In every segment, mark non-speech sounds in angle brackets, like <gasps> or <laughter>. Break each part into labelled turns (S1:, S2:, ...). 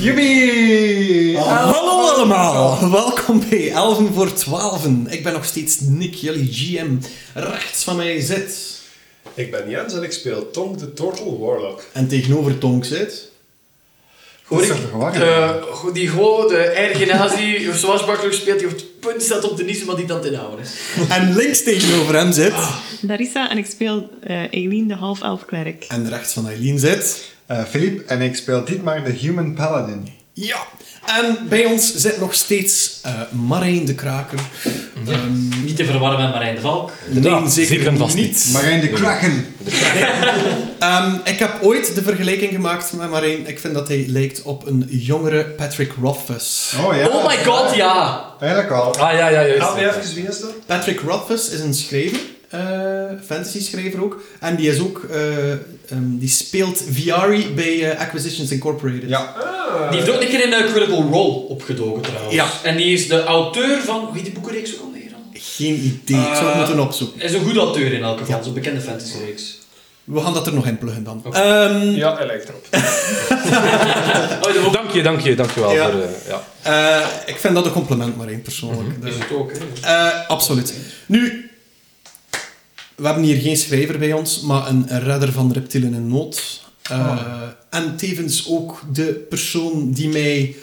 S1: Joepie!
S2: Oh, Hallo allemaal, welkom bij Elven voor 12. Ik ben nog steeds Nick, jullie GM. Rechts van mij zit,
S3: Ik ben Jens en ik speel Tonk de Turtle Warlock.
S2: en tegenover Tonk <laughs> zit,
S1: Hoor
S4: Dat is
S1: ik eh,
S4: toch wakker?
S1: de, go- die goh, de eigen naast die zoals makkelijk speelt, die op het punt staat om te niezen, maar die dan te houden is.
S2: en links tegenover hem zit,
S5: Larissa en ik speel eh Eileen, de half-elf klerk.
S2: en rechts van Eileen zit.
S4: Eh, Filip en ik speel ditmaal de Human Paladin.
S2: Ja, en bij ons zit nog steeds eh Marijn de Kraker. Ehm,
S6: Niet te verwarren met Marijn de Valk.
S2: nee, zeker
S7: vast
S2: niet.
S4: Marijn de Kraken.
S2: Ehm, ik heb ooit de vergelijking gemaakt met Marijn. Ik vind dat hij lijkt op een jongere Patrick Rothfuss.
S4: Oh ja.
S1: Oh my god, ja!
S4: Eigenlijk al.
S7: Ah ja, ja, juist.
S3: Help me even, wie is dat?
S2: Patrick Rothfuss is een schrijver, fantasy schrijver ook. En die is ook, eh, ehm, die speelt Viari bij eh, Acquisitions Incorporated.
S4: Ja.
S6: Die heeft ook een keer in eh, Critical Role opgedoken trouwens.
S2: Ja.
S6: En die is de auteur van... Hoe heet die boekenreeks ook alweer al?
S2: Geen idee, ik zou het
S6: Eh,
S2: moeten opzoeken.
S6: Hij is een goede auteur in elk geval, zo'n bekende fantasyreeks.
S2: We gaan dat er nog in pluggen dan.
S6: Oké.
S2: Ehm,
S3: Ja, Electro.
S6: Oh, dat ook-
S7: Dank je, dank je, dank je wel.
S2: Ja.
S7: Voor, eh, ja.
S2: eh, ik vind dat een compliment, maar één persoonlijk. Dus-
S6: is het ook, hè.
S2: Eh, absoluut. Nu, we hebben hier geen schrijver bij ons, maar een redder van reptielen in nood. Eh, En tevens ook de persoon die mij,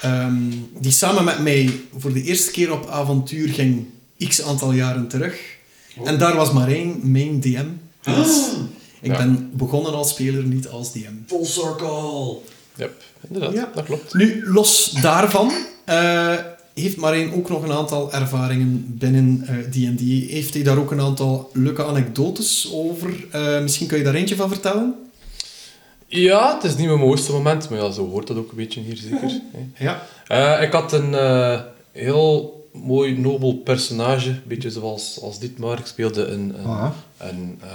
S2: ehm, die samen met mij voor de eerste keer op avontuur ging, x aantal jaren terug. En daar was Marijn, mijn DM. Dus ik
S7: Ja.
S2: ben begonnen als speler, niet als DM.
S6: Full circle.
S7: Yep. Inderdaad,
S2: Ja.
S7: dat klopt.
S2: Nu, los daarvan, eh, heeft Marijn ook nog een aantal ervaringen binnen eh, D&D. heeft hij daar ook een aantal leuke anekdotes over? Eh, misschien kun je daar eentje van vertellen?
S7: Ja, het is niet mijn mooiste moment, maar ja, zo hoort dat ook een beetje hier zeker.
S2: <laughs>
S7: hè.
S2: Ja.
S7: Eh, ik had een eh, heel mooi, nobel personage, een beetje zoals als dit, maar ik speelde een, een,
S4: Ah.
S7: een eh,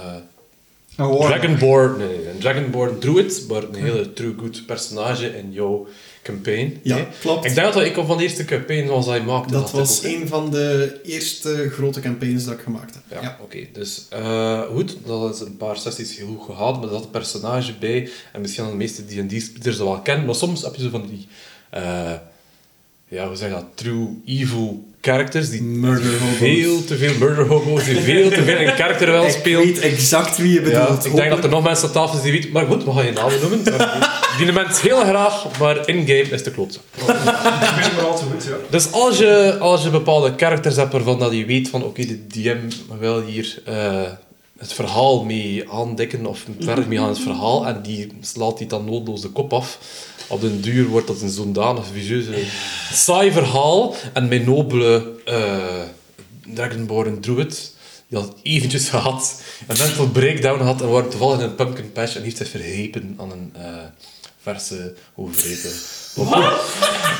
S4: Een warlock.
S7: Dragonborn, nee, nee, een Dragonborn druid, maar een hele true good personage in jouw campaign.
S2: Ja,
S7: hè.
S2: klopt.
S7: Ik denk dat dat ik al van de eerste campaign was dat je maakte.
S2: Dat
S7: ik
S2: was
S7: ook-
S2: een van de eerste grote campagnes dat ik gemaakt heb.
S7: Ja, oké. Dus eh, goed, dat is een paar sessies heel goed gehaald, maar er zat een personage bij. En misschien aan de meeste D&D-spelers dat wel kennen, maar soms heb je zo van die... eh, ja, hoe zeg je dat? True evil characters die
S2: Murder hobo's.
S7: veel te veel murder hobo's, die veel te veel een karakter wel
S2: <laughs> Ik
S7: speelt.
S2: weet exact wie je
S7: Ja,
S2: bedoelt.
S7: ik denk dat er nog mensen aan tafel zijn die weten... Maar goed, we gaan je naam noemen.
S2: <laughs>
S7: Maar Die mensen heel graag, maar in-game is de klootzak.
S3: Ik ben maar al te goed, ja.
S7: Dus als je, als je bepaalde karakters hebt waarvan dat je weet van oké, de DM wil hier eh, het verhaal mee aandekken of verder mee aan het verhaal en die slaat die dan noodloos de kop af. Op den duur wordt dat een zondanig, visieuze, saai verhaal. En mijn nobele eh, Dragonborn druid, die had eventjes gehad, een mental breakdown had en wordt toevallig in een pumpkin patch en heeft zich verhepen aan een eh, verse overheden.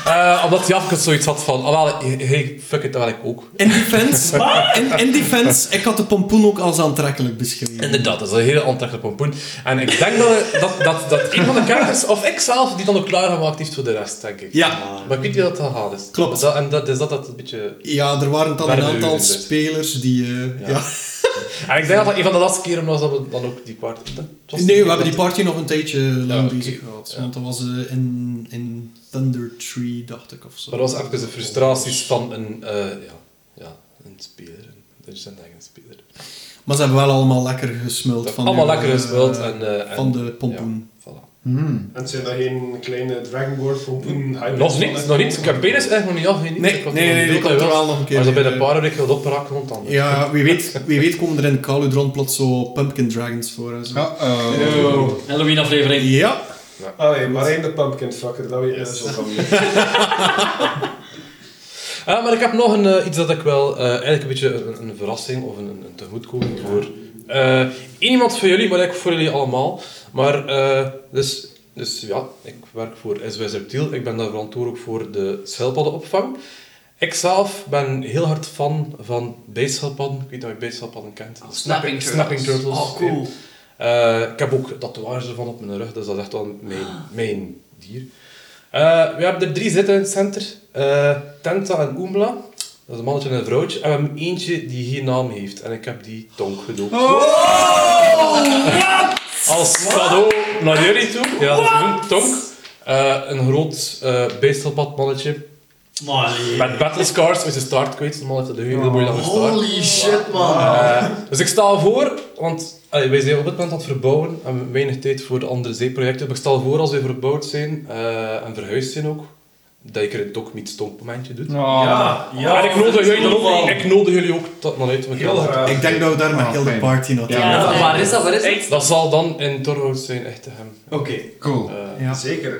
S7: Eh, omdat Jafke zoiets had van, ah, wel, hey, fuck it, dat wil ik ook.
S2: In defense, in, in defense, ik had de pompoen ook als aantrekkelijk beschreven.
S7: Inderdaad, dat is een hele aantrekkelijke pompoen. En ik denk dat, dat, dat, dat een van de karakters, of ik zelf, die dan ook klaargemaakt heeft voor de rest, denk ik.
S2: Ja.
S7: Maar ik weet niet dat dat gaat is.
S2: Klopt.
S7: Dat, en dat is dat dat een beetje...
S2: Ja, er waren dan een
S7: Werden
S2: aantal
S7: jullie dus.
S2: spelers die... eh,
S7: Ja.
S2: ja.
S7: En ik denk dat dat een van de laatste keren was dat we dan ook die part... dat was
S2: Nee, we
S7: dat-
S2: hebben die party nog een tijdje lang
S7: oké.
S2: bezig gehad.
S7: Ja.
S2: Want dat was eh, in, in Thunder Tree, dacht ik, of zo.
S7: Maar dat was even de frustraties van een, eh, ja, ja, een speler. Een, dat is een eigen speler.
S2: Maar ze hebben wel allemaal lekker gesmuld. Van
S7: Allemaal
S2: hun,
S7: lekker
S2: eh,
S7: gespeeld en... eh, en-
S2: van de pompoen.
S7: Ja, voilà.
S4: Hmm.
S3: En zijn dat geen kleine Dragonborn pompoen hybrids
S7: Nog
S3: van,
S7: niet,
S3: hè?
S7: nog niet. Campaign is echt nog niet af.
S2: Nee, nee, nee, die komt er wel nog een keer,
S7: Als dat bij
S2: eh,
S7: de paar weken gaat opraken, want dan...
S2: Ja, wie, weet, wie weet komen er in Caludron plots zo pumpkin dragons voor en zo. Ja.
S4: Uh-oh.
S3: Yo.
S6: Halloween aflevering.
S3: Allee, maar één de pumpkin fucker, dat weet je zo van weer.
S7: Ah, maar ik heb nog een, eh, iets dat ik wel... eh, eigenlijk een beetje een, een verrassing of een, een tegemoetkoming voor... eh iemand van jullie, maar eigenlijk voor jullie allemaal. Maar, eh, dus... Dus ja, ik werk voor SWS Reptiel. Ik ben daar verantwoordelijk voor de schildpaddenopvang. Ik zelf ben heel hard fan van bijschildpadden. Ik weet niet of je bijschildpadden kent.
S2: Ah,
S6: Snapping Turtles.
S7: snapping turtles.
S6: Oh, cool.
S7: Eh, ik heb ook tatoeages ervan op mijn rug, dus dat is echt wel mijn, mijn dier. Eh, we hebben er drie zitten in het center. Eh, Tenta en Oemla. Dat is een mannetje en een vrouwtje. En we hebben eentje die geen naam heeft. En ik heb die Tonk gedoopt. Als cadeau naar jullie toe. Ja, dat is goed, Tonk. Eh, een groot eh beestelpadmannetje
S1: Maar
S7: met battlescars, met zijn staart kwijt. Normaal heeft hij de hele mooie lange staart.
S1: Holy shit, man.
S7: Eh, dus ik stel voor, want allee, wij zijn op dit moment aan het verbouwen en we hebben weinig tijd voor de andere zeeprojecten. Maar ik stel voor als we verbouwd zijn eh, en verhuisd zijn ook, dat ik er een doc meet stomp momentje doe.
S3: Ah.
S1: ja, ja.
S7: en ik nodig jullie,
S1: dat
S7: ook,
S1: is
S7: ik nodig jullie ook dat man uit. want ik
S3: Heel
S7: wil-
S3: graag.
S2: Ik denk dat we daar met
S4: Ah,
S2: heel de
S4: fijn.
S2: party naartoe
S5: Ja.
S2: gaan.
S6: Ja, waar is dat? Waar is dat?
S7: Dat zal dan in Torhout zijn, echt eh, hem.
S1: Oké.
S4: Cool.
S7: Eh,
S2: Ja.
S3: Zeker.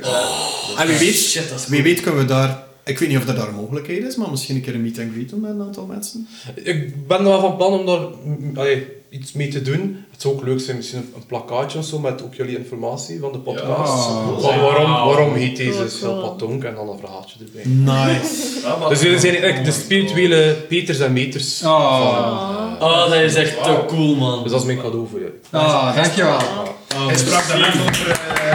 S2: En wie weet,
S1: Shit, dat is
S2: wie weet kunnen we daar... Ik weet niet of dat daar een mogelijkheid is, maar misschien een keer een meet and greet doen met een aantal mensen.
S7: Ik ben wel van plan om daar mm, allee, iets mee te doen. Het zou ook leuk zijn, misschien een, een plakkaatje of zo met ook jullie informatie van de podcast.
S4: Oh.
S7: Van waarom, waarom heet
S5: Cool,
S7: deze
S5: cool.
S7: Stel Patonk en dan een verhaaltje erbij.
S2: Nice.
S7: Dus jullie zijn eigenlijk de spirituele Peters en Meters.
S4: Oh,
S6: Oh, dat is echt te cool, man.
S7: Dus dat is mijn cadeau voor jullie.
S4: oh dankjewel.
S3: Hij sprak daarnet over... eh,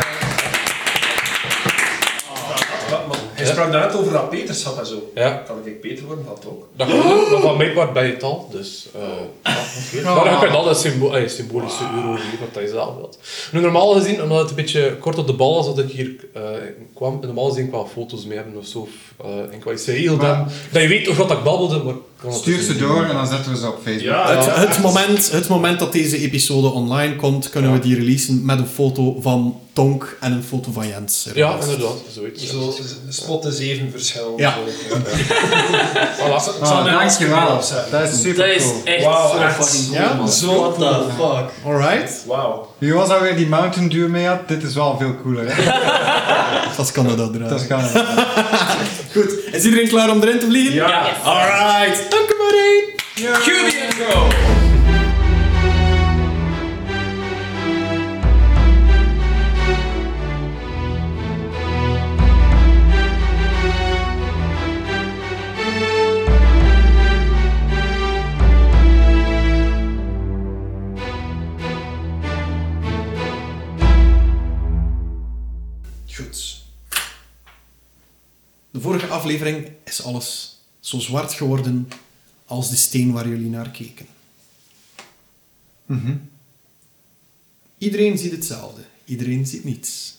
S3: Wat, man. Hij
S7: Ja.
S3: sprak daarnet over dat Peterschap en zo.
S7: Ja,
S3: Kan ik beter worden? Dat ook.
S7: dat kan ook, maar van mij part bij het al. Dus, eh ja, oké. Maar je kunt al dat symbo- eh, symbolische euro geven, wat dat je zelf wilt. Nu, normaal gezien, omdat het een beetje kort op de bal was dat ik hier eh, kwam, normaal gezien qua foto's mee hebben of zo, of, eh, en qua iets geregeld
S4: Maar-
S7: hebben, dat je weet of wat dat ik babbelde, maar... ik kan dat
S4: Stuur
S7: dus
S4: ze
S7: niet
S4: door
S7: doen.
S4: en dan zetten we ze op Facebook.
S3: Ja,
S2: Het, het, moment, het moment dat deze episode online komt, kunnen we die releasen met een foto van Tonk en een foto van Jens.
S7: Ja, inderdaad, zoiets.
S3: Zo spotten zeven verschillen.
S2: Ja.
S3: <laughs>
S2: Ah,
S3: Zo, ja.
S7: Voilà.
S3: Ik zal
S4: Oh,
S3: mijn
S4: dankjewel.
S3: Instagram opzetten.
S4: Dat is
S6: Dat
S4: super
S6: is
S4: cool.
S6: echt
S3: Wauw,
S6: zo
S3: echt.
S6: fucking cool,
S2: Ja?
S6: man.
S1: What the fuck?
S2: Alright.
S3: Wauw.
S4: Wie was alweer die Mountain Dew mee had? Dit is wel veel cooler. hè?
S2: Dat kan dat
S4: Dat is
S2: draaien.
S4: gaaf.
S2: Goed, is iedereen klaar om erin te vliegen?
S3: Ja.
S2: Alright, dank u maar één. Goed. De vorige aflevering is alles zo zwart geworden als de steen waar jullie naar keken. Iedereen ziet hetzelfde. Iedereen ziet niets.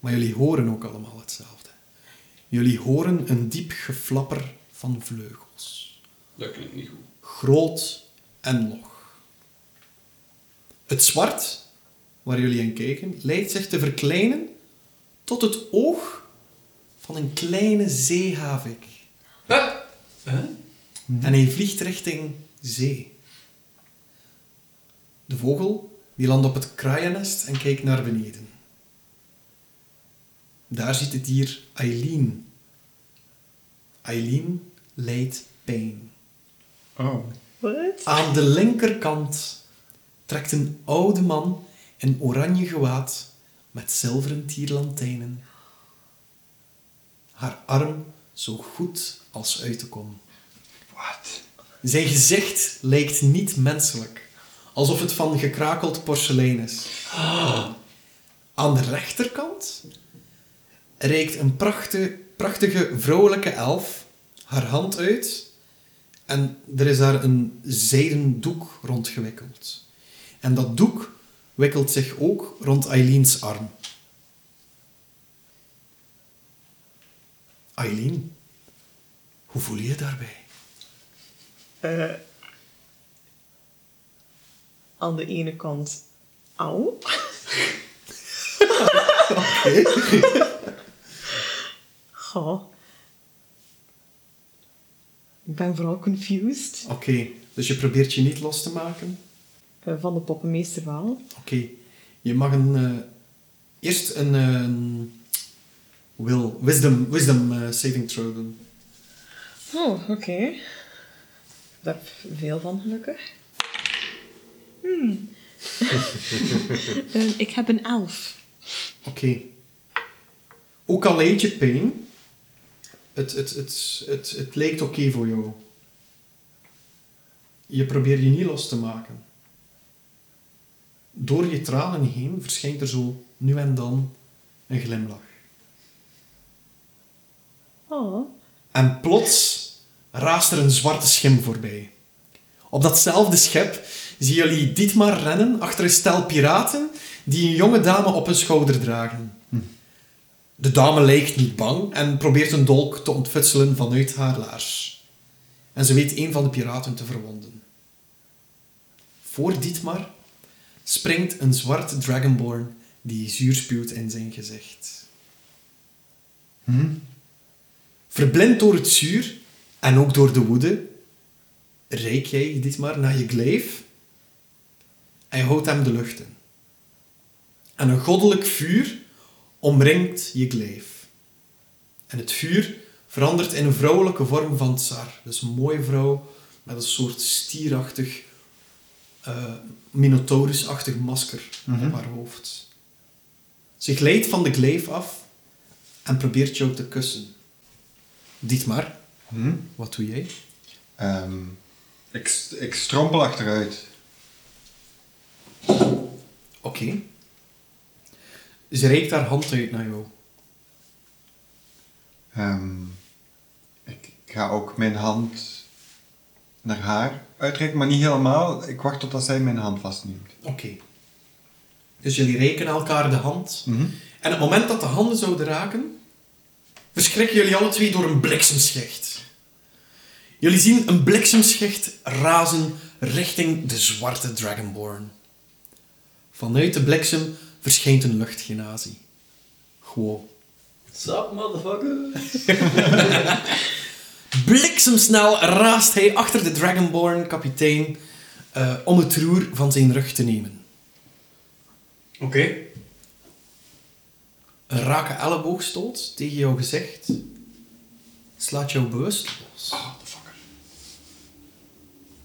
S2: Maar jullie horen ook allemaal hetzelfde. Jullie horen een diep geflapper van vleugels
S6: Dat klinkt niet goed.
S2: groot en log. Het zwart, waar jullie in kijken, lijkt zich te verkleinen tot het oog van een kleine zeehavik. En hij vliegt richting zee. De vogel die landt op het kraaiennest en kijkt naar beneden. Daar ziet het dier Eileen. Eileen lijdt pijn.
S4: Oh.
S5: Wat?
S2: Aan de linkerkant trekt een oude man in oranje gewaad met zilveren tierlantijnen. Haar arm zo goed als uit de kom.
S4: Wat?
S2: Zijn gezicht lijkt niet menselijk, alsof het van gekrakeld porselein is. Aan de rechterkant reikt een prachtige, prachtige vrouwelijke elf haar hand uit en er is daar een zijden doek rondgewikkeld. En dat doek wikkelt zich ook rond Eileen's arm. Eileen, hoe voel je je daarbij?
S5: Eh, aan de ene kant, auw. Goh. Ik ben vooral confused.
S2: Oké, dus je probeert je niet los te maken.
S5: Eh, van de poppenmeester wel.
S2: Oké, je mag een, eh, eerst een eh, will, wisdom, wisdom eh, saving throw doen.
S5: Oh, oké. Daar heb ik veel van, gelukkig. Hmm. <laughs> Eh, ik heb een elf.
S2: Oké. Ook al leed je pijn, het, het, het, het, het lijkt oké voor jou. Je probeert je niet los te maken. Door je tranen heen verschijnt er zo nu en dan een glimlach.
S5: Oh.
S2: En plots raast er een zwarte schim voorbij. Op datzelfde schip zien jullie Dietmar rennen achter een stel piraten die een jonge dame op hun schouder dragen. De dame lijkt niet bang en probeert een dolk te ontfutselen vanuit haar laars. En ze weet een van de piraten te verwonden. Voor Dietmar springt een zwarte dragonborn die zuur spuwt in zijn gezicht. Verblind door het zuur en ook door de woede, reik jij Dietmar naar je gleef en je houdt hem de lucht in. En een goddelijk vuur omringt je gleef. En het vuur verandert in een vrouwelijke vorm van tsar. Dus een mooie vrouw met een soort stierachtig, eh minotaurusachtig masker op haar hoofd. Ze glijdt van de gleef af en probeert jou te kussen. Dietmar, wat doe jij?
S4: Ehm, ik, st- ik strompel achteruit.
S2: Oké. Ze reikt haar hand uit naar jou.
S4: Ehm, ik ga ook mijn hand naar haar uitreiken, maar niet helemaal. Ik wacht totdat zij mijn hand vastneemt.
S2: Oké. Dus jullie reiken elkaar de hand.
S4: Mhm.
S2: En het moment dat de handen zouden raken, verschrikken jullie alle twee door een bliksemschicht. Jullie zien een bliksemschicht razen richting de zwarte Dragonborn. Vanuit de bliksem verschijnt een luchtgenazie. Gewoon.
S6: Sup, motherfucker?
S2: Bliksemsnel raast hij achter de Dragonborn kapitein eh, om het roer van zijn rug te nemen.
S1: Oké.
S2: Een rake elleboogstoot tegen jouw gezicht slaat jou bewusteloos.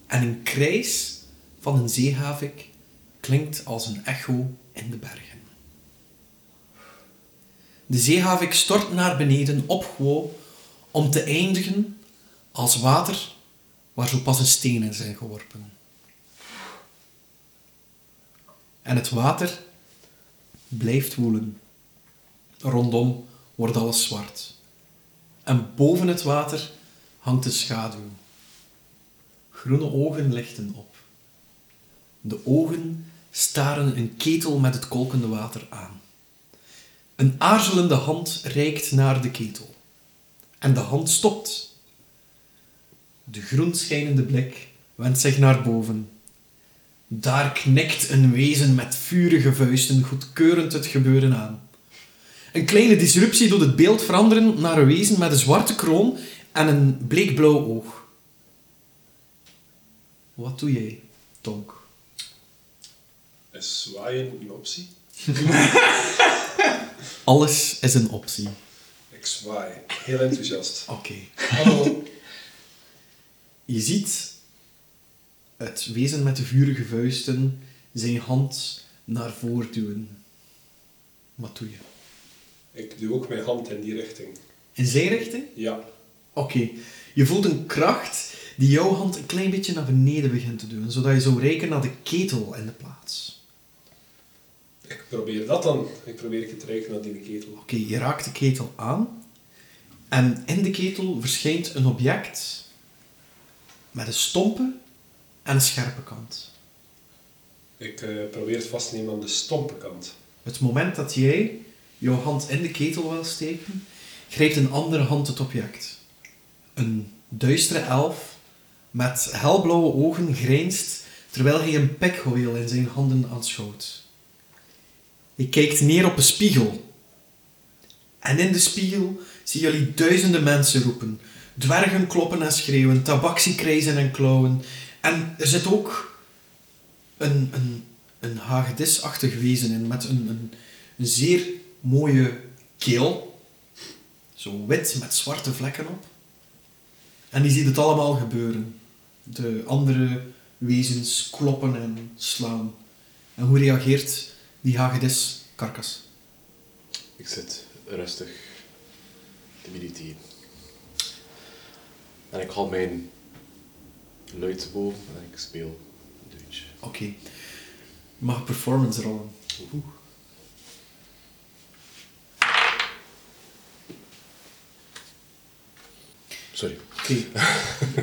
S2: En een krijs van een zeehavik klinkt als een echo in de bergen. De zeehavik stort naar beneden op Guo om te eindigen als water waar zo pas een steen in zijn geworpen. En het water blijft woelen. Rondom wordt alles zwart. En boven het water hangt een schaduw. Groene ogen lichten op. De ogen staren een ketel met het kolkende water aan. Een aarzelende hand reikt naar de ketel. En de hand stopt. De groen schijnende blik wendt zich naar boven. Daar knikt een wezen met vurige vuisten goedkeurend het gebeuren aan. Een kleine disruptie doet het beeld veranderen naar een wezen met een zwarte kroon en een bleekblauw oog. Wat doe jij, Tonk?
S3: Is zwaaien een optie?
S2: Alles is een optie.
S3: Ik zwaai. Heel enthousiast. <laughs>
S2: Oké.
S3: Hallo.
S2: Je ziet het wezen met de vurige vuisten zijn hand naar voren duwen. Wat doe je?
S3: Ik duw ook mijn hand in die richting.
S2: In zijn richting?
S3: Ja.
S2: Oké, je voelt een kracht die jouw hand een klein beetje naar beneden begint te duwen, zodat je zou reiken naar de ketel in de plaats.
S3: Ik probeer dat dan. Ik probeer het te reiken naar die ketel.
S2: Oké, je raakt de ketel aan. En in de ketel verschijnt een object met een stompe en een scherpe kant.
S3: Ik eh, probeer het vast te nemen aan de stompe kant.
S2: Het moment dat jij jouw hand in de ketel wil steken, grijpt een andere hand het object. Een duistere elf met helblauwe ogen grijnst terwijl hij een pikhoeel in zijn handen aanschouwt. Hij kijkt neer op een spiegel. En in de spiegel zien jullie duizenden mensen roepen. Dwergen kloppen en schreeuwen, tabaksie krijzen en klauwen. En er zit ook een, een, een hagedisachtig wezen in met een, een, een zeer mooie keel. Zo wit met zwarte vlekken op. En die ziet het allemaal gebeuren. De andere wezens kloppen en slaan. En hoe reageert die hagedis karkas?
S7: Ik zit rustig te mediteren. En ik haal mijn luid te boven en ik speel een deuntje.
S2: Oké. Je mag een performance rollen.
S7: Sorry.
S2: Oké.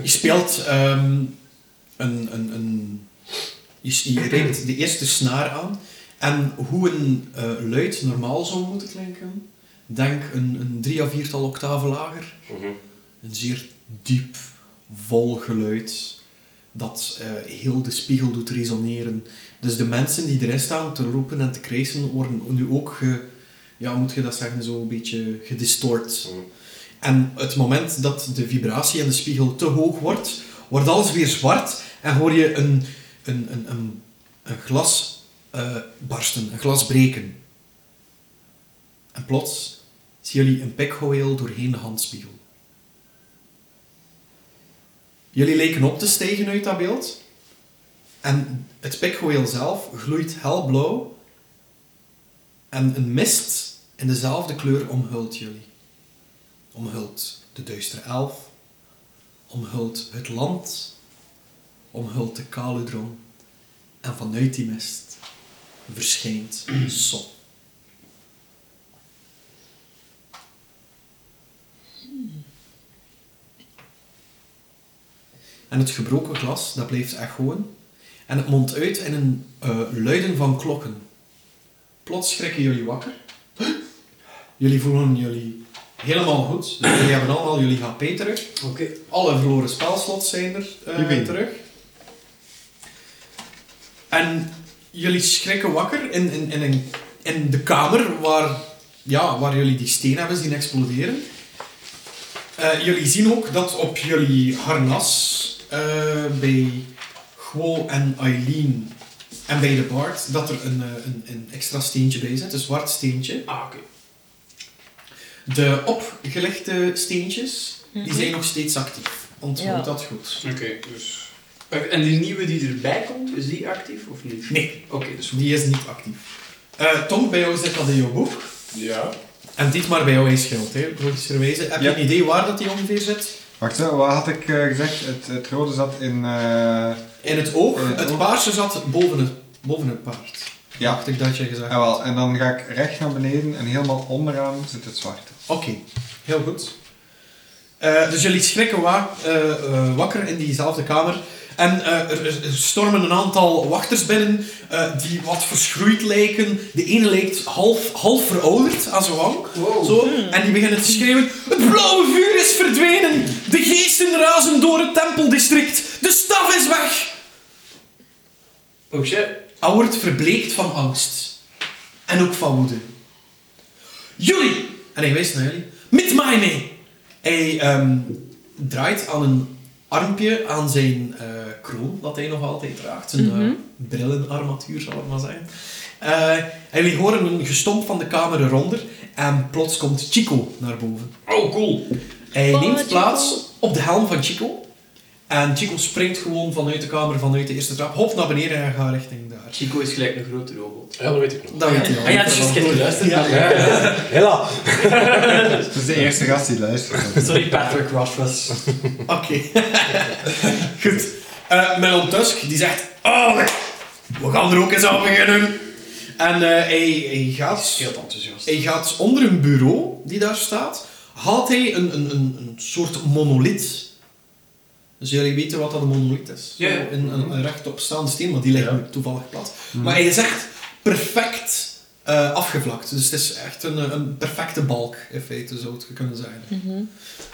S2: Je speelt ehm, een... een, een je, s- je reikt de eerste snaar aan. En hoe een eh, luid normaal zou moeten klinken, Denk een, een drie à viertal octaven lager.
S8: Mhm.
S2: Een zeer diep, vol geluid dat eh, heel de spiegel doet resoneren. Dus de mensen die erin staan te roepen en te krijsen worden nu ook, ge- ja, hoe moet je dat zeggen, zo een beetje gedistort.
S8: Mhm.
S2: En het moment dat de vibratie in de spiegel te hoog wordt, wordt alles weer zwart en hoor je een, een, een, een, een glas eh, barsten, een glas breken. En plots zien jullie een pikgoeel doorheen de handspiegel. Jullie leken op te stijgen uit dat beeld. En het pikgoeel zelf gloeit helblauw. En een mist in dezelfde kleur omhult jullie. Omhult de duistere elf. Omhult het land. Omhult de kaludron. En vanuit die mist verschijnt Sol. En het gebroken glas, dat blijft echoen. En het mondt uit in een eh, luiden van klokken. Plots schrikken jullie wakker. Jullie voelen jullie helemaal goed. Dus jullie hebben allemaal jullie HP terug.
S1: Oké.
S2: Alle verloren spelslots zijn er eh,
S4: Joepie.
S2: terug. En jullie schrikken wakker in, in, in, een- in de kamer waar, ja, waar jullie die steen hebben zien exploderen. Eh, jullie zien ook dat op jullie harnas eh, bij Guo en Eileen en bij de Bard dat er een, eh, een, een extra steentje bij zit, een zwart steentje.
S1: Ah, oké.
S2: De opgelegde steentjes die zijn nog steeds actief. Onthoud
S5: Ja.
S2: dat goed.
S1: Oké, dus... En die nieuwe die erbij komt, is die actief of niet?
S2: Nee.
S1: Oké, dus goed.
S2: Die is niet actief. Eh, Tom, bij jou zit dat in jouw boek.
S3: Ja.
S2: En dit maar bij jou in schild, hè, logischerwijze. Heb
S4: Ja.
S2: je een idee waar dat die ongeveer zit?
S4: Wacht, hè, wat had ik eh, gezegd? Het, het rode zat in... eh,
S2: In het oog.
S4: In het
S2: het
S4: oog.
S2: paarse zat boven het, boven het paard.
S4: ja,
S2: Dacht ik dat je gezegd
S4: ah, wel. En dan ga ik recht naar beneden en helemaal onderaan zit het zwarte.
S2: Oké, heel goed. Eh, dus jullie schrikken wa- eh, eh, wakker in diezelfde kamer. En eh, er, er- er stormen een aantal wachters binnen eh, die wat verschroeid lijken. De ene lijkt half, half verouderd aan zijn wang. Zo, en die beginnen te schreeuwen. Het blauwe vuur is verdwenen. De geesten razen door het tempeldistrict. De staf is weg.
S1: Oh shit.
S2: Hij wordt verbleekt van angst. En ook van woede. Jullie! En hij wijst naar jullie. Met mij mee! Hij ehm, draait aan een armpje aan zijn eh, kroon, dat hij nog altijd draagt. Zijn eh,
S5: Mhm.
S2: brillenarmatuur, zal het maar zijn. Eh, en jullie horen een gestomp van de kamer eronder. En plots komt Chico naar boven.
S1: Oh, cool.
S2: Hij
S5: Oh,
S2: neemt
S5: Chico.
S2: plaats op de helm van Chico. En Chico springt gewoon vanuit de kamer, vanuit de eerste trap, hop naar beneden en gaat richting daar.
S1: Chico is gelijk een grote robot.
S7: Ja, dat weet ik nog.
S2: Dat weet hij al.
S1: Ah ja, het is juist, ik heb geluisterd.
S7: Hela!
S4: Dat is de eerste gast die luistert.
S1: Sorry, Patrick Rothfuss.
S2: Oké. <laughs> Goed. Eh Melon Tusk, die zegt... Oh, we gaan er ook eens aan beginnen. En eh, hij, hij gaat...
S1: Heel enthousiast.
S2: Hij gaat onder een bureau die daar staat, haalt hij een, een, een, een soort monolith. Dus jullie weten wat dat een monolith is.
S1: Ja, ja.
S2: Zo Een, een, een rechtopstaande steen, want die ligt nu toevallig plat. Maar hij is echt perfect eh, afgevlakt. Dus het is echt een, eh, een perfecte balk, in feite zou het kunnen zijn.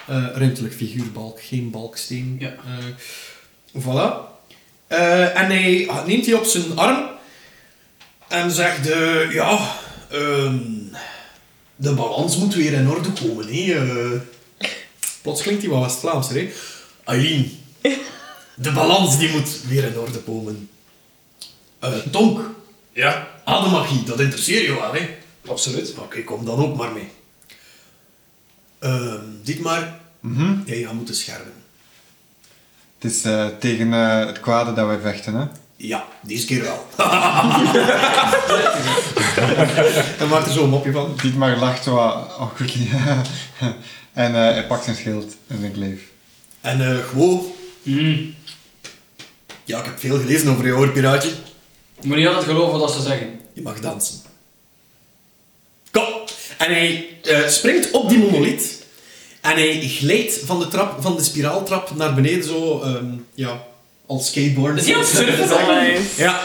S2: Eh, ruimtelijk figuurbalk, geen balksteen.
S1: Ja.
S2: Eh, voilà. Eh, en hij neemt die op zijn arm en zegt: eh, Ja, ehm, de balans moet weer in orde komen. Hè. eh." plots klinkt hij wat West-Vlaams, hè? Aileen, de balans die moet weer in orde komen. Eh, Tonk,
S3: Ja,
S2: ademmagie, dat interesseert je wel, hè?
S3: absoluut.
S2: Oké, kom dan ook maar mee. Ehm dit maar,
S4: Mhm.
S2: jij gaat moeten schermen.
S4: Het is eh, tegen eh, het kwade dat wij vechten, hè?
S2: Ja, deze keer
S3: <laughs>
S2: wel. en maakt er zo'n mopje van.
S4: Dietmar lacht zo wat awkward. <laughs> en eh, hij pakt zijn schild en zijn kleef.
S2: En eh gewoon,
S1: Mm.
S2: ja, ik heb veel gelezen over jou hoor, piraatje.
S1: Je moet niet altijd geloven wat ze zeggen.
S2: Je mag dansen. Kom! En hij eh, springt op die monolith. En hij glijdt van de, trap, van de spiraaltrap naar beneden, zo, ehm, ja, als skateboard.
S1: Is hij aan het surfen? Nice.
S2: Ja.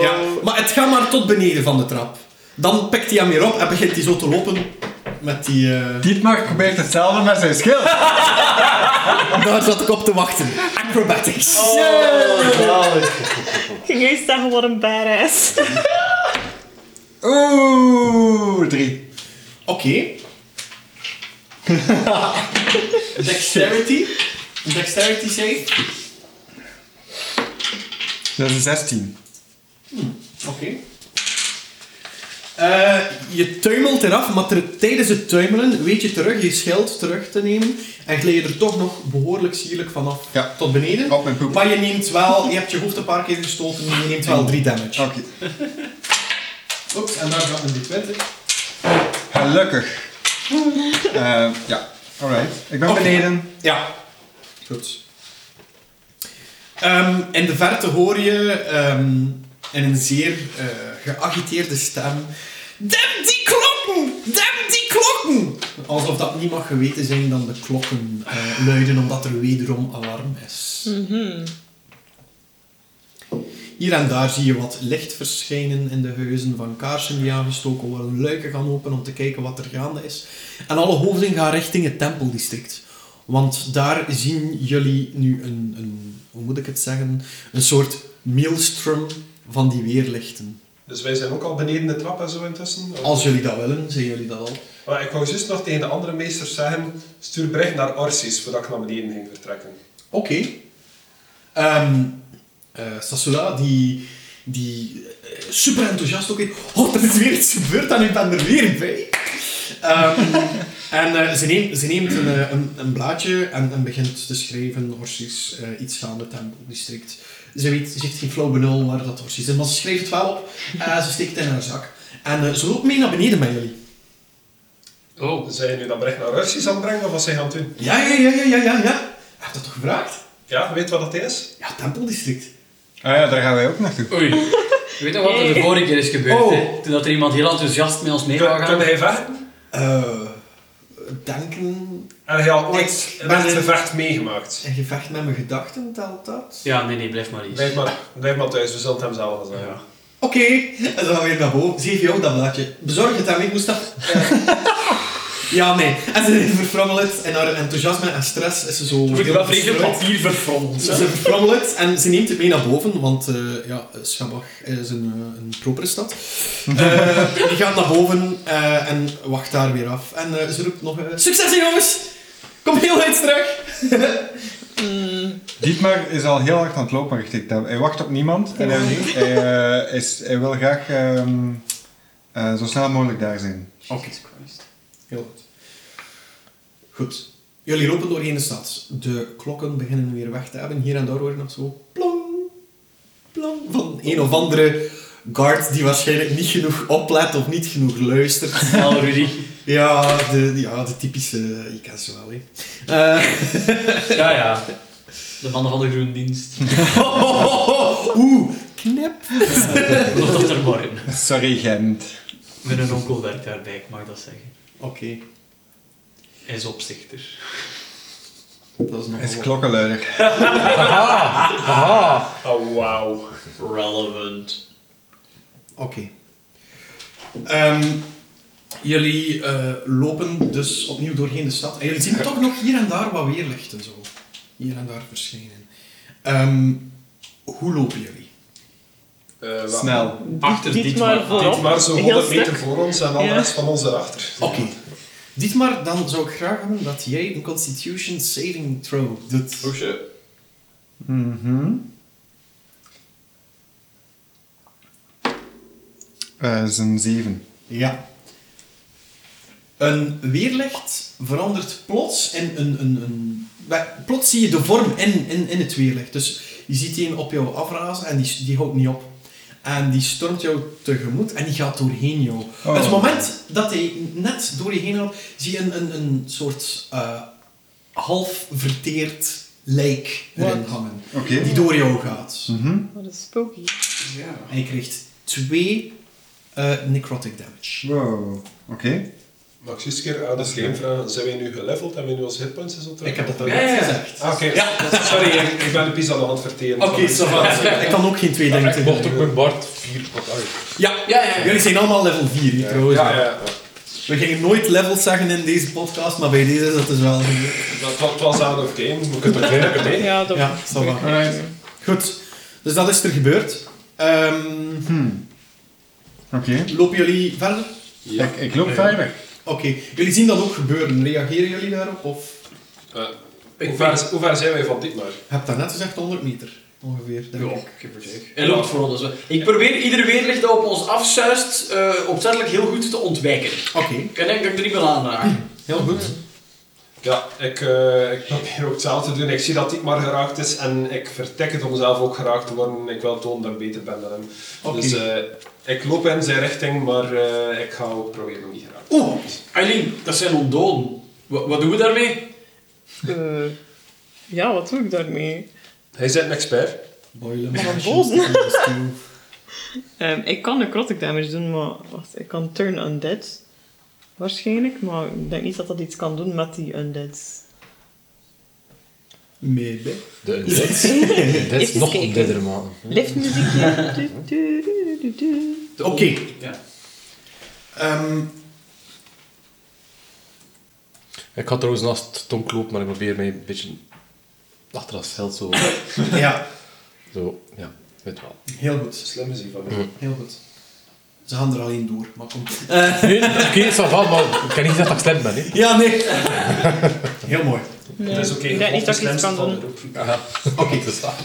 S2: Ja. Maar het gaat maar tot beneden van de trap. Dan pikt hij hem weer op en begint hij zo te lopen. Met die... eh,
S4: Dietmar probeert hetzelfde met zijn schild.
S2: Daar zat ik op te wachten. Acrobatics.
S5: Ging jij zeggen, wat een badass.
S4: Oeh, drie.
S2: Oké.
S4: <laughs>
S2: Dexterity. Dexterity save.
S4: Dat is een 16.
S2: Oké. Eh, je tuimelt eraf, maar ter- tijdens het tuimelen weet je terug je schild terug te nemen en glij je er toch nog behoorlijk sierlijk vanaf
S4: Ja. Oh,
S2: tot beneden.
S4: Op mijn poep.
S2: Maar je neemt wel, je hebt je hoofd een paar keer gestoten en je neemt wel 3 damage.
S4: Oké.
S2: Oeps, en daar gaat een d20.
S4: Gelukkig. Eh, ja, alright. Ik ben
S2: Oké.
S4: beneden.
S2: Ja. Goed. Ehm, in de verte hoor je ehm, in een zeer eh, geagiteerde stem... Dem die klokken! Dem die klokken! Alsof dat niet mag geweten zijn dan de klokken eh, luiden, omdat er wederom alarm is. Hier en daar zie je wat licht verschijnen in de huizen van kaarsen die aangestoken worden. Luiken gaan open om te kijken wat er gaande is. En alle hoofden gaan richting het tempeldistrict. Want daar zien jullie nu een, een hoe moet ik het zeggen, een soort maelstrom van die weerlichten.
S3: Dus wij zijn ook al beneden de trap en zo intussen. Of-
S2: Als jullie dat willen, zijn jullie dat al.
S3: Maar ik wou juist nog tegen de andere meesters zeggen, stuur bericht naar Orsis voordat ik naar beneden ging vertrekken.
S2: Oké. Ehm, eh, Sasula, die, die eh, super enthousiast ook is. Oh, er is weer iets gebeurd en ik ben er weer bij. Ehm, <laughs> en eh, ze neemt, ze neemt een, eh, een, een blaadje en, en begint te schrijven, Horsies, eh, iets gaande tempeldistrict. Ze, weet, ze heeft geen flauw benul waar dat Horsies is, maar ze schrijft het wel op. Eh, ze steekt het in haar zak. En eh, ze loopt mee naar beneden met jullie.
S1: Oh.
S3: Zijn jullie dat bericht naar Orsis aan het brengen of wat zijn je aan het doen?
S2: Ja, ja, ja, ja, ja, ja. ja. Heb je dat toch gevraagd?
S3: Ja, weet wat dat is?
S2: Ja, tempeldistrict.
S4: Ah ja, daar gaan wij ook naartoe.
S1: Oei. Je weet nog wat er de vorige keer is gebeurd,
S2: Oh.
S1: hè? Toen dat er iemand heel enthousiast met ons mee wou
S3: Kun, kun
S1: gaan.
S3: hij vechten?
S2: Eh denken
S3: En hij al ooit
S2: Ik
S3: een
S2: ben
S3: echt
S2: in-
S3: gevecht meegemaakt.
S2: en gevecht met mijn gedachten, telt dat?
S1: Ja, nee, nee, blijf maar eens.
S3: Blijf maar, blijf maar thuis, we zullen het hem zelf al zeggen.
S1: Ja.
S2: Oké, en dan gaan we weer naar boven. Zie je ook dat blaadje? Bezorg het hem, ik moest dat... eh. <laughs> ja, nee. En ze verfrommelt het en haar enthousiasme en stress is ze zo...
S1: Moet je
S2: heel
S1: wel vreselijk
S2: verstrooid.
S1: papier verfrommeld.
S2: Ze verfrommelt het en ze neemt het mee naar boven, want eh ja, Schabach is een, eh, een propere
S1: <laughs>
S2: stad. Eh, die gaat naar boven eh, en wacht daar weer af. En eh, ze roept nog... eh, Succes jongens! Kom heel hard terug!
S4: Dietmar is al heel hard aan het lopen richting Tel. Hij wacht op niemand en hij, hij, eh, is, hij wil graag ehm, eh, zo snel mogelijk daar zijn.
S2: Oké. Heel goed. Goed. Jullie lopen doorheen de stad. De klokken beginnen weer weg te hebben. Hier en daar hoor je nog zo plong, plong van een of andere guard die waarschijnlijk niet genoeg oplet of niet genoeg luistert.
S1: Snel, Rudy.
S2: Ja, de, ja, de typische... Je kent ze wel, hè. Eh,
S1: Ja, ja. De mannen van de groendienst.
S2: Oeh, knip.
S1: Nog tot er morgen.
S4: Sorry, Gent.
S1: Mijn onkel werkt daarbij, ik mag dat zeggen.
S2: Oké,
S1: Hij is opzichter.
S2: dat is nog
S4: Hij is
S2: wel-
S4: klokkenluider.
S3: Oh, wauw.
S1: Relevant.
S2: Oké. Ehm, jullie eh, lopen dus opnieuw doorheen de stad. En jullie zien toch nog hier en daar wat weerlichten zo. Hier en daar verschijnen. Ehm, hoe lopen jullie?
S3: Eh, wel.
S4: Snel.
S1: Achter
S5: Dit maar
S1: Dietmar.
S5: voorop.
S3: Dit maar zo'n
S5: Heel
S3: 100
S5: stuk.
S3: meter voor ons en al de
S5: Ja.
S3: rest van ons erachter.
S2: Oké. Dietmar, dan zou ik graag hebben dat jij een Constitution Saving Throw doet.
S6: Oh shit.
S4: Mhm. Eh, Dat is een 7.
S2: Ja. Een weerlicht verandert plots in een... een, een wel, plots zie je de vorm in, in, in het weerlicht. Dus je ziet die op jou afrazen en die, die houdt niet op. En die stormt jou tegemoet en die gaat doorheen jou.
S4: Oh.
S2: Het moment dat hij net door je heen gaat, zie je een, een, een soort eh, half verteerd lijk erin
S4: Wat?
S2: hangen.
S4: Oké.
S2: Die door jou gaat.
S4: Mhm.
S5: Wat een spooky.
S2: En je krijgt twee eh, necrotic damage.
S4: Wow. Oké.
S3: Mag ik eens een keer aan de game vragen, zijn wij nu geleveld? Hebben we nu onze hitpoints en zo terug?
S2: Ik heb dat al
S3: Ah,
S1: Ja, ja,
S2: net
S1: ja.
S2: gezegd.
S3: Oké, sorry, ik, ik ben de pizza aan de hand verteren.
S2: Oké,
S3: Sorry.
S2: ça va. Ik kan ook geen twee dingen
S7: Ik mocht
S2: tegelijk.
S7: ook met Bart 4 op
S2: Ja,
S1: Ja, ja, ja.
S2: jullie zijn allemaal level 4 hier trouwens.
S3: Ja, ja, ja.
S2: We gingen nooit levels zeggen in deze podcast, maar bij deze is dat dus wel gebeurd.
S3: Dat, dat was out of game. We
S2: <laughs>
S3: kunnen toch redelijk mee.
S5: Ja, dat
S2: Ja, ça va.
S4: Alright.
S2: Goed, dus dat is er gebeurd. Ehm,
S4: Hmm. Oké.
S2: lopen jullie verder?
S4: Ik, ik loop verder.
S2: Oké, jullie zien dat ook gebeuren. Reageren jullie daarop? Of
S3: Eh, hoe, ver, hoe ver zijn wij van dit maar?
S2: je hebt daarnet gezegd 100 meter ongeveer, denk ik.
S1: give or take. Hij loopt voor ons. hè. Ik probeer ieder weerlicht dat op ons afzuist eh opzettelijk heel goed te ontwijken.
S2: Oké,
S1: Ik denk dat ik er niet meer aan raak.
S2: heel goed.
S3: Ja, ik, eh, ik probeer ook hetzelfde te doen. Ik zie dat dit maar geraakt is en ik vertek het om zelf ook geraakt te worden. Ik wil tonen dat ik beter ben dan hem.
S2: Oké.
S3: Dus eh, ik loop in zijn richting, maar eh, ik ga ook proberen om niet geraakt te
S1: Oeh, Eileen, dat zijn ondoden. Wat, wat doen we daarmee?
S5: Eh, ja, wat doe ik daarmee?
S3: worden. Hij zit een expert.
S2: Boilen.
S5: Wat een
S2: machine,
S5: boze.
S2: steel.
S5: Ehm, ik kan necrotic damage doen, maar wacht, ik kan turn undead. Waarschijnlijk, maar ik denk niet dat dat iets kan doen met die undeads.
S2: Maybe.
S7: De, dit, dit is
S5: Even
S7: nog
S5: kijken.
S7: een derde man.
S4: <laughs>
S5: Liftmuziekje. Du- du- du- du- du.
S1: De
S2: Oké.
S1: on- Ja.
S2: Ehm,
S7: Ik had trouwens naast Tonk lopen, maar ik probeer mij een beetje achter dat veld zo...
S2: ja,
S7: zo ja, weet wel.
S2: heel goed.
S3: Slim is hij van mij.
S2: Heel goed. Ze gaan er alleen door, maar komt goed.
S7: Nee, oké, is wel van, maar ik kan niet zeggen dat ik slim ben. Hè.
S2: Ja, nee. Heel mooi.
S5: Nee,
S3: Dat is oké.
S5: ik denk niet dat ik iets kan
S3: van de
S5: doen.
S3: groep.
S2: Oké.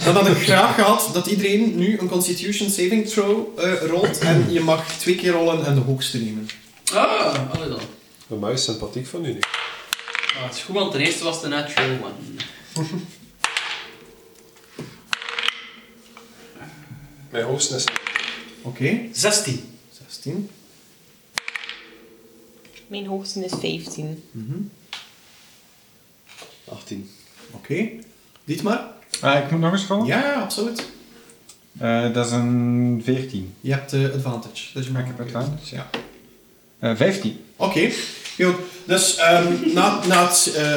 S2: Dan had ik graag gehad dat iedereen nu een Constitution Saving Throw eh, rolt. En je mag twee keer rollen en de hoogste nemen.
S1: Ah, allee dan.
S3: De muis sympathiek van u. Nick.
S1: Ah, het is goed, want ten eerste was het een natural one.
S3: Mijn hoofd is...
S2: Oké.
S1: 16.
S2: 16.
S5: Mijn hoogste is 15.
S7: 18.
S2: Oké. Dit maar.
S4: Ah, ik moet nog eens rollen?
S2: Ja, ja, absoluut.
S4: Eh, dat is een 14.
S2: Je hebt eh, advantage. Dus je
S4: Maar ik
S2: maakt
S4: heb advantage.
S2: Ja.
S4: Eh 15.
S2: Oké, heel goed. Dus ehm, na, na, het, eh,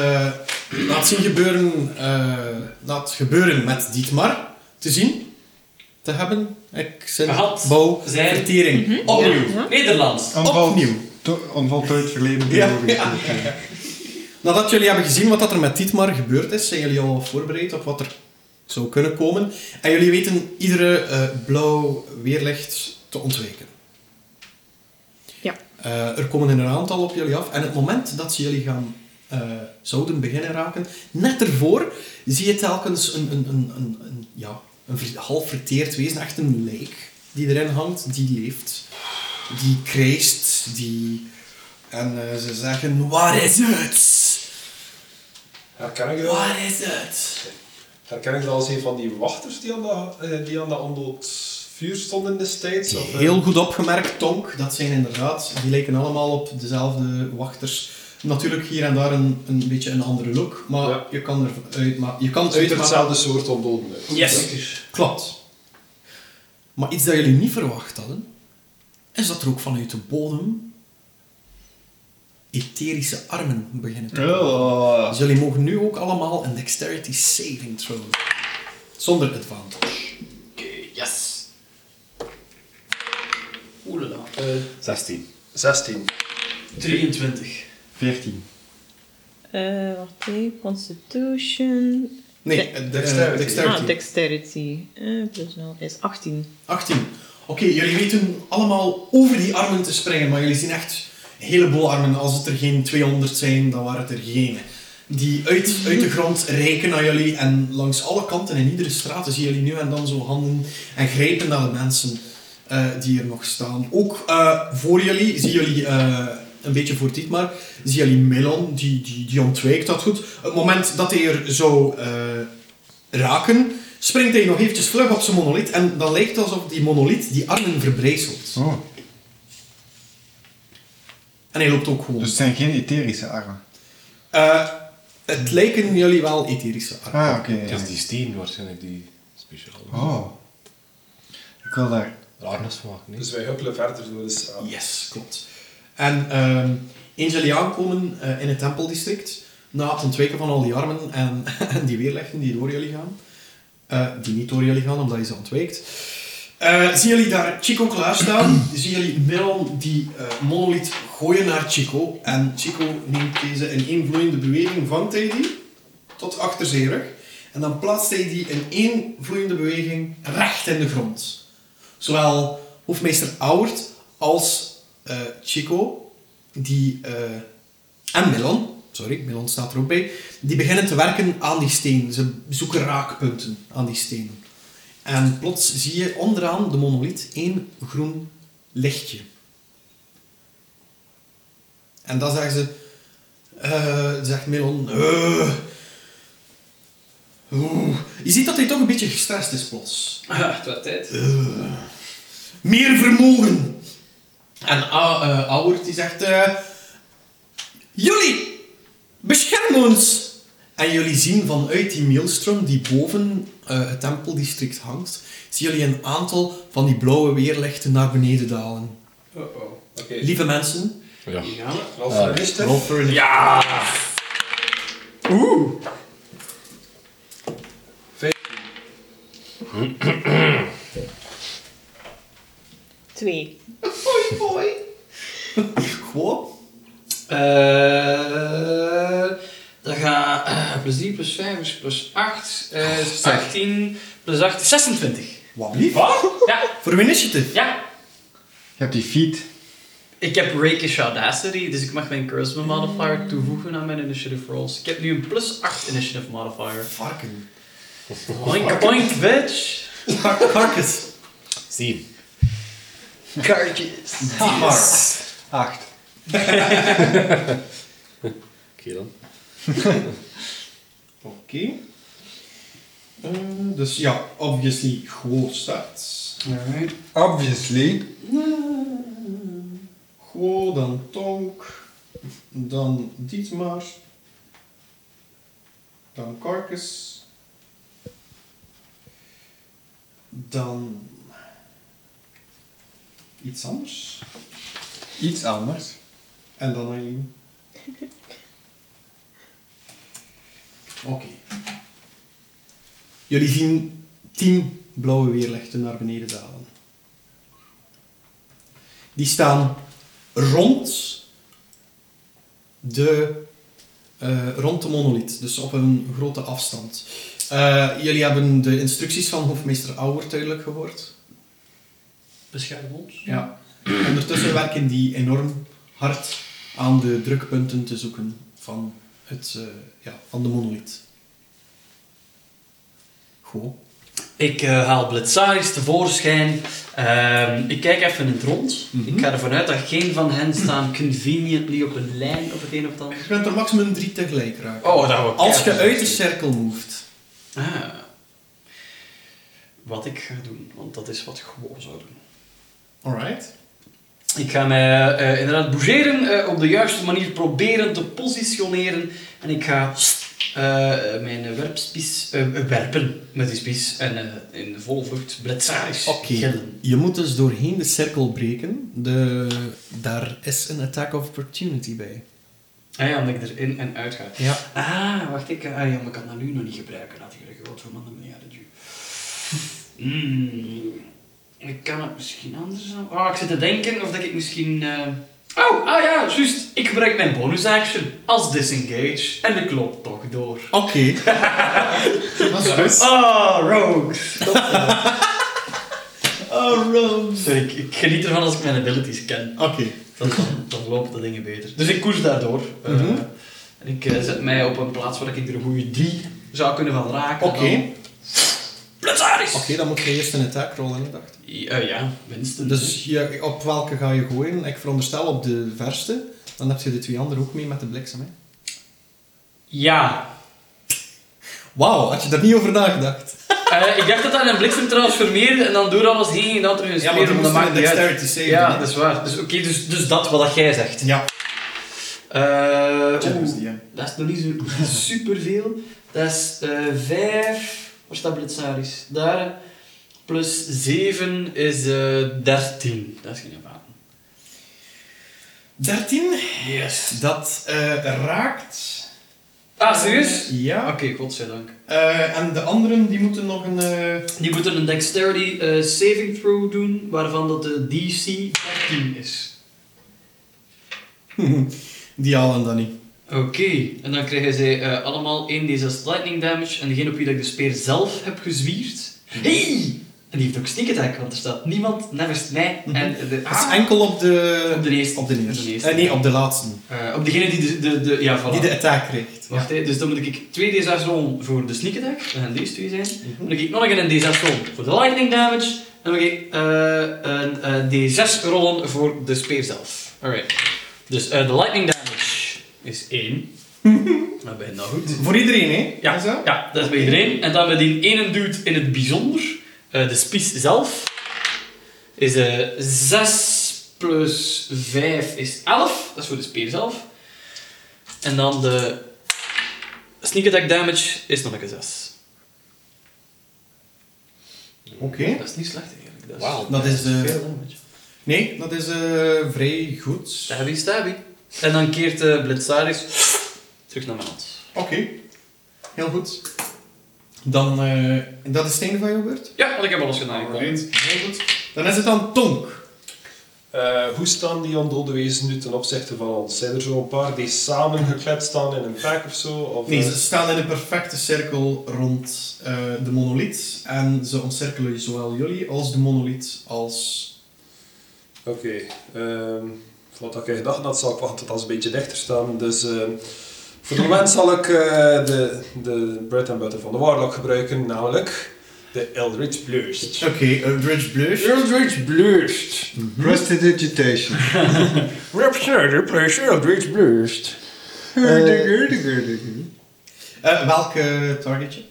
S2: na het zien gebeuren, eh, na het gebeuren met Dietmar te zien, te hebben, ik zin,
S1: Gehad
S2: bouw,
S1: zijn- Mhm.
S2: vertering.
S6: Oh,
S1: Opnieuw. Nederlands.
S4: Onvol-
S2: Opnieuw.
S4: to- onvoltooid verleden.
S2: Ja,
S4: biologisch
S2: ja.
S4: verleden.
S2: Nadat jullie hebben gezien wat dat er met Dietmar gebeurd is, zijn jullie al voorbereid op wat er zou kunnen komen. En jullie weten iedere eh, blauw weerlicht te ontwijken.
S5: Ja.
S2: Eh, er komen er een aantal op jullie af. En het moment dat ze jullie gaan eh, zouden beginnen raken, net ervoor zie je telkens een, een, een, een, een, ja, een ver- half verteerd wezen, echt een lijk die erin hangt, die leeft, die krijst, die... En eh, ze zeggen, waar is het?
S3: Herken ik dat?
S2: Waar is het?
S3: Herken ik dat als een van die wachters die aan dat, eh, die aan dat ondood vuur stonden destijds? Of, eh,
S2: Heel goed opgemerkt, Tonk. Dat zijn inderdaad, die lijken allemaal op dezelfde wachters. Natuurlijk hier en daar een, een beetje een andere look, maar
S3: Ja.
S2: je kan er uitma je kan
S3: Het ziet er
S2: uitmaken
S3: hetzelfde soort ondoden uit.
S1: Yes.
S2: Klopt. Maar iets dat jullie niet verwacht hadden, is dat er ook vanuit de bodem etherische armen beginnen te komen.
S4: Oh.
S2: Dus jullie mogen nu ook allemaal een dexterity saving throw. doen. Zonder advantage.
S1: Oké, yes. Oelala.
S7: 16.
S3: 16.
S1: 23.
S4: 14.
S5: Eh, wacht even, constitution.
S2: Nee,
S5: De-
S2: eh, de- eh,
S3: Dexterity.
S5: Ah,
S2: dexterity.
S5: dexterity. Eh, plus 0 is 18.
S2: 18. Oké, jullie weten allemaal over die armen te springen, maar jullie zien echt een heleboel armen. Als het er geen 200 zijn, dan waren het er geen. Die uit, uit de grond reiken naar jullie en langs alle kanten in iedere straat zien jullie nu en dan zo handen en grijpen naar de mensen eh, die er nog staan. Ook eh, voor jullie, zien jullie eh, een beetje voor dit maar, zien jullie Melon, die, die, die ontwijkt dat goed. Op het moment dat hij er zo eh, raken, springt hij nog eventjes vlug op zijn monolith en dan lijkt het alsof die monolith die armen verbrijzelt.
S4: Oh.
S2: En hij loopt ook gewoon.
S4: Dus het zijn geen etherische armen.
S2: Eh, het lijken jullie wel etherische armen.
S4: Ah, oké. ja.
S7: Dat is die steen waarschijnlijk, die speciale.
S4: Oh. Ik wil daar...
S7: Arnas van maken, nee?
S3: Dus wij huppelen verder door de straat.
S2: Yes, klopt. En ehm eens jullie aankomen eh, in het tempeldistrict, na het ontwijken van al die armen en, <laughs> en die weerleggen die door jullie gaan, eh, die niet door jullie gaan omdat je ze ontwijkt, Eh, zien jullie daar Chico klaarstaan? zien jullie Melon die eh monolith gooien naar Chico. En Chico neemt deze in één vloeiende beweging, vangt hij die tot achter zijn rug. En dan plaatst hij die in één vloeiende beweging recht in de grond. Zowel hoefmeester Auwert als eh, Chico die, eh, en Melon, sorry, Melon staat er ook bij, die beginnen te werken aan die steen. Ze zoeken raakpunten aan die stenen. En plots zie je onderaan de monolith één groen lichtje. En dan zeggen ze... eh, zegt Melon... eh, oeh. Je ziet dat hij toch een beetje gestrest is plots.
S6: Ah, het wordt tijd.
S2: Meer vermogen! En A- eh, Auwert die zegt... eh, jullie! Bescherm ons! En jullie zien vanuit die maelstrom die boven eh, het tempeldistrict hangt... zien jullie een aantal van die blauwe weerlichten naar beneden dalen.
S3: Oh-oh. Oké.
S2: Lieve mensen...
S7: Ja.
S1: Hier gaan we.
S3: Ralf,
S7: Eh,
S3: wist het?
S2: rol voor een-
S1: Ja!
S5: Twee.
S2: Gewoon.
S6: Eh, dan gaat eh, plus 3 plus 5 is plus 8. eh, is 18 plus 8 is 26.
S2: Wat lief.
S6: Ja,
S2: Voor uw initiative.
S6: ja.
S4: Je hebt die feet.
S6: Ik heb Rakish Audacity, dus ik mag mijn Charisma modifier toevoegen aan mijn initiative rolls. Ik heb nu een plus 8 initiative modifier.
S2: Varken.
S6: Oink, oink, bitch.
S2: Karkes.
S7: Zien.
S6: Kaartjes.
S2: Yes.
S4: Acht.
S7: Oké dan.
S2: Oké. Eh, dus ja, obviously gewoon staat.
S6: Alright.
S4: Obviously.
S2: Gewoon, dan Tonk. Dan Dietmar. Dan Karkes. Dan... Iets anders.
S4: Iets anders.
S2: En dan Eileen. Oké. Jullie zien tien blauwe weerlichten naar beneden dalen. Die staan rond de, eh, rond de monolith, dus op een grote afstand. Eh, jullie hebben de instructies van hofmeester Auer duidelijk gehoord.
S6: Bescherm ons.
S2: Ja. Ondertussen werken die enorm hard aan de drukpunten te zoeken van, het, eh, ja, van de monolith. Goed.
S6: Ik eh, haal Blitzaris tevoorschijn. Ehm, ik kijk even in het rond. Ik ga ervan uit dat geen van hen staan conveniently op een lijn of het een of het ander.
S2: Je kunt er maximum drie tegelijk raken.
S6: Oh, dat we
S2: Als je uit de cirkel moeft.
S6: Ah. Wat ik ga doen, want dat is wat ik gewoon zou doen.
S2: Alright.
S6: Ik ga mij eh, inderdaad bougeren, eh, op de juiste manier proberen te positioneren. En ik ga eh, mijn werpspies eh, werpen met die spies. En eh, in de volle vlucht blitzaris
S2: Oké.
S6: gillen.
S2: Je moet dus doorheen de cirkel breken. De, daar is een attack of opportunity bij.
S6: Ah ja, omdat ik erin en uit ga.
S2: Ja.
S6: Ah, wacht, ik, ah, ja, maar ik kan dat nu nog niet gebruiken. Laat ik er een groot van mannen mee uit <laughs> Hmm. Ik kan het misschien anders doen. Ah, ik zit te denken of dat ik misschien... eh, Oh, ah ja, juist. Ik gebruik mijn bonus action als disengage. En ik loop toch door.
S2: Oké.
S4: Dat is goed.
S6: Ah, <laughs> rogues. oh, rogues. Sorry, ik, ik geniet ervan als ik mijn abilities ken.
S2: Oké.
S6: Dan, dan, dan lopen de dingen beter. Dus ik koers daardoor. eh,
S2: Mhm.
S6: En ik eh, zet mij op een plaats waar ik er een goede drie zou kunnen van raken.
S2: Oké.
S6: En dan- Blitzaris!
S2: Oké, dan moet je eerst een attack rollen, dacht ik.
S6: Ja, eh, ja, minstens.
S2: Dus je, op welke ga je gooien? Ik veronderstel op de verste. Dan heb je de twee anderen ook mee met de bliksem. Hè?
S6: Ja.
S2: Wauw, had je daar niet over nagedacht?
S6: Eh, ik dacht dat dat in een bliksem transformeerde en dan door alles heen ging dat terug een
S2: Ja, maar
S6: speer,
S2: toen
S6: dat
S2: moesten
S6: maakt
S2: we
S6: niet uit.
S2: dexterity save
S6: Ja,
S2: doen,
S6: dat is waar. Dus oké, dus, dus dat wat jij zegt.
S2: Ja.
S6: Eh,
S2: Champions
S6: oeh,
S2: DM.
S6: dat is nog niet zo <laughs> superveel. Dat is eh 5. Waar staat Blitzaris? Daar. Plus 7 is eh 13. Dat is geen ervaring.
S2: 13,
S6: Yes.
S2: dat eh, raakt.
S6: Ah, serieus?
S2: Ja.
S6: Oké, godzijdank.
S2: Eh, en de anderen die moeten nog een. eh, <laughs>
S6: Die moeten een dexterity eh, saving throw doen, waarvan dat de DC 13 is.
S2: die halen dat niet.
S6: Oké, en dan krijgen zij eh, allemaal 1d6 lightning damage en degene op wie dat ik de speer zelf heb gezwierd.
S2: Mhm.
S6: Hey! En die heeft ook sneak attack, want er staat niemand, nevers mij en de...
S2: Het Mhm. is enkel op de.
S6: Op de eerste.
S2: Op de
S6: Op
S2: eerste.
S6: de Ah. eerste.
S2: Eh, nee, op de laatste.
S6: Eh, op degene die de... de, de ja, voilà.
S2: Die de attack krijgt.
S6: Wacht, hè, dus dan moet ik 2d6 rollen voor de sneak attack, dat gaan deze twee zijn. Dan moet ik nog een keer een d6 rollen voor de lightning damage. En dan moet ik eh, een eh, d6 rollen voor de speer zelf. Alright. Dus eh, de lightning damage is <laughs> 1. dat ben je nou goed.
S2: Voor iedereen, hè?
S6: Ja,
S2: Is dat?
S6: ja, dat is bij iedereen. En dan met die ene dude in het bijzonder, eh, de spies zelf, is eh 6 plus 5 is 11. Dat is voor de speer zelf. En dan de sneak attack damage is nog een keer 6.
S2: Oké.
S6: Dat is niet slecht eigenlijk. Dat is,
S7: Wauw.
S2: Dat is, eh,
S6: veel damage.
S2: Nee, dat is eh, vrij goed.
S6: Stabby, stabby. En dan keert de Blitzaris terug naar mijn hand.
S2: Oké. Heel goed. Dan, eh, dat is het einde van jouw beurt?
S6: Ja, want ik heb alles gedaan.
S3: Alright.
S2: Heel goed. Dan is het dan Tonk.
S3: Eh, hoe staan die ondode wezens nu ten opzichte van ons? Zijn er zo'n paar die samen gekletst staan in een pack of zo? Of,
S2: Nee,
S3: eh,
S2: ze staan in een perfecte cirkel rond eh, de monolith. En ze omcirkelen zowel jullie als de monolith als...
S3: Oké, ehm, wat had ik gedacht had, zal ik wachten tot als een beetje dichter staan. Dus ehm, voor <laughs> het moment zal ik eh, de, de bread and butter van de Warlock gebruiken, namelijk de Eldritch Blurst.
S2: Oké, Eldritch Blush.
S3: Eldritch Blurst.
S2: Mhm.
S4: Prestidigitation.
S3: Representative pleasure Eldritch Blurst.
S2: Eh, welke targetje?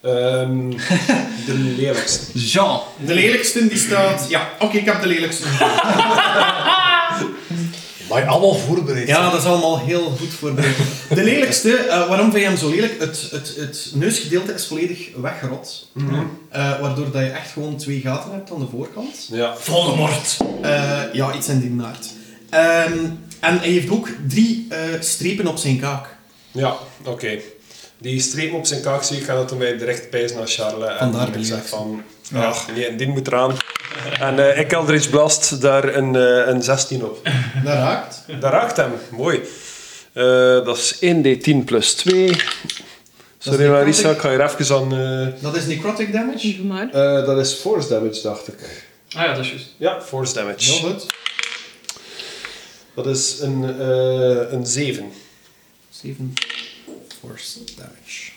S3: Ehm, de lelijkste.
S4: Jean.
S2: De lelijkste die staat... Ja, oké, ik heb de lelijkste.
S7: Maar je allemaal voorbereid.
S2: Ja, dat is allemaal heel goed voorbereid. De lelijkste, eh, waarom vind je hem zo lelijk? Het, het, het neusgedeelte is volledig weggerot. Eh, waardoor dat je echt gewoon twee gaten hebt aan de voorkant.
S3: Ja.
S6: Voldemort!
S2: Eh, ja, iets in die naart. Ehm, en hij heeft ook drie eh, strepen op zijn kaak.
S3: Ja, oké. Die streep op zijn kaak zie ik en dat toen mij direct pijzen naar Charlotte. En
S2: Vandaar de
S3: ik zeg
S2: reactie.
S3: van, ach nee, die moet eraan. <laughs> En eh, ik Eldritch Blast daar een, eh, een 16 op.
S2: Dat raakt.
S3: Dat raakt hem, mooi. Eh, dat is 1d10 plus 2. Sorry
S2: niet
S3: Larissa,
S2: handig.
S3: ik ga hier even aan... eh,
S2: Dat is necrotic damage.
S5: Doe maar.
S3: eh, dat is force damage, dacht ik.
S6: Ah ja, dat is juist.
S3: Ja, force damage.
S2: Heel goed.
S3: Dat is een, eh, een 7.
S2: 7 force damage.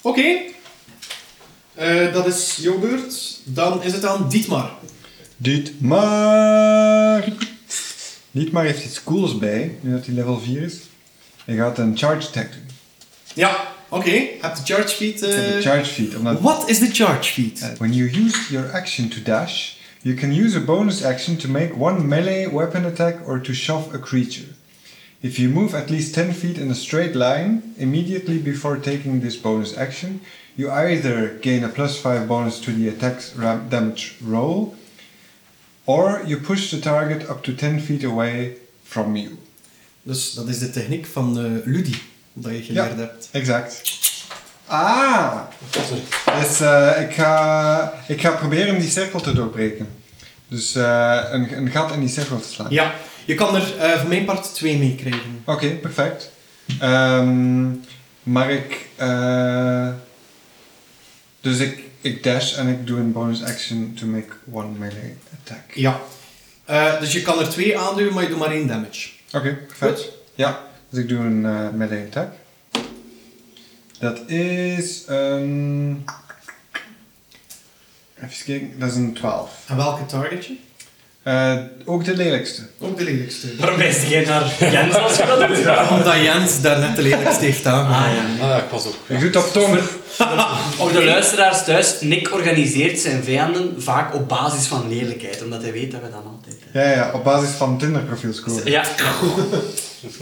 S2: Oké. Eh, dat is jouw beurt. Dan is het aan Dietmar.
S4: Dit maar. Niet maar heeft iets cools bij, nu dat hij level 4 is. Hij gaat een charge attack doen.
S2: Ja, oké. Heb de charge feat. eh,
S4: Ik heb een charge feat, omdat
S2: Wat is de charge feat?
S4: Uh, When you use your action to dash, you can use a bonus action to make one melee weapon attack or to shove a creature. If you move at least 10 feet in a straight line immediately before taking this bonus action, you either gain a plus 5 bonus to the attack's ram- damage roll, or you push the target up to 10 feet away from you.
S2: Dus dat is de techniek van eh, Ludi, dat je geleerd hebt.
S4: Exact. Ah! Dus eh, ik, ga, ik ga proberen die cirkel te doorbreken. Dus eh, een, een gat in die cirkel te slaan.
S2: Ja, je kan er eh voor mijn part twee mee krijgen.
S4: Oké, perfect. Ehm, maar ik... eh, dus ik, ik dash en ik doe een bonus action to make one melee attack.
S2: Ja. Eh, dus je kan er twee aanduwen, maar je doet maar één damage.
S4: Oké, perfect. Ja, dus ik doe een eh, melee attack. Dat is een... Even kijken, dat is een 12.
S2: En welke targetje?
S4: Eh, ook de lelijkste.
S2: Ook de lelijkste.
S6: Waarom wijst jij naar Jens als je dat doet?
S2: Omdat Jens daarnet de lelijkste heeft aangehad.
S6: Ah ja.
S7: Ah, ja, ik was ook.
S4: Ik doe het op tong.
S6: Voor de luisteraars thuis, Nick organiseert zijn vijanden vaak op basis van lelijkheid, omdat hij weet dat we dat altijd hebben.
S4: Ja, ja, op basis van Tinder-profiel scoren.
S6: Ja.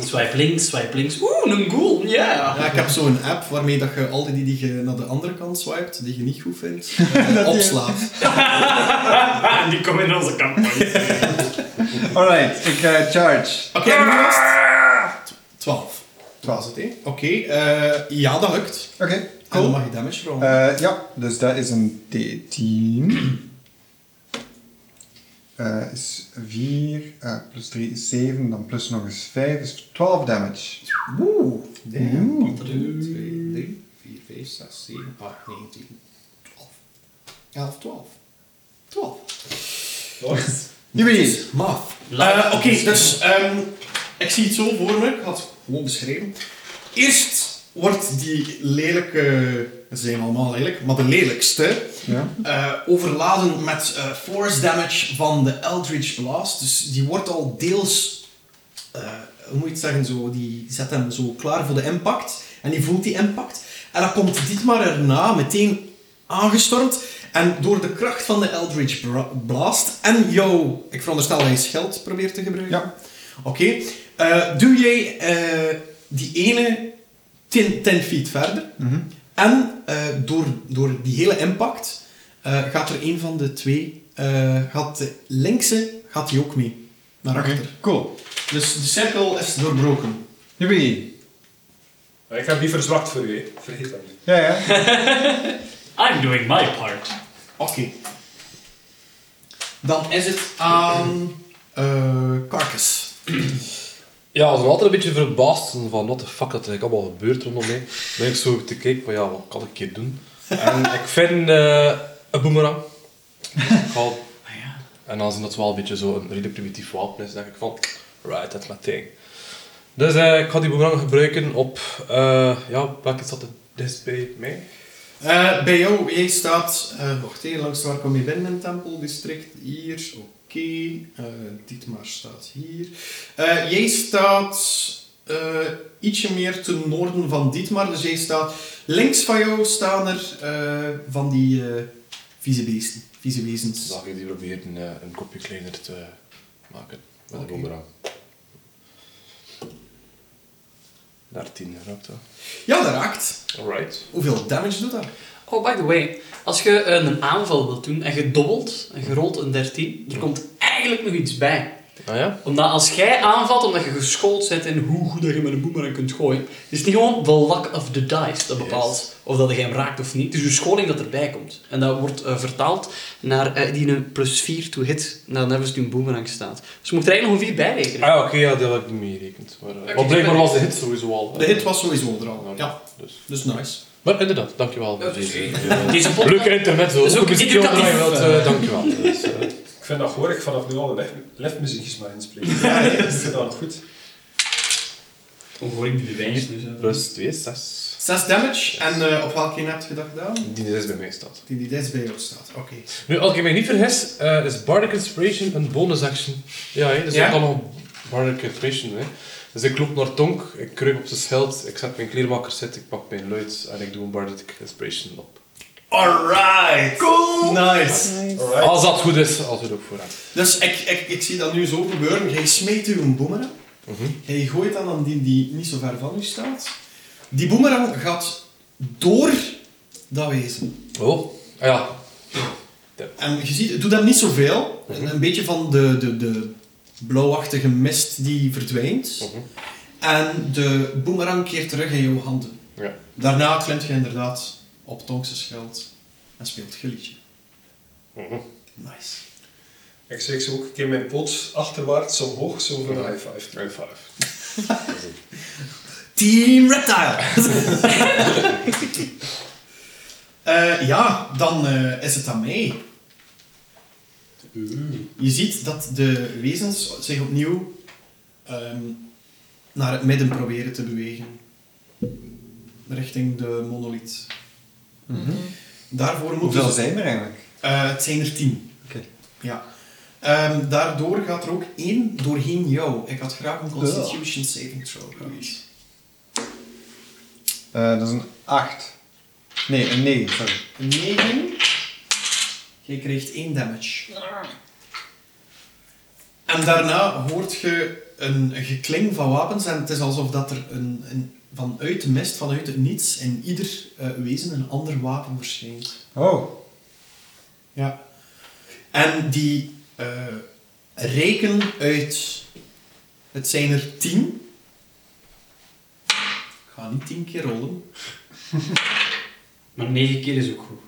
S6: swipe links, swipe links. Oeh, een ghoul, ja.
S2: Ja, ik heb zo'n app waarmee dat je al die die je naar de andere kant swipt, die je niet goed <laughs> vindt, eh, opslaat.
S6: En die komen in onze campagne.
S4: Alright, ik eh, charge.
S2: Oké, en hoeveel was het? Twaalf.
S4: Twaalf.
S2: Was het, hè? Oké, eh, ja, dat lukt.
S4: Oké,
S2: En dan
S4: cool.
S2: mag je damage rollen.
S4: Eh, ja, dus dat is een D10. Eh, is 4, plus 3 is 7, dan plus nog eens 5 is 12 damage.
S2: Oeh.
S4: Oeh.
S1: 2, 3, 4, 5, 6, 7, 8, 9, 10, 12. 11, 12. 12.
S4: <laughs> Jubie!
S2: Maf. Eh, Oké, dus ehm, ik zie het zo voor me. Ik had het gewoon beschreven. Eerst wordt die lelijke, ze zijn allemaal lelijk, maar de lelijkste,
S4: Ja.
S2: eh, overladen met eh, force damage van de Eldritch Blast. Dus die wordt al deels, eh, hoe moet je het zeggen, zo, die zet hem zo klaar voor de impact. En die voelt die impact. En dan komt Dietmar erna meteen aangestormd. En door de kracht van de Eldritch Bra- Blast en jouw, ik veronderstel dat je scheld probeert te gebruiken.
S4: Ja.
S2: Oké. Eh, doe jij eh, die ene 10 10 feet verder. En eh, door, door die hele impact eh, gaat er een van de twee, eh, gaat de linkse, gaat die ook mee. Naar achter.
S4: Cool.
S2: Dus de cirkel is doorbroken.
S4: Jubie!
S3: Ik heb die verzwakt voor u, hè. vergeet dat niet.
S4: Ja, ja.
S6: I'm doing my part.
S2: Oké. Dan is het aan eh Carcass.
S7: Ja, ik was altijd een beetje verbaasd van wat de fuck dat er eigenlijk allemaal gebeurt rondom mij. Dan ben ik zo te kijken van ja, wat kan ik hier doen? En ik vind eh, een boemerang. Gal. En dan zien dat het wel een beetje zo een redelijk primitief wapen is, denk ik van right, that's my thing. Dus eh, ik ga die boemerang gebruiken op, eh, ja, welke staat het dichtst bij mij?
S2: Eh, bij jou, jij staat, eh, wacht even, langs waar kom je binnen in het tempeldistrict? Hier, oké. Eh, Dietmar staat hier. Eh, jij staat eh, ietsje meer ten noorden van Dietmar, dus jij staat links van jou staan er eh, van die eh vieze beesten, vieze wezens.
S7: Dan ga ik die proberen eh, een kopje kleiner te maken met een
S2: Oké.
S7: boemerang. 13 raakt dat.
S2: Ja, dat raakt.
S7: Alright.
S2: Hoeveel damage doet dat?
S6: Oh, by the way. Als je een aanval wilt doen en je dobbelt en je rolt een 13, er komt eigenlijk nog iets bij.
S7: Ah ja?
S6: Omdat als jij aanvalt, omdat je geschoold bent in hoe goed dat je met een boemerang kunt gooien, het is niet gewoon de luck of the dice dat bepaalt of dat je hem raakt of niet. Het is je scholing dat erbij komt. En dat wordt eh, vertaald naar eh, die een plus 4 to hit, naar nergens die een boemerang staat. Dus je moet er eigenlijk nog een 4 bij rekenen.
S7: Ah, ja, oké, ja, dat had ik niet meegerekend. Maar, eh,
S6: Oké,
S7: want blijkbaar
S6: ik ben-
S7: was de hit sowieso al. eh,
S2: De hit was sowieso er al.
S7: nou,
S2: Ja,
S7: Dus.
S2: dus nice.
S7: Maar inderdaad, dankjewel.
S6: Ja,
S7: voor
S6: dus-
S7: deze, eh,
S6: Deze
S7: <laughs>
S6: pot...
S7: Leuke internet, zo.
S6: Dat is ook educatief.
S7: dankjewel. Dus, eh,
S3: Ik vind dat hoor ik vanaf nu al de lefmuziekjes maar inspreken. Ja, <laughs> dat is gedaan. Goed.
S6: Hoe hoor ik die bewijs nu? zo?
S7: plus 2, 6.
S2: 6 damage, en eh, op welke een heb je dat gedaan?
S7: Die 6 bij mij staat.
S2: Die die des bij jou staat, oké.
S7: Nu, als ik mij niet vergis, eh, is Bardic Inspiration een bonus action. Ja, hè, dus
S2: Ja?
S7: ik kan nog Bardic Inspiration. Hè. Dus ik loop naar Tonk, ik kruip op zijn schild, ik zet mijn kleermaker zit, ik pak mijn luid en ik doe een Bardic Inspiration op.
S2: Alright! Cool! Nice!
S3: Alright.
S7: Als dat goed is, als we het ook vooraan.
S2: Dus ik, ik, ik zie dat nu zo gebeuren. Jij smijt u een boemerang.
S7: Mhm.
S2: Jij gooit dan aan die die niet zo ver van u staat. Die boemerang gaat door dat wezen.
S7: Oh, ah, ja.
S2: En je ziet, het doet hem niet zoveel.
S7: Mhm.
S2: Een, een beetje van de, de, de blauwachtige mist die verdwijnt.
S7: Mhm.
S2: En de boemerang keert terug in jouw handen.
S7: Ja.
S2: Daarna klimt je inderdaad op Tonkse scheld en speelt je liedje.
S7: Mhm.
S2: Nice.
S3: Ik steek ze ook een keer mijn poot achterwaarts omhoog, zo voor een high five.
S7: High five.
S2: Team Reptile! <laughs> Eh, ja, dan eh, is het aan mij. Je ziet dat de wezens zich opnieuw ehm, naar het midden proberen te bewegen. Richting de monolith. Daarvoor moeten
S4: Mhm. Hoeveel
S2: ze-
S4: zijn er eigenlijk?
S2: eh, het zijn er tien.
S4: Oké.
S2: Ja. Ehm, daardoor gaat er ook één doorheen jou. Ik had graag een Constitution saving throw. gehad.
S4: Eh, dat is een 8. Nee, een 9, sorry.
S2: Een 9. Jij krijgt 1 damage. En daarna hoort je een gekling van wapens en het is alsof dat er een, een, vanuit de mist, vanuit het niets, in ieder eh, wezen een ander wapen verschijnt.
S4: Oh,
S2: Ja. En die eh, reken uit. Het zijn er tien. Ik ga niet tien keer rollen.
S6: Maar negen keer is ook goed.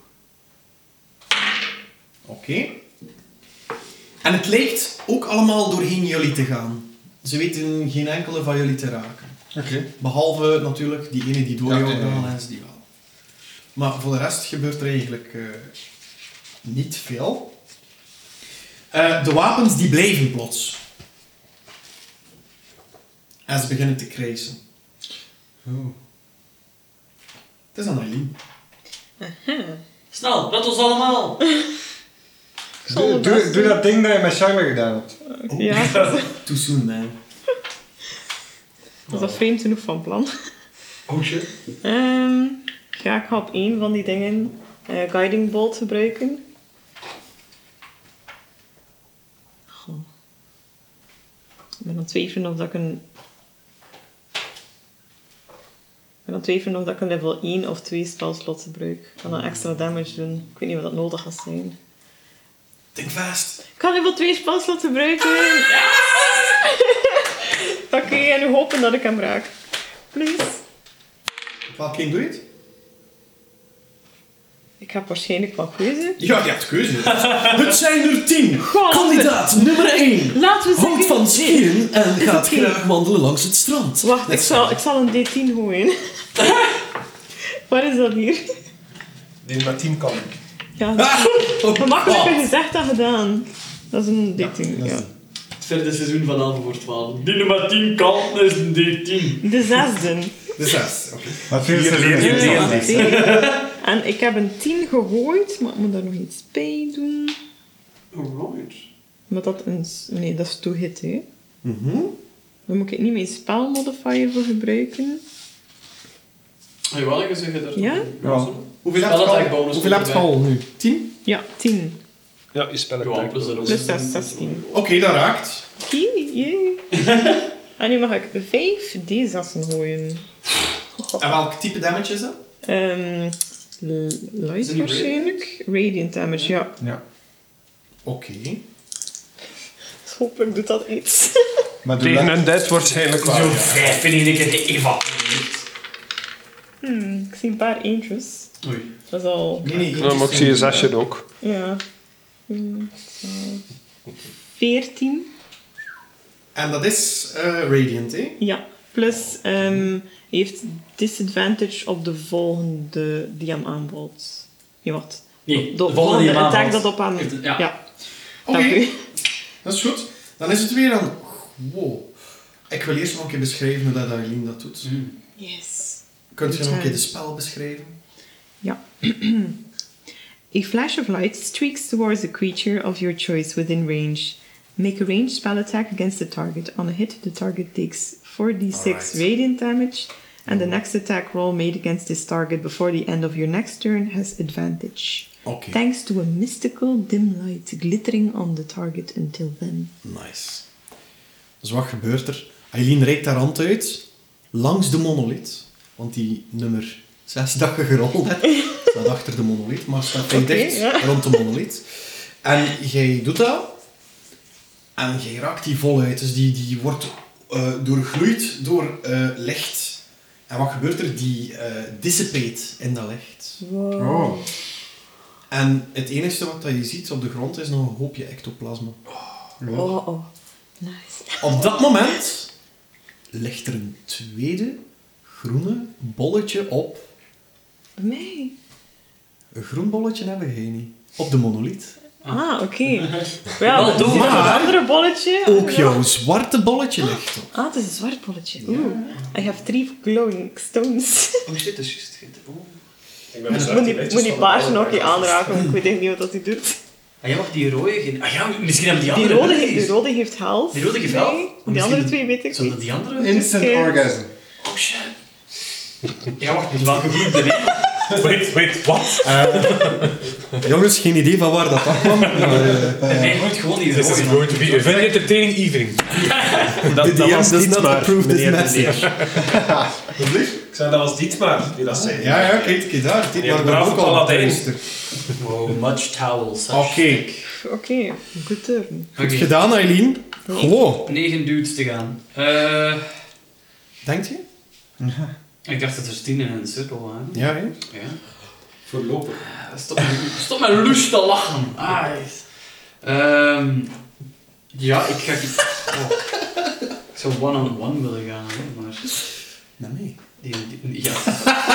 S2: Oké. En het lijkt ook allemaal doorheen jullie te gaan. Ze weten geen enkele van jullie te raken.
S4: Oké.
S2: Behalve natuurlijk die ene die door jou
S4: Ja, ja, ja.
S2: gedaan is, die wel. Maar voor de rest gebeurt er eigenlijk eh, niet veel. Eh, de wapens die blijven plots. En ze beginnen te krijsen.
S4: Oh.
S2: Het is aan Eileen.
S6: Snel, red ons allemaal!
S5: zal
S4: Doe,
S5: mijn
S4: doe,
S5: best
S4: doe
S5: doen.
S4: dat ding dat je met Shima gedaan hebt.
S5: Ja, dat is-
S2: <laughs> Too soon, man.
S5: was dat vreemd genoeg van plan.
S6: Oh shit.
S5: Ehm, ja, ik ga op één van die dingen eh, Guiding Bolt gebruiken. Goh. Ik ben aan het twijfelen of dat ik een... Ik ben aan het twijfelen of dat ik een level 1 of 2 spelslot gebruik. Ik kan dan extra damage doen. Ik weet niet wat dat nodig gaat zijn.
S2: Think fast.
S5: Ik ga level 2 spelslot gebruiken! Oké, en nu hopen dat ik hem raak. Please.
S2: Welke game doe je het?
S5: Ik heb waarschijnlijk wel keuze.
S2: Ja, je hebt keuze. <laughs> het zijn er tien.
S5: God.
S2: Kandidaat nummer één.
S5: Laten we
S2: Houdt van skiën en
S5: Is
S2: gaat
S5: het geen-
S2: graag wandelen langs het strand.
S5: Wacht, ik
S2: Net
S5: zal, ik zal een D10 gooien. <laughs> Waar is dat hier?
S3: Die met 10 kan.
S5: Ja, dat
S2: Ah, op
S5: is makkelijker
S2: pad.
S5: gezegd dan gedaan. Dat is een D10, ja.
S6: Het vierde seizoen van 11 voor 12. Die nummer 10 kan is een D10.
S5: De zesde.
S2: De zes. Oké.
S4: Wat veel te
S3: leer je
S4: leren.
S3: dingen.
S5: En ik heb een 10 gegooid, maar ik moet daar nog iets bij doen.
S6: Alright.
S5: Maar dat is... Nee, dat is toehit, hè. Dan moet ik niet mijn spelmodifier voor gebruiken.
S6: Jawel, ik zeg het er.
S5: Ja?
S4: Ja.
S2: Hoeveel
S6: Wel
S2: hebt je
S6: dat ik
S2: al?
S6: bonus
S2: Hoeveel heb je
S6: erbij.
S2: al nu? Tien?
S5: Ja, 10.
S3: Ja, je spel
S6: Ja,
S7: dus,
S6: plus dat ook.
S5: Plus zes, zestien.
S2: Oké, dat raakt.
S5: Oké, jee. en nu mag ik 5 D6'en gooien.
S2: En welk type damage is dat?
S5: Ehm l-
S6: Is
S5: light
S6: het niet
S5: waarschijnlijk. Radiant damage, ja.
S4: ja.
S2: Oké.
S5: Hopelijk doet dat iets. <laughs>
S4: Maar doe
S3: Tegen
S4: dat.
S3: een dead waarschijnlijk wel. ja.
S6: Vijf in één keer geëvacueerd.
S5: Hmm, ik zie een paar eentjes.
S6: Oei.
S5: Dat is al...
S2: Nee, nee.
S3: Ja, maar ik zie je zesje ook.
S5: Ja. Hmm, twaalf. 14.
S2: En dat is eh, Radiant, hè?
S5: Ja. Plus, ehm hij heeft disadvantage op de volgende die hem aanvalt. Ja, wat?
S6: Nee,
S5: De,
S6: de volgende
S5: volgende
S6: die hem
S5: attack
S6: aanvalt.
S5: dat op hem...
S6: Heeft het-
S5: Ja.
S6: ja.
S2: Oké,
S5: Dank u.
S2: dat is goed. Dan is het weer aan... Wow. Ik wil eerst nog een keer beschrijven hoe dat Aileen dat doet.
S5: Yes.
S2: Kunt je nog een
S5: Fijn.
S2: keer de spel beschrijven?
S5: A flash of light streaks towards a creature of your choice within range. Make a ranged spell attack against the target. On a hit, the target takes 4d6
S2: Alright.
S5: radiant damage, and the next attack roll made against this target before the end of your next turn has advantage.
S2: Oké.
S5: Thanks to a mystical dim light glittering on the target until then.
S2: Nice. Dus wat gebeurt er? Aileen reikt haar hand uit langs de monolith. Want die nummer 6 dagen rol staat achter de monolith, maar staat vrij
S5: Oké,
S2: dicht
S5: ja.
S2: rond de monolith. En jij doet dat. En jij raakt die voluit. Dus die, die wordt eh, doorgloeid door eh, licht. En wat gebeurt er? Die eh dissipate in dat licht.
S4: Oh.
S2: En het enige wat dat je ziet op de grond is nog een hoopje ectoplasma.
S5: Oh, oh. Nice.
S2: Op dat moment ligt er een tweede groene bolletje op.
S5: Bij mij.
S2: Een groen bolletje hebben we geen. niet. Op de monolith.
S5: Ah, oké. Wel,
S6: Wel, doe
S5: doe
S2: maar.
S5: maar. Een andere bolletje.
S2: Ook jouw zwarte bolletje ligt op.
S5: Ah, het is een zwart bolletje. Oeh. I have three glowing stones.
S6: Oh shit, dat is juist geen... Oh.
S7: eh,
S3: Ik ben dus
S5: Moet
S3: echt een
S5: die,
S3: beetje
S5: moet die
S3: van
S5: paarse
S3: de
S5: nog niet
S3: ballen.
S5: aanraken, want ik weet echt niet wat dat hij doet.
S6: Ah ja, wacht, die rode geen... Ah ja, misschien hebben die
S5: Die
S6: andere...
S5: rode,
S6: wel
S5: heeft- die
S6: eens.
S5: rode heeft helft.
S6: Die rode heeft helft?
S5: Nee,
S6: Maar
S5: Die andere
S6: misschien-
S5: twee weet ik
S6: Zou
S5: niet.
S6: dat die andere...
S4: Instant
S5: Oké.
S4: orgasm.
S6: Oh shit. Ja, wacht, in welke groep ben ik?
S7: Wait, wait, wat?
S2: Jongens, geen idee van waar <laughs> dat kwam.
S6: Bij mij wordt gewoon die
S7: This is
S6: rode.
S7: going to be a very entertaining evening.
S2: De
S3: Dat, dat
S2: DM
S3: was
S2: does not
S3: Dietmar,
S2: approve this
S3: meneer de
S2: message.
S3: leer. Ik zei, dat was Dietmar die dat zei.
S2: Ja, ja, kijk, kijk daar. Dit
S3: Ja,
S2: maar
S3: bravo,
S2: ook al
S3: Paladijn.
S2: duister.
S6: Wow, much towel.
S2: Oké.
S5: Oké, good turn.
S2: Goed gedaan, Eileen. Goh.
S6: 9 dudes te gaan. Eh,
S2: Denkt je?
S6: ik dacht dat er 10 in een cirkel waren.
S2: Ja, hè?
S6: Ja.
S3: Voorlopig.
S6: Ah, Stop, stop met lus te lachen. Ah, is- Ehm, ja, ik ga... Oh. Ik zou one-on-one willen gaan, hè, maar...
S2: Nee, nee.
S6: Die, die- ja.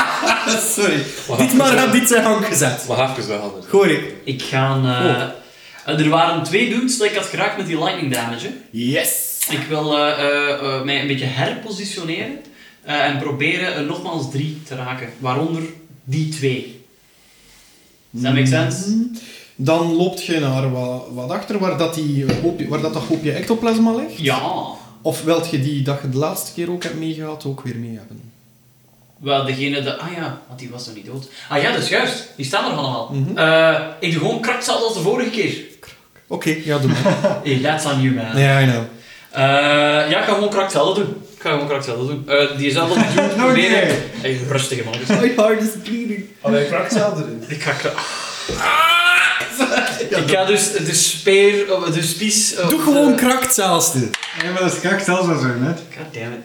S2: <laughs> Sorry. Dit maar had dit zijn hand gezet.
S7: Maar even wel anders.
S2: Goor ik.
S6: Ik ga... eh, eh, er waren twee dudes dat ik had geraakt met die lightning damage. hè.
S2: Yes.
S6: Ik wil eh, eh, eh, mij een beetje herpositioneren eh, en proberen eh, nogmaals drie te raken. Waaronder die twee. Does that make sense?
S2: Dan loopt je naar wat, wat achter, waar dat, die eh, hoopje, waar dat, dat hoopje ectoplasma ligt.
S6: Ja.
S2: Of wilt je die dat je de laatste keer ook hebt meegehad, ook weer mee hebben?
S6: Wel, degene dat... Ah ja, want die was nog niet dood. Ah ja, dat is juist. Die staan er allemaal.
S2: Mhm.
S6: Eh, ik doe gewoon krakzaal als de vorige keer.
S2: Oké, ja, doe <laughs> maar.
S6: Hey, that's on you, man. Eh,
S2: Ja, I know.
S6: ja, ik ga gewoon krakzaal doen. Ik ga gewoon krakzaal doen.
S2: <laughs>
S6: Eh diezelfde dude proberen... Hey, rustige man.
S2: My heart is bleeding.
S3: Alleen kracht zelf erin.
S6: Ik ga... kra- Ah! Ik ga dus de speer... of De spies... of eh,
S2: Doe
S6: de-
S2: gewoon krakt zelfste.
S4: Ja, maar dat is krak zelfs al zo net.
S6: God damn it.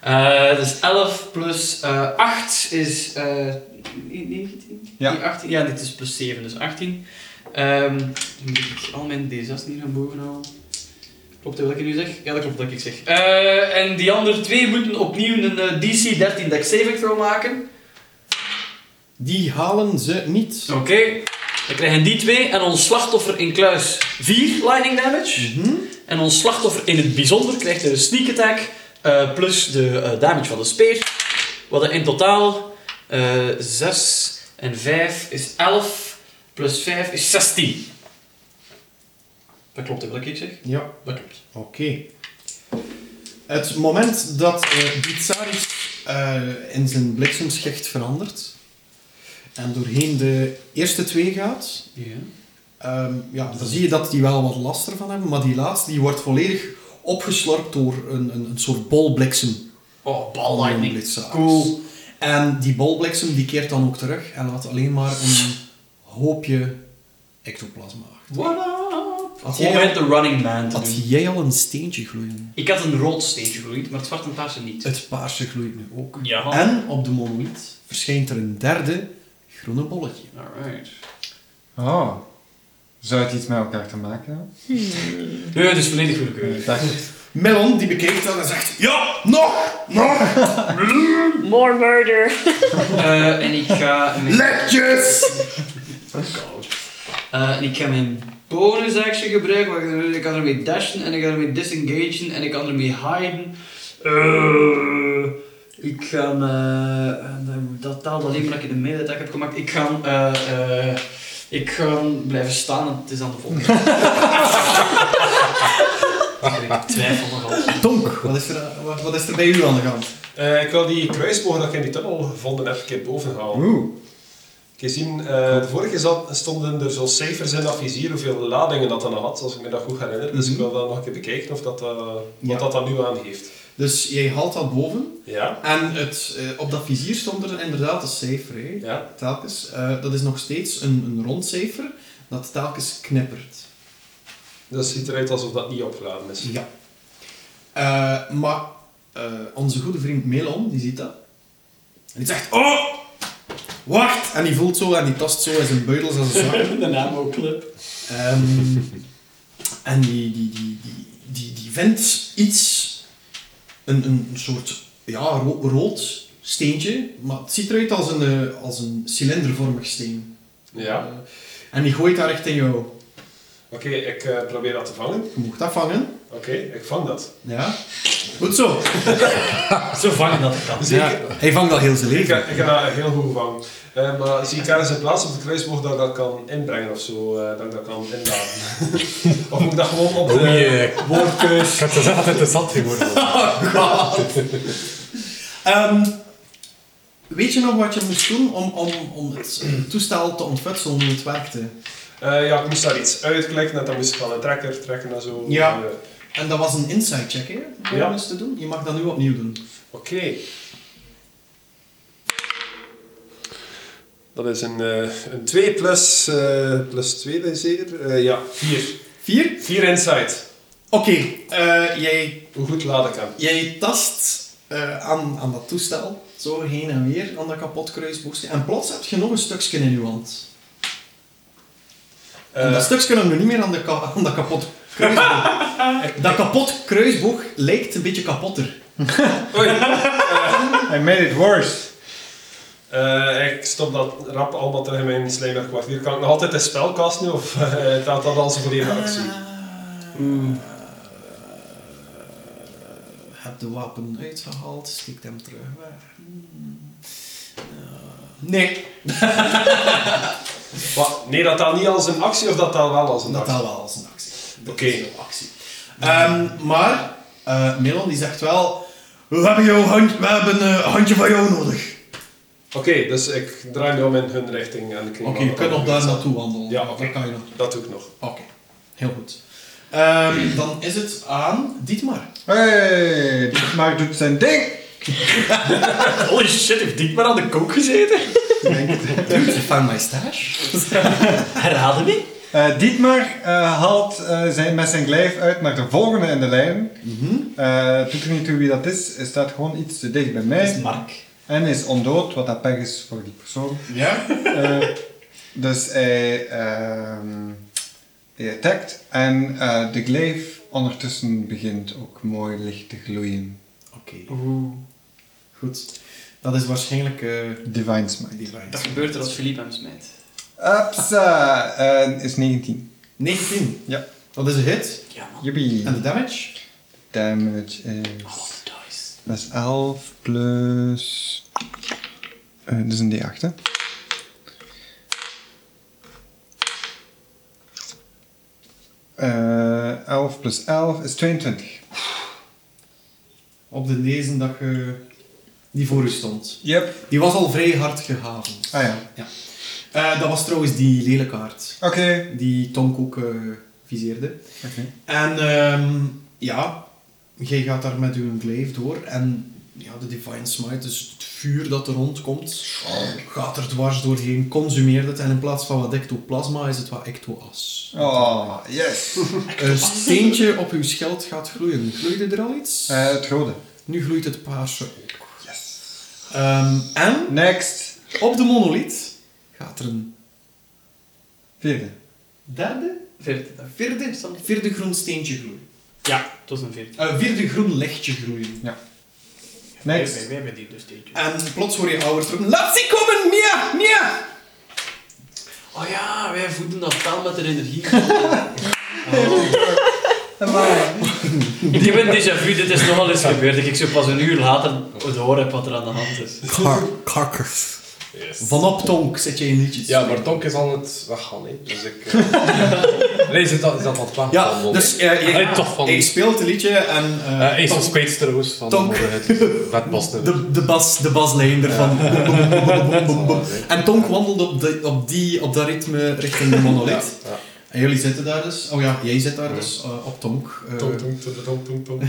S6: Eh, dus 11 plus eh 8 is eh, 19?
S4: Ja.
S6: Nee, 18. Ja, dit is plus 7, dus 18. Ehm, dan moet ik al mijn D6 hier naar boven halen. Klopt dat wat ik nu zeg? Ja, dat klopt wat ik zeg. Eh, en die andere twee moeten opnieuw een eh, DC 13 deck saving throw maken.
S2: Die halen ze niet.
S6: Oké. Dan krijgen die twee en ons slachtoffer in kluis 4 lightning damage.
S2: Mhm.
S6: En ons slachtoffer in het bijzonder krijgt een sneak attack eh, plus de eh, damage van de speer. Wat in totaal 6 en 5 is 11, plus 5 is 16. Dat klopt, hè, wat ik zeg?
S2: Ja.
S6: Dat klopt.
S2: Oké. Het moment dat eh die tsaris eh, in zijn bliksemschicht verandert en doorheen de eerste twee gaat,
S6: Ja.
S2: ehm, ja, dan zie je dat die wel wat last ervan hebben, maar die laatste die wordt volledig opgeslorpt door een, een, een soort bolbliksem.
S6: Oh, ball
S2: van een
S6: lightning.
S2: blitsaris.
S6: Cool.
S2: En die bolbliksem die keert dan ook terug en laat alleen maar een hoopje ectoplasma achter.
S6: What up?
S2: Had
S6: Gewoon
S2: jij-
S6: met de running man te doen.
S2: Had jij al een steentje gloeien?
S6: Ik had een rood steentje gegroeid, maar het zwart en paarse niet.
S2: Het paarse gloeit nu ook.
S6: Ja.
S2: En op de monoliet verschijnt er een derde groene bolletje.
S6: Alright.
S4: Oh. Zou het iets met elkaar te maken hebben?
S6: Nee, het is volledig willekeurig.
S4: Dacht ik.
S2: Melon die bekijkt dat en zegt: Ja, nog, nog,
S5: More murder.
S6: Eh, en ik ga... met-
S2: letjes!
S6: Eh, en ik ga mijn bonus action gebruiken. waar ik- Ik kan ermee dashen en ik kan ermee disengagen en ik kan ermee hiden. Eh, ik ga. eh, en dat taal alleen maar dat ik de melee attack heb gemaakt. Ik ga. eh, eh, ik ga blijven staan, want het is aan de volgende. ik twijfel nog altijd.
S2: Donk, wat is, er, wat, wat is er bij u aan de gang?
S3: Eh, ik wil die kruisboog dat ik in die tunnel gevonden heb een keer boven halen.
S4: Oeh.
S3: Ik zien, eh, de vorige keer zat- stonden er zo'n cijfers in dat vizier hoeveel ladingen dat dan had, als ik me dat goed herinner. Dus ik wil dat nog een keer bekijken of dat, eh,
S2: Ja.
S3: wat dat dan nu aangeeft.
S2: Dus jij haalt dat boven
S3: Ja?
S2: en het, eh, op dat vizier stond er inderdaad een cijfer. hè.
S3: Ja.
S2: Telkens, eh, dat is nog steeds een, een rond cijfer dat telkens knippert.
S3: Dus het ziet eruit alsof dat niet opgeladen is.
S2: Ja. Eh, maar eh, onze goede vriend Melon, die ziet dat. En die zegt, oh, wacht! En die voelt zo en die tast zo in zijn buidels als een zak.
S6: <laughs> De naam ook clip.
S2: Ehm, en die, die, die, die, die, die vindt iets, een, een soort ja, ro- rood steentje, maar het ziet eruit als een, eh, als een cilindervormig steen. Eh,
S3: Ja.
S2: En die gooit daar echt in jou.
S3: Oké, ik eh, probeer dat te vangen.
S2: Je mocht dat vangen.
S3: Oké, ik vang dat.
S2: Ja. Goed zo.
S6: Ze vangen dat dan.
S2: Ja, hij vangt al heel zijn
S3: Ik,
S2: leven.
S3: ik heb dat heel goed gevangen. Eh, maar zie ik ergens een plaats op de kruisboog dat ik dat kan inbrengen of zo, eh, dat ik dat kan inladen? <laughs> of moet ik dat gewoon op de
S7: Oh jee.
S3: woordkeus
S7: Ik had gezegd dat het te zat ging worden.
S2: Ehm, weet je nog wat je moest doen om, om, om het eh, toestel te ontfutselen hoe het werkte?
S3: Eh, ja, ik moest daar iets uitklikken en dan moest ik van een trekker trekken en zo.
S2: Ja.
S3: Eh,
S2: En dat was een inside check, hè? Om
S3: Ja.
S2: dat eens te doen. Je mag dat nu opnieuw doen.
S3: Oké. Dat is een, eh, een 2 plus, eh, plus 2, dat is zeker? Eh, ja, 4.
S2: Vier?
S3: 4 inside.
S2: Oké, eh, jij,
S3: Hoe goed laat ik hem?
S2: jij tast eh, aan, aan dat toestel, zo heen en weer, aan dat kapot kruisboogje. En plots heb je nog een stukje in je hand. en
S3: Eh,
S2: dat stukje kunnen we niet meer aan, de ka- aan dat kapot kruisboog.
S3: <laughs>
S2: dat kapot kruisboog lijkt een beetje kapotter.
S3: Oei.
S4: I made it worse.
S3: Eh, ik stop dat rap allemaal terug in mijn slijmwerk kwartier. Kan ik nog altijd een spel nu of <laughs> eh telt dat als een volledige actie?
S2: heb de wapen uitgehaald, steekt hem terug weg. Hmm. Eh, nee,
S3: Wat? Nee, dat telt niet als een actie of dat telt wel als een
S2: dat
S3: actie?
S2: telt wel als een actie. Dat
S3: Oké.
S2: is een actie. Ehm, maar eh Melon die zegt wel, we hebben, jouw hand, we hebben eh, een handje van jou nodig.
S3: Oké, dus ik draai nu om in hun richting en ik neem
S2: Oké,
S3: aan
S2: je
S3: dat
S2: kunt
S3: dat
S2: nog daar
S3: goed is.
S2: naartoe wandelen.
S3: Ja, oké.
S2: Dat kan je nog.
S3: Dat doe ik nog.
S2: Oké, heel goed. Ehm, dan is het aan Dietmar.
S4: Hey, maar doet zijn ding.
S6: Holy shit, heeft Dietmar aan de kook gezeten?
S2: Van mijn stage.
S6: Herhaalde we?
S4: Eh, Dietmar eh, haalt eh, zijn, met zijn glijf uit naar de volgende in de lijn.
S6: Mhm.
S4: Eh, doet er niet toe wie dat is, is staat gewoon iets te dicht bij
S6: Dat is
S4: mij.
S6: Mark.
S4: En is ondood, wat dat pech is voor die persoon.
S2: Ja?
S4: Eh, dus hij, ehm hij attackt en eh, de glijf ondertussen begint ook mooi licht te gloeien.
S2: Oké. Goed. Dat is waarschijnlijk eh
S4: Divine Smite.
S2: Divine.
S6: Dat gebeurt er als Philippe hem smijt.
S4: Upsa! Eh, is 19.
S2: 19.
S4: Ja.
S2: Dat is een hit.
S6: Ja man.
S4: Juppie.
S2: En de damage?
S4: Damage is...
S6: Oh, wat een dice.
S4: Dat is 11 plus. eh dat is een D8, hè? Eh 11 plus 11 is 22.
S2: Op de deze dat je die voor u stond.
S4: Yep.
S2: Die was al vrij hard gehaven.
S4: Ah ja.
S2: Eh, dat was trouwens die lelijke kaart.
S4: Oké.
S2: Die Tonk ook eh, viseerde.
S4: Oké.
S2: En ehm, ja, jij gaat daar met uw glaive door en ja, de Divine Smite, dus het vuur dat er rondkomt, gaat er dwars doorheen, consumeert het en in plaats van wat ectoplasma is het wat ectoas.
S4: Oh,
S3: <laughs>
S4: yes.
S2: Een steentje op uw scheld gaat gloeien. Gloeide er al iets?
S4: Eh, het rode.
S2: Nu gloeit het paarse ook.
S4: Yes.
S2: Ehm, en
S4: Next.
S2: op de monolith gaat er een
S4: Vierde.
S2: derde,
S6: Veertien dag.
S2: vierde, vierde groen steentje gloeien.
S6: Ja, het was een veertien.
S2: Eh, vierde groen lichtje gloeien.
S4: Next.
S6: Wij, wij, wij hebben die dus steentje.
S2: En plots hoor je ouders roepen, laat ze komen, Mia, Mia!
S6: Oh ja, wij voeden dat taal met de energie. <laughs> Ik heb een déjà vu, dit is nogal eens gebeurd. dat Ik zo pas een uur later door heb wat er aan de hand is.
S2: karkers.
S7: Yes.
S2: Vanop Tonk zet je in liedjes.
S7: Ja, maar Tonk is aan het weggaan, hè. Dus ik... eh, nee, is dat, is dat wat waar?
S2: Ja, dus eh, je,
S7: Hij toch van-
S2: je speelt het liedje en eh,
S7: Eh Ace of
S2: Tonk-
S7: Spades trouwens, van
S2: Tonk.
S7: de Wet Boston.
S2: de, de, bas, de baslijn ervan. En Tonk wandelde op, de, op, die, op dat ritme richting de
S7: Ja,
S2: monolith.
S7: ja.
S2: En jullie zitten daar dus. Oh ja, jij zit daar dus eh, op Tonk. eh, Ah,
S3: Tong, tong, tong, tong, tong, tong.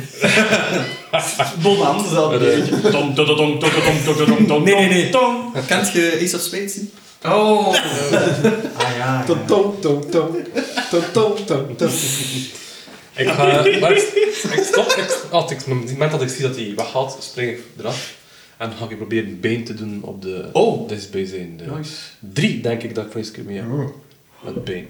S6: Bonhand is dat een beetje. Tom, tom, tom, tom, tom, tom, tom, tom,
S2: Nee, nee, nee.
S6: Tom.
S2: Kent je Ace of Spades? niet?
S6: Oh. Ah ja.
S3: Tong, tong, tong, tong. Tong, tong,
S2: <laughs>
S3: tong, tong.
S7: Ik ga... Maar ik, ik stop... Ik, als ik, op het moment dat ik zie dat hij weggaat, spring ik eraf. En ga ik proberen een been te doen op de...
S2: Oh.
S7: Dichtstbijzijnde.
S6: Nice.
S7: eh, Drie, denk ik, dat ik vlees keer mee heb.
S4: Oeh.
S7: Met been.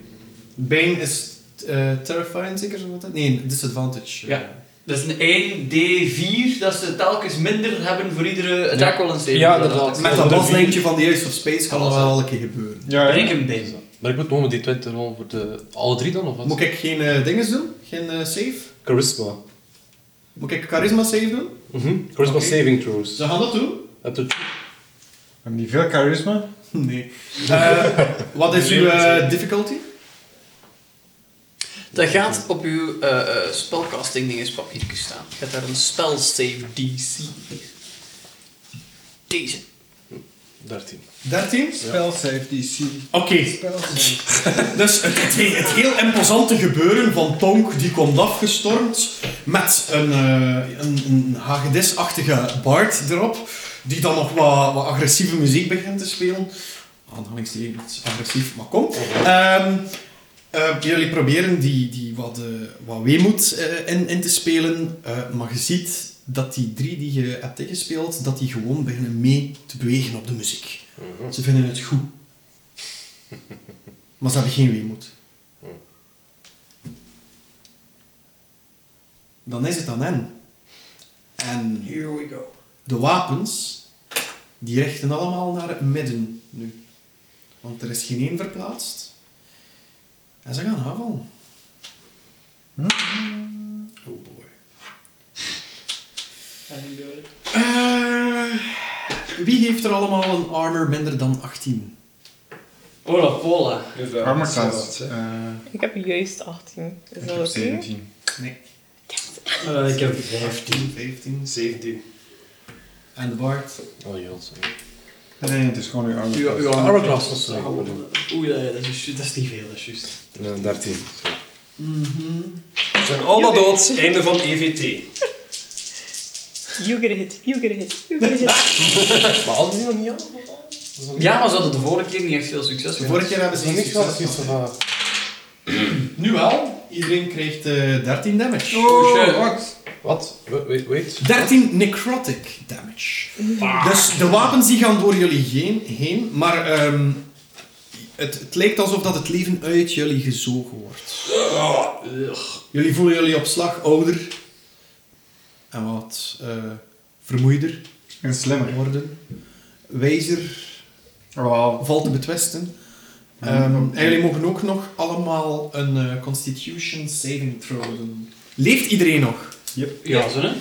S2: Bane is eh, terrifying, zeker? zo wat dat- Nee, disadvantage.
S6: Ja. Dat is een 1d4 dat ze telkens minder hebben voor iedere attack roll en save.
S7: Ja, inderdaad.
S2: Met
S7: Onder
S2: dat
S7: de
S2: baslijntje van die Ace of Space kan dat
S6: Alles,
S2: wel een keer gebeuren.
S4: Ja,
S6: Breng
S4: ja.
S6: hem bij.
S7: Maar ik moet nog met die 20 rollen voor de... Alle drie dan, of wat?
S2: Moet ik geen eh dinges doen? Geen eh, save?
S7: Charisma.
S2: Moet ik charisma save doen?
S7: Mhm. Charisma
S2: Oké.
S7: saving throws.
S2: Ze gaan dat doen? <laughs>
S7: Up to
S4: Hebben die veel charisma?
S2: Nee. Eh, wat is uw eh, difficulty?
S6: Dat gaat op uw eh, eh, spelcasting dinges papiertje staan. Gaat daar een spell save DC. Deze.
S7: 13.
S2: 13?
S4: Spell save DC.
S2: Oké,
S4: Spell
S2: <laughs>
S4: save.
S2: dus het, het, he- het heel imposante gebeuren van Tonk, die komt afgestormd met een, eh een, een hagedisachtige baard erop, die dan nog wat, wat agressieve muziek begint te spelen. aanhalingstekens agressief, maar kom. Ehm, eh, jullie proberen die, die wat, eh, wat weemoed eh, in, in te spelen, eh, maar je ziet dat die drie die je hebt ingespeeld, dat die gewoon beginnen mee te bewegen op de muziek.
S6: Mhm.
S2: Ze vinden het goed. Maar ze hebben geen weemoed. Dan is het aan hen. En
S6: Here we go.
S2: de wapens, die richten allemaal naar het midden nu. Want er is geen één verplaatst. En ze gaan aanvallen. Oh boy. Eh, wie heeft er allemaal een armor minder dan 18?
S6: Hola, pola.
S3: Dus, eh,
S4: Armor
S3: dat is wel wat,
S4: class.
S3: hè.
S4: eh,
S5: Ik heb juist 18. Is
S4: ik
S5: dat
S4: heb
S5: oké?
S4: 17.
S6: Eh, ik heb 15.
S2: 15.
S3: 17.
S2: En de Bart?
S7: Oh, Jans.
S4: Nee, nee, het is gewoon uw armor
S6: Uw,
S4: class.
S6: uw
S7: Armor
S6: armor
S7: class.
S6: class was zo. Oei, ja, ja, dat is, ju- dat is niet veel, dat is juist.
S7: Eh, 13.
S3: We zijn allemaal dood. Einde van E EVT.
S5: You get a hit, you get a hit, you get a hit.
S7: Maar hadden die nog niet aan?
S6: Ja, maar ze hadden de vorige keer niet echt veel succes.
S2: De
S6: mee.
S2: vorige keer hebben ze
S7: Dat is
S2: geen
S7: niks van
S2: succes
S7: het
S2: gehad.
S7: van...
S2: Nu wel. Iedereen krijgt eh, 13 damage.
S6: shit.
S4: Oh, wat?
S7: Wat? Wait, wait, wait.
S2: 13 necrotic damage. Dus de wapens die gaan door jullie heen, heen maar ehm, het, het lijkt alsof dat het leven uit jullie gezogen wordt. Jullie voelen jullie op slag ouder en wat eh, vermoeider
S4: En slimmer.
S2: worden, wijzer,
S4: Wow.
S2: valt te betwisten. Ehm, en jullie mogen ook nog allemaal een eh, Constitution saving throw doen. Leeft iedereen nog?
S6: Ja, zo hè?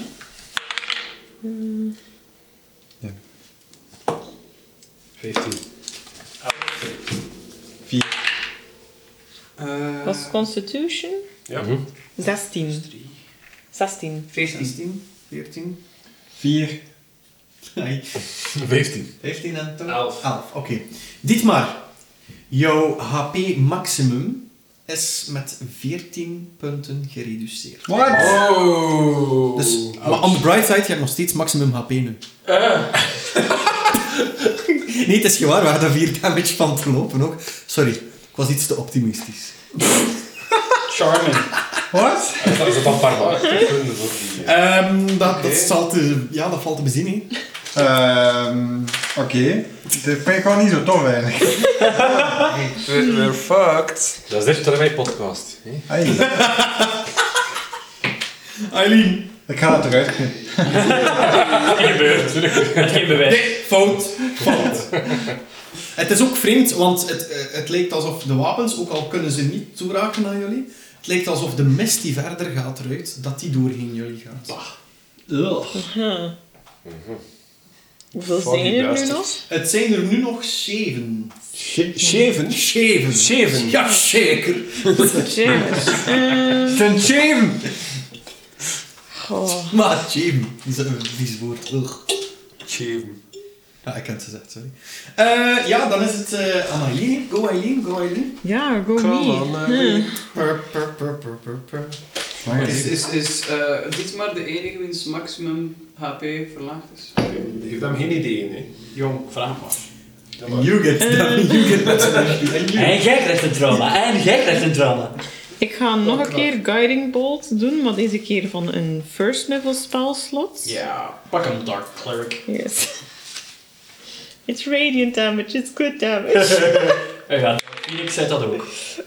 S4: Ja.
S7: 15.
S6: Eh,
S5: Was Constitution?
S3: Ja.
S7: Mhm.
S5: 16. 16.
S6: 14.
S2: 16, <laughs> 14.
S4: 4.
S2: Hai.
S7: 15.
S2: 15 en toch?
S6: Elf.
S2: 11, oké. Dietmar, jouw HP maximum is met 14 punten gereduceerd.
S4: What?
S3: Oh.
S2: Dus, maar on the bright side, je hebt nog steeds maximum HP nu. <laughs> nee, het is gewaar, we hadden 4 damage van te lopen ook. Sorry, ik was iets te optimistisch.
S3: Charming.
S2: Wat?
S7: Ah, Dat is het dan paar punten voor die...
S2: Ehm, dat, dat, zal te, ja, dat valt te bezien, hè.
S4: Ehm, Oké. Dat vind ik wel niet zo tof eigenlijk.
S3: <laughs> We're, we're fucked.
S7: <laughs> Dat is echt een mijn podcast. hè?
S4: Ai,
S2: Aileen.
S4: ik ga het eruit knippen.
S6: Geen bewijs.
S2: Nee, fout. Fout. <laughs> het is ook vreemd, want het, eh, het lijkt alsof de wapens, ook al kunnen ze niet toeraken aan jullie, het lijkt alsof de mist die verder gaat eruit, dat die doorheen jullie gaat.
S5: Huh. Hoeveel
S3: Fuck
S5: zijn
S3: die
S5: er nu nog?
S3: bastards.
S2: Het zijn er nu nog zeven.
S3: Sheven?
S2: Zeven?
S3: Sheven?
S2: Ja, zeker.
S5: James. Ehm,
S4: Ten zeven!
S5: goh.
S2: Maar zeven, die is een vies woord. Ugh.
S3: Sheven.
S2: Ja, ik heb het gezegd, sorry. Eh, ja, dan is het eh aan Aileen. Go Aileen, go Aileen.
S5: Ja, go me.
S2: Purr, purr, purr, purr, purr, purr.
S6: Is, is, is eh, dit maar de enige wiens maximum HP verlaagd is?
S3: Heeft hem geen idee, nee.
S6: Jong, vraag maar.
S2: And You get that, you get that. And you.
S6: En jij krijgt een trauma, en jij krijgt een trauma.
S5: Ik ga nog een keer Guiding Bolt doen, maar deze keer van een first level spelslot.
S6: Ja, pak hem, Dark Cleric.
S5: Yes. <laughs> It's radiant damage, it's
S2: <laughs>
S5: good damage.
S6: Hij gaat. Ik zei dat ook.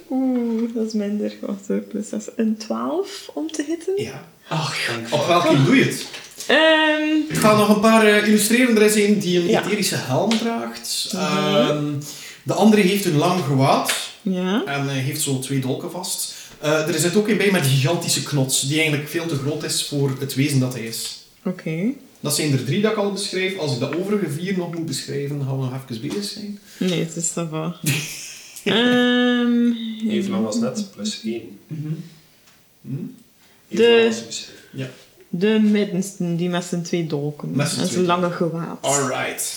S5: Oeh, dat is minder. Wacht, eh, plus 6. Een 12 om te hitten.
S2: Ja.
S6: Ach, dank
S2: Op welke doe je het?
S5: Ehm,
S2: Ik ga nog een paar eh, illustreren. Er is een die een
S5: Ja.
S2: etherische helm draagt. Ehm, de andere heeft een lang gewaad
S5: ja.
S2: en eh, heeft zo twee dolken vast. Eh, er zit ook een bij met een gigantische knots, die eigenlijk veel te groot is voor het wezen dat hij is.
S5: Oké.
S2: Dat zijn er drie dat ik al beschrijf. Als ik de overige vier nog moet beschrijven, dan gaan we nog even bezig zijn.
S5: Nee, het is dat
S2: <laughs>
S5: wel. Ehm,
S3: Even lang als net, plus 1. Mhm.
S5: De-
S3: De...
S5: de middenste, die met zijn twee dolken.
S2: Met zijn
S5: en zijn
S2: twee
S5: lange gewaad.
S2: Alright.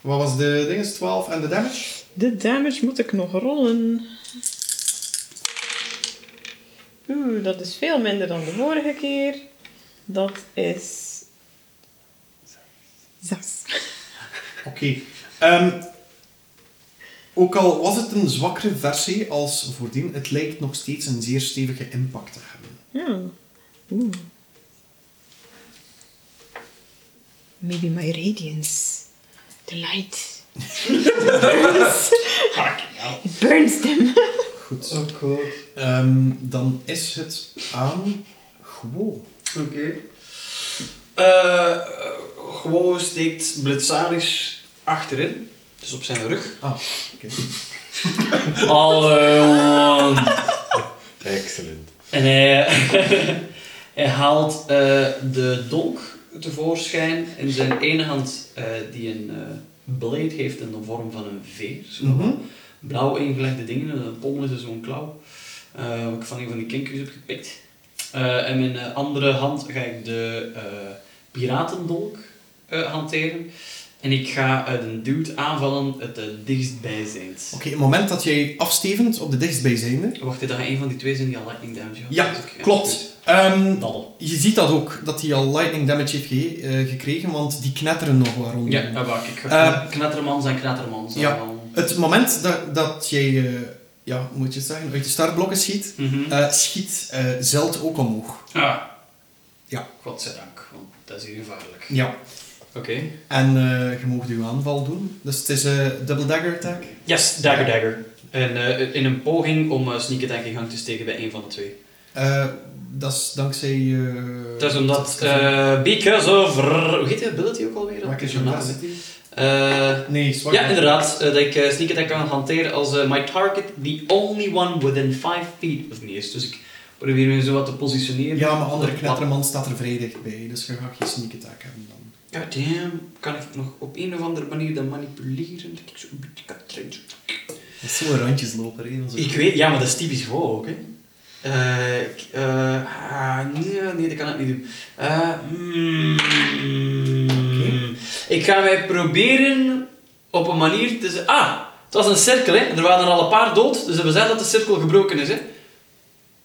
S2: Wat was de ding? 12 en de damage?
S5: De damage moet ik nog rollen. Oeh, dat is veel minder dan de vorige keer. Dat is... Zes.
S2: Oké. Ehm, Ook al was het een zwakkere versie als voordien, het lijkt nog steeds een zeer stevige impact te hebben.
S5: Ja. Oeh. Maybe my radiance. The light. It burns them.
S2: Goed. Ehm, dan is het aan gewoon.
S6: Oké. Eh, gewoon steekt Blitzaris achterin. Dus op zijn rug.
S2: Ah, oké.
S6: <laughs> Allee,
S7: Excellent.
S6: En hij, <laughs> hij haalt eh, de dolk tevoorschijn. In zijn ene hand eh, die een eh blade heeft in de vorm van een veer. Zo
S2: Mhm.
S6: blauw ingelegde dingen. En een pommel is er zo'n klauw. eh, wat ik van een van die kinkers heb gepikt. Eh, en mijn eh, andere hand ga ik de eh, piratendolk eh, hanteren. En ik ga eh, een dude aanvallen het eh, dichtstbijzijnd.
S2: Oké, het moment dat jij afstevend op de dichtstbijzijnde.
S6: Wacht, dat een van die twee zijn die al lightning damage had.
S2: Ja,
S6: Dus ik- goed.
S2: klopt. Ehm,
S6: Daddel.
S2: je ziet dat ook, dat hij al lightning damage heeft ge- eh, gekregen, want die knetteren nog wel rond.
S6: Ja, eh, wacht, ik ga
S2: Eh,
S6: knettermans en knettermans.
S2: ja.
S6: aanvallen.
S2: Het moment dat, dat jij, eh, ja, hoe moet je het zeggen, uit de startblokken schiet,
S6: Mhm.
S2: eh, schiet eh Zeld ook omhoog.
S6: Ah.
S2: Ja.
S6: Godzijdank, want dat is hier gevaarlijk.
S2: Ja.
S6: Oké.
S2: En eh, je mag je aanval doen. Dus het is een double dagger attack.
S6: Yes, dagger dagger. En eh, in een poging om eh sneak attack in gang te steken bij een van de twee.
S2: Eh, dat is dankzij... eh,
S6: Dat is omdat... eh because of... Hoe heet die ability ook alweer?
S2: Maak eens
S6: Zo'n
S2: een
S6: naam,
S2: naam.
S6: hè. Eh,
S2: Nee, zwak.
S6: Ja, inderdaad. eh, dat ik eh, sneak attack kan hanteren als eh, my target the only one within 5 feet of me is. Dus ik probeer me zo wat te positioneren.
S2: Ja, maar andere knetterman staat er vrij dichtbij, dus je gaat geen sneak attack hebben dan.
S6: God damn, kan ik nog op een of andere manier dat manipuleren? Dat ik zo een beetje kan trainen.
S2: Dat is zo'n randjesloper, hè. onze-
S6: Ik weet, ja, maar dat is typisch gewoon ook, hè. Eh, ik, eh, ah, nee, nee, dat kan ik niet doen. Eh, hmm. Ik ga mij proberen op een manier te... z- Ah, het was een cirkel, hè. Er waren er al een paar dood, dus we zeggen dat de cirkel gebroken is, hè.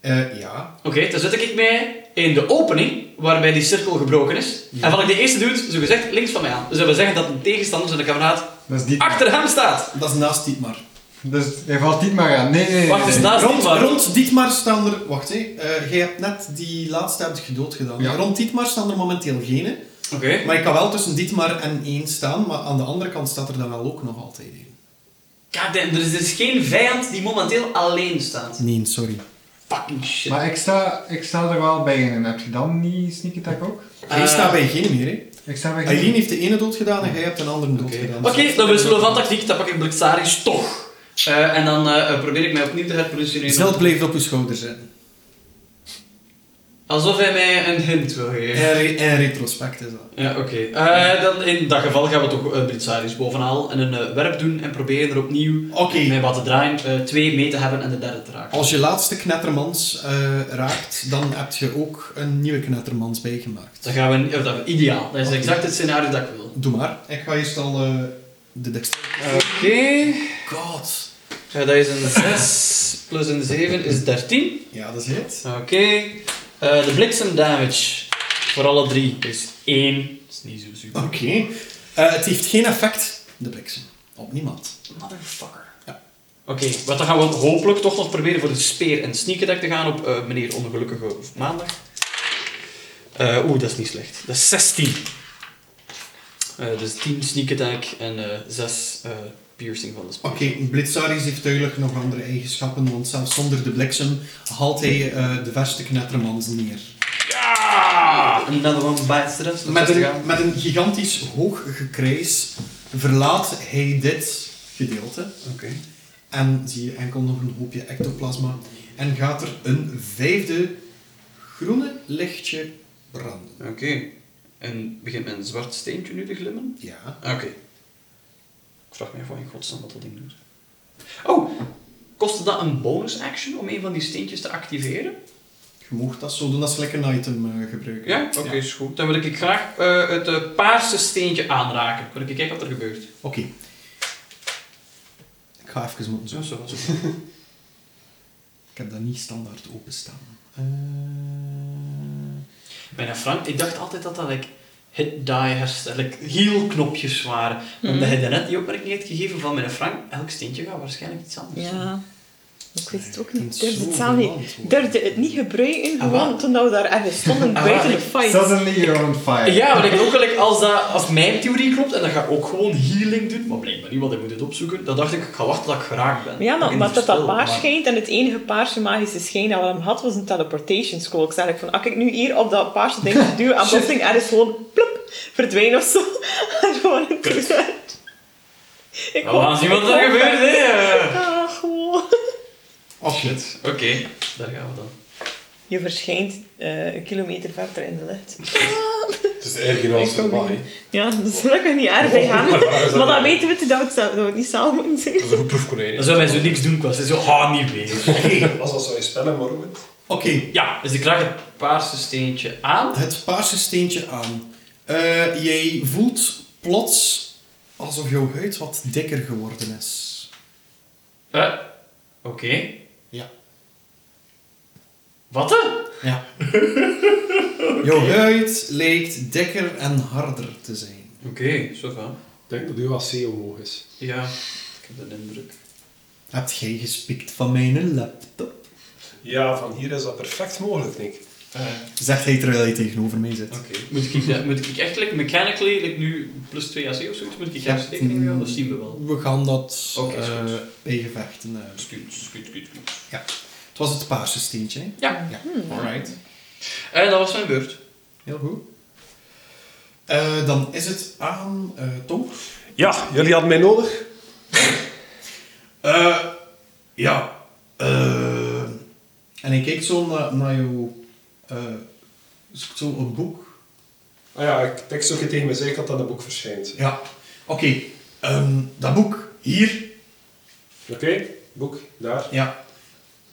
S2: Eh, ja.
S6: Oké, dan zet ik mij in de opening waarbij die cirkel gebroken is.
S2: Ja.
S6: En van ik de eerste doet, zo gezegd, links van mij aan. Dus dat wil zeggen dat een tegenstander zijn kameraad
S4: Dat is Dietmar.
S6: achter hem staat.
S2: Dat is naast Dietmar.
S4: Dus hij valt Dietmar aan. Nee, nee, nee.
S6: Wacht, dus is
S4: nee.
S6: naast
S2: Rond,
S6: Dietmar.
S2: rond Dietmar staan er... Wacht, hè. Eh, jij hebt net die laatste hebt gedood gedaan.
S4: Ja.
S2: Rond Dietmar staan er momenteel geen.
S6: Oké.
S2: Maar ik kan wel tussen Dietmar en één staan, maar aan de andere kant staat er dan wel ook nog altijd één.
S6: Goddamn, er is dus geen vijand die momenteel alleen staat.
S2: Nee, sorry.
S6: Fucking shit.
S4: Maar ik sta, ik sta er wel bij in. En heb je dan niet sneak attack ook?
S2: Jij staat bij geen meer, hè.
S4: Ik sta bij
S2: Aileen heeft de ene dood gedaan en jij hebt een andere dood gedaan. Dus-
S6: Oké, dan wisselen we van tactiek, dan pak ik Blixaris toch. Eh, en dan eh, probeer ik mij opnieuw te herpositioneren.
S2: Zeld blijft op uw schouder zitten.
S6: Alsof hij mij een hint wil geven.
S2: En, re- en retrospect is dat.
S6: Ja, oké. Eh, dan in dat geval gaan we toch eh Blitzaris bovenhalen en een eh, werp doen en proberen er opnieuw
S2: Oké.
S6: mee wat te draaien, eh, twee mee te hebben en de derde te raken.
S2: Als je laatste knettermans eh, raakt, dan heb je ook een nieuwe knettermans bijgemaakt.
S6: Dan gaan we, of dat, ideaal. Dat is exact het scenario dat ik wil.
S2: Doe maar. Ik ga eerst al eh, de dexter.
S6: Oké.
S2: Oh
S6: Eh,
S2: God.
S6: dat is een 6 plus een 7 is 13.
S2: Ja, dat is het.
S6: Oké. Eh, de bliksem damage voor alle drie is 1. Dat is niet zo super.
S2: Oké. Eh, het heeft geen effect, de bliksem. Op niemand.
S6: Motherfucker.
S2: Ja.
S6: Oké, wat dan gaan we hopelijk toch nog proberen voor de speer en sneak attack te gaan op eh, meneer Ongelukkige of maandag. Eh, Oeh, dat is niet slecht. Dat is 16. Eh, dus 10 sneak attack en eh 6 eh, piercing van de speer.
S2: Oké, Blitzaris heeft duidelijk nog andere eigenschappen, want zelfs zonder de bliksem haalt hij eh, de verste knettermans neer.
S6: Ja! En dan een bijster. dat is nog
S2: Met
S6: 60
S2: een,
S6: aan.
S2: met een gigantisch hoog gekrijs verlaat hij dit gedeelte.
S6: Oké.
S2: En zie je enkel nog een hoopje ectoplasma. En gaat er een vijfde groene lichtje branden.
S6: Oké. En begint met een zwart steentje nu te glimmen?
S2: Ja.
S6: Ah, Oké. Ik vraag me even in godsnaam wat dat ding doet. Oh! Kostte dat een bonus action om een van die steentjes te activeren?
S2: Je mag dat zo doen als je lekker een item eh, gebruiken.
S6: Ja? Oké, is goed. Dan wil ik graag eh, het eh, paarse steentje aanraken. Wil ik kijken wat er gebeurt.
S2: Oké. Ik ga even moeten zo.
S6: zo. zo.
S2: Ik heb dat niet standaard openstaan. Eh,
S6: Bijna Frank, ik dacht altijd dat dat like, hit die herstel, like, heal knopjes waren. Omdat je daarnet die opmerking hebt gegeven van meneer Frank, elk steentje gaat waarschijnlijk iets anders doen.
S5: Ja. Ik wist het ook niet. Ik
S1: En
S5: durfde het
S1: zo
S5: zelf niet.
S1: verwant
S5: durfde het niet gebruiken,
S6: Ah,
S5: gewoon
S6: wat?
S5: toen we daar ergens stonden
S6: Ah,
S5: buiten
S6: wat?
S5: de fight.
S4: Suddenly you're on
S5: Eh,
S4: fire.
S5: <laughs>
S6: Ja, maar ik denk ook wel, like, als, dat, als mijn theorie klopt, en dan ga ik ook gewoon healing doen, maar blijkbaar niet, want ik moet het opzoeken, dan dacht ik, ik ga wachten tot ik geraakt ben.
S5: Ja, maar
S6: In
S5: omdat dat dat
S6: verstel,
S5: paar
S6: maar-
S5: schijnt en het enige paarse magische schijn dat we hem had was een teleportation scroll. Ik zei eigenlijk van, als ik nu hier op dat paarse ding duw en plotseling er is gewoon plop, verdwijnen of zo. <laughs> En gewoon een
S6: Kut.
S5: toilet. Ik
S6: Nou, we gaan zien
S5: <laughs>
S6: wat er gebeurt,
S5: gebeurt.
S6: hè.
S5: Ah, goh.
S6: Oh shit, oké. Daar gaan we dan.
S5: Je verschijnt eh, een kilometer verder in de lucht.
S3: Het is erger
S5: Ik kom Ja, dat is gelukkig niet
S3: <laughs>
S5: erg bij hem. Maar dan weten we te dat we het, zelf, dat we het niet zelf moeten
S7: Dat
S5: zien.
S7: is een goed proefkonijn.
S6: Dan zou mij zo niks doen, kwast. Zo, ha, niet bezig.
S3: <laughs> Was dat zo in spellen, maar hoe het?
S2: Oké,
S6: Ja, dus ik raak het paarse steentje aan.
S2: het paarse steentje aan. Eh, jij voelt plots alsof jouw huid wat dikker geworden is.
S6: Eh, Oké.
S2: Ja.
S6: Wat dan?
S2: <laughs> Ja. Jouw huid lijkt dikker en harder te zijn.
S6: Oké, zo van.
S3: Ik denk dat uw AC omhoog is.
S6: Ja, ik heb de indruk.
S2: Hebt jij gespikt van mijn laptop?
S3: Ja, van hier is dat perfect mogelijk, Nick.
S2: Zegt hij terwijl hij tegenover mij zit.
S6: Oké. Moet, ik dat- moet ik echt like, mechanically like, nu plus 2 AC of zoiets? Moet ik
S2: Ja.
S6: echt rekening mee houden? Mm. Dat zien we wel.
S2: We gaan dat
S6: Oké, is
S2: eh,
S6: goed.
S2: bij gevechten. eh, bespreken.
S6: Scoot, scoot, scoot, scoot.
S2: het was het paarse steentje. hè?
S6: Ja.
S2: Ja, alright.
S6: Eh, dat was mijn beurt.
S2: Heel goed. Eh, dan is het aan eh, Tom.
S3: Ja, jullie hadden mij nodig.
S2: Eh, ja. Eh, en ik kijk zo naar, naar jouw... eh, zoekt zo een boek.
S3: Ah ja, ik tekst ook hier tegen mijn zijkant dat dat boek verschijnt.
S2: Ja. Oké. ehm, dat boek. Hier.
S3: Oké, boek, daar.
S2: Ja.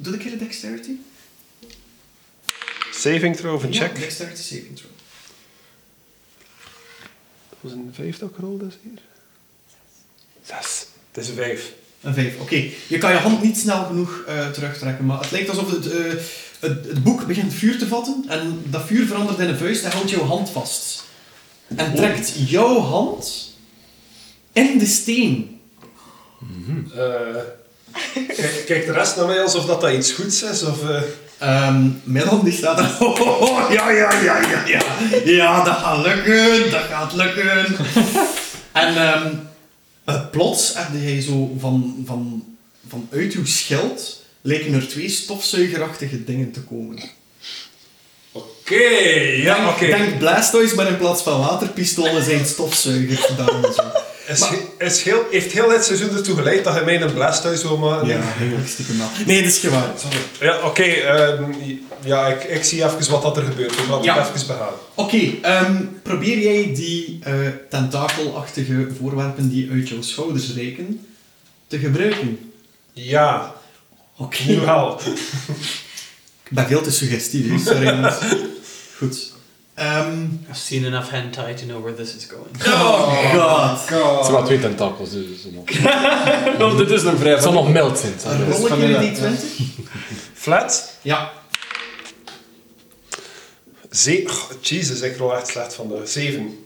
S2: Doe ik hier de dexterity?
S3: Saving throw of
S2: Ja, dexterity saving throw.
S3: was een vijf dat ik rolde dus hier? Zes. Het is een vijf.
S2: Een vijf, oké. Je kan je hand niet snel genoeg eh, terugtrekken, maar het lijkt alsof het, eh, het, het boek begint vuur te vatten en dat vuur verandert in een vuist en houdt jouw hand vast. En trekt jouw hand in de steen.
S3: Eh, <laughs> kijk- Kijkt de rest naar mij alsof dat, dat iets goeds is? Of, eh,
S2: Ehm Milan die staat er. <laughs> "Ho, ho, ho, ja, ja, ja, ja, ja. Ja, dat gaat lukken, dat gaat lukken. en ehm, eh, plots heb jij zo van, van, van uit uw schild lijken er twee stofzuigerachtige dingen te komen.
S3: Oké, ja,
S2: denk,
S3: oké.
S2: denk Blastoise, maar in plaats van waterpistolen zijn het stofzuigers gedaan en zo.
S3: Is, is heel, heeft heel dit seizoen ertoe geleid dat je mij een Blastoise wil maken?
S2: Ja, eigenlijk stiekem wel. Nee, dat is gewaar. Oké,
S3: Ja, oké. ehm, ja, ik, ik zie even wat dat er gebeurt. Ik laat
S2: Ja.
S3: het even begaan.
S2: ehm, probeer jij die eh, tentakelachtige voorwerpen die uit jouw schouders reiken te gebruiken.
S3: Ja,
S2: Oké.
S3: nu wel.
S2: Ik ben veel te suggestief, hè. sorry. jongens. Goed. Ehm,
S6: I've seen enough hentai to know where this is going.
S2: oh god.
S7: Het
S4: God.
S7: zijn maar twee tentakels, dus het zal <laughs> nog-
S6: oh, dit is een vrij...
S7: het zal nog mild zijn. het zal nog mild zijn.
S2: Rollen
S4: vanilla,
S2: jullie die 20?
S3: Flat.
S2: Ja.
S3: Ze oh, Jezus, ik rol echt slecht van de zeven.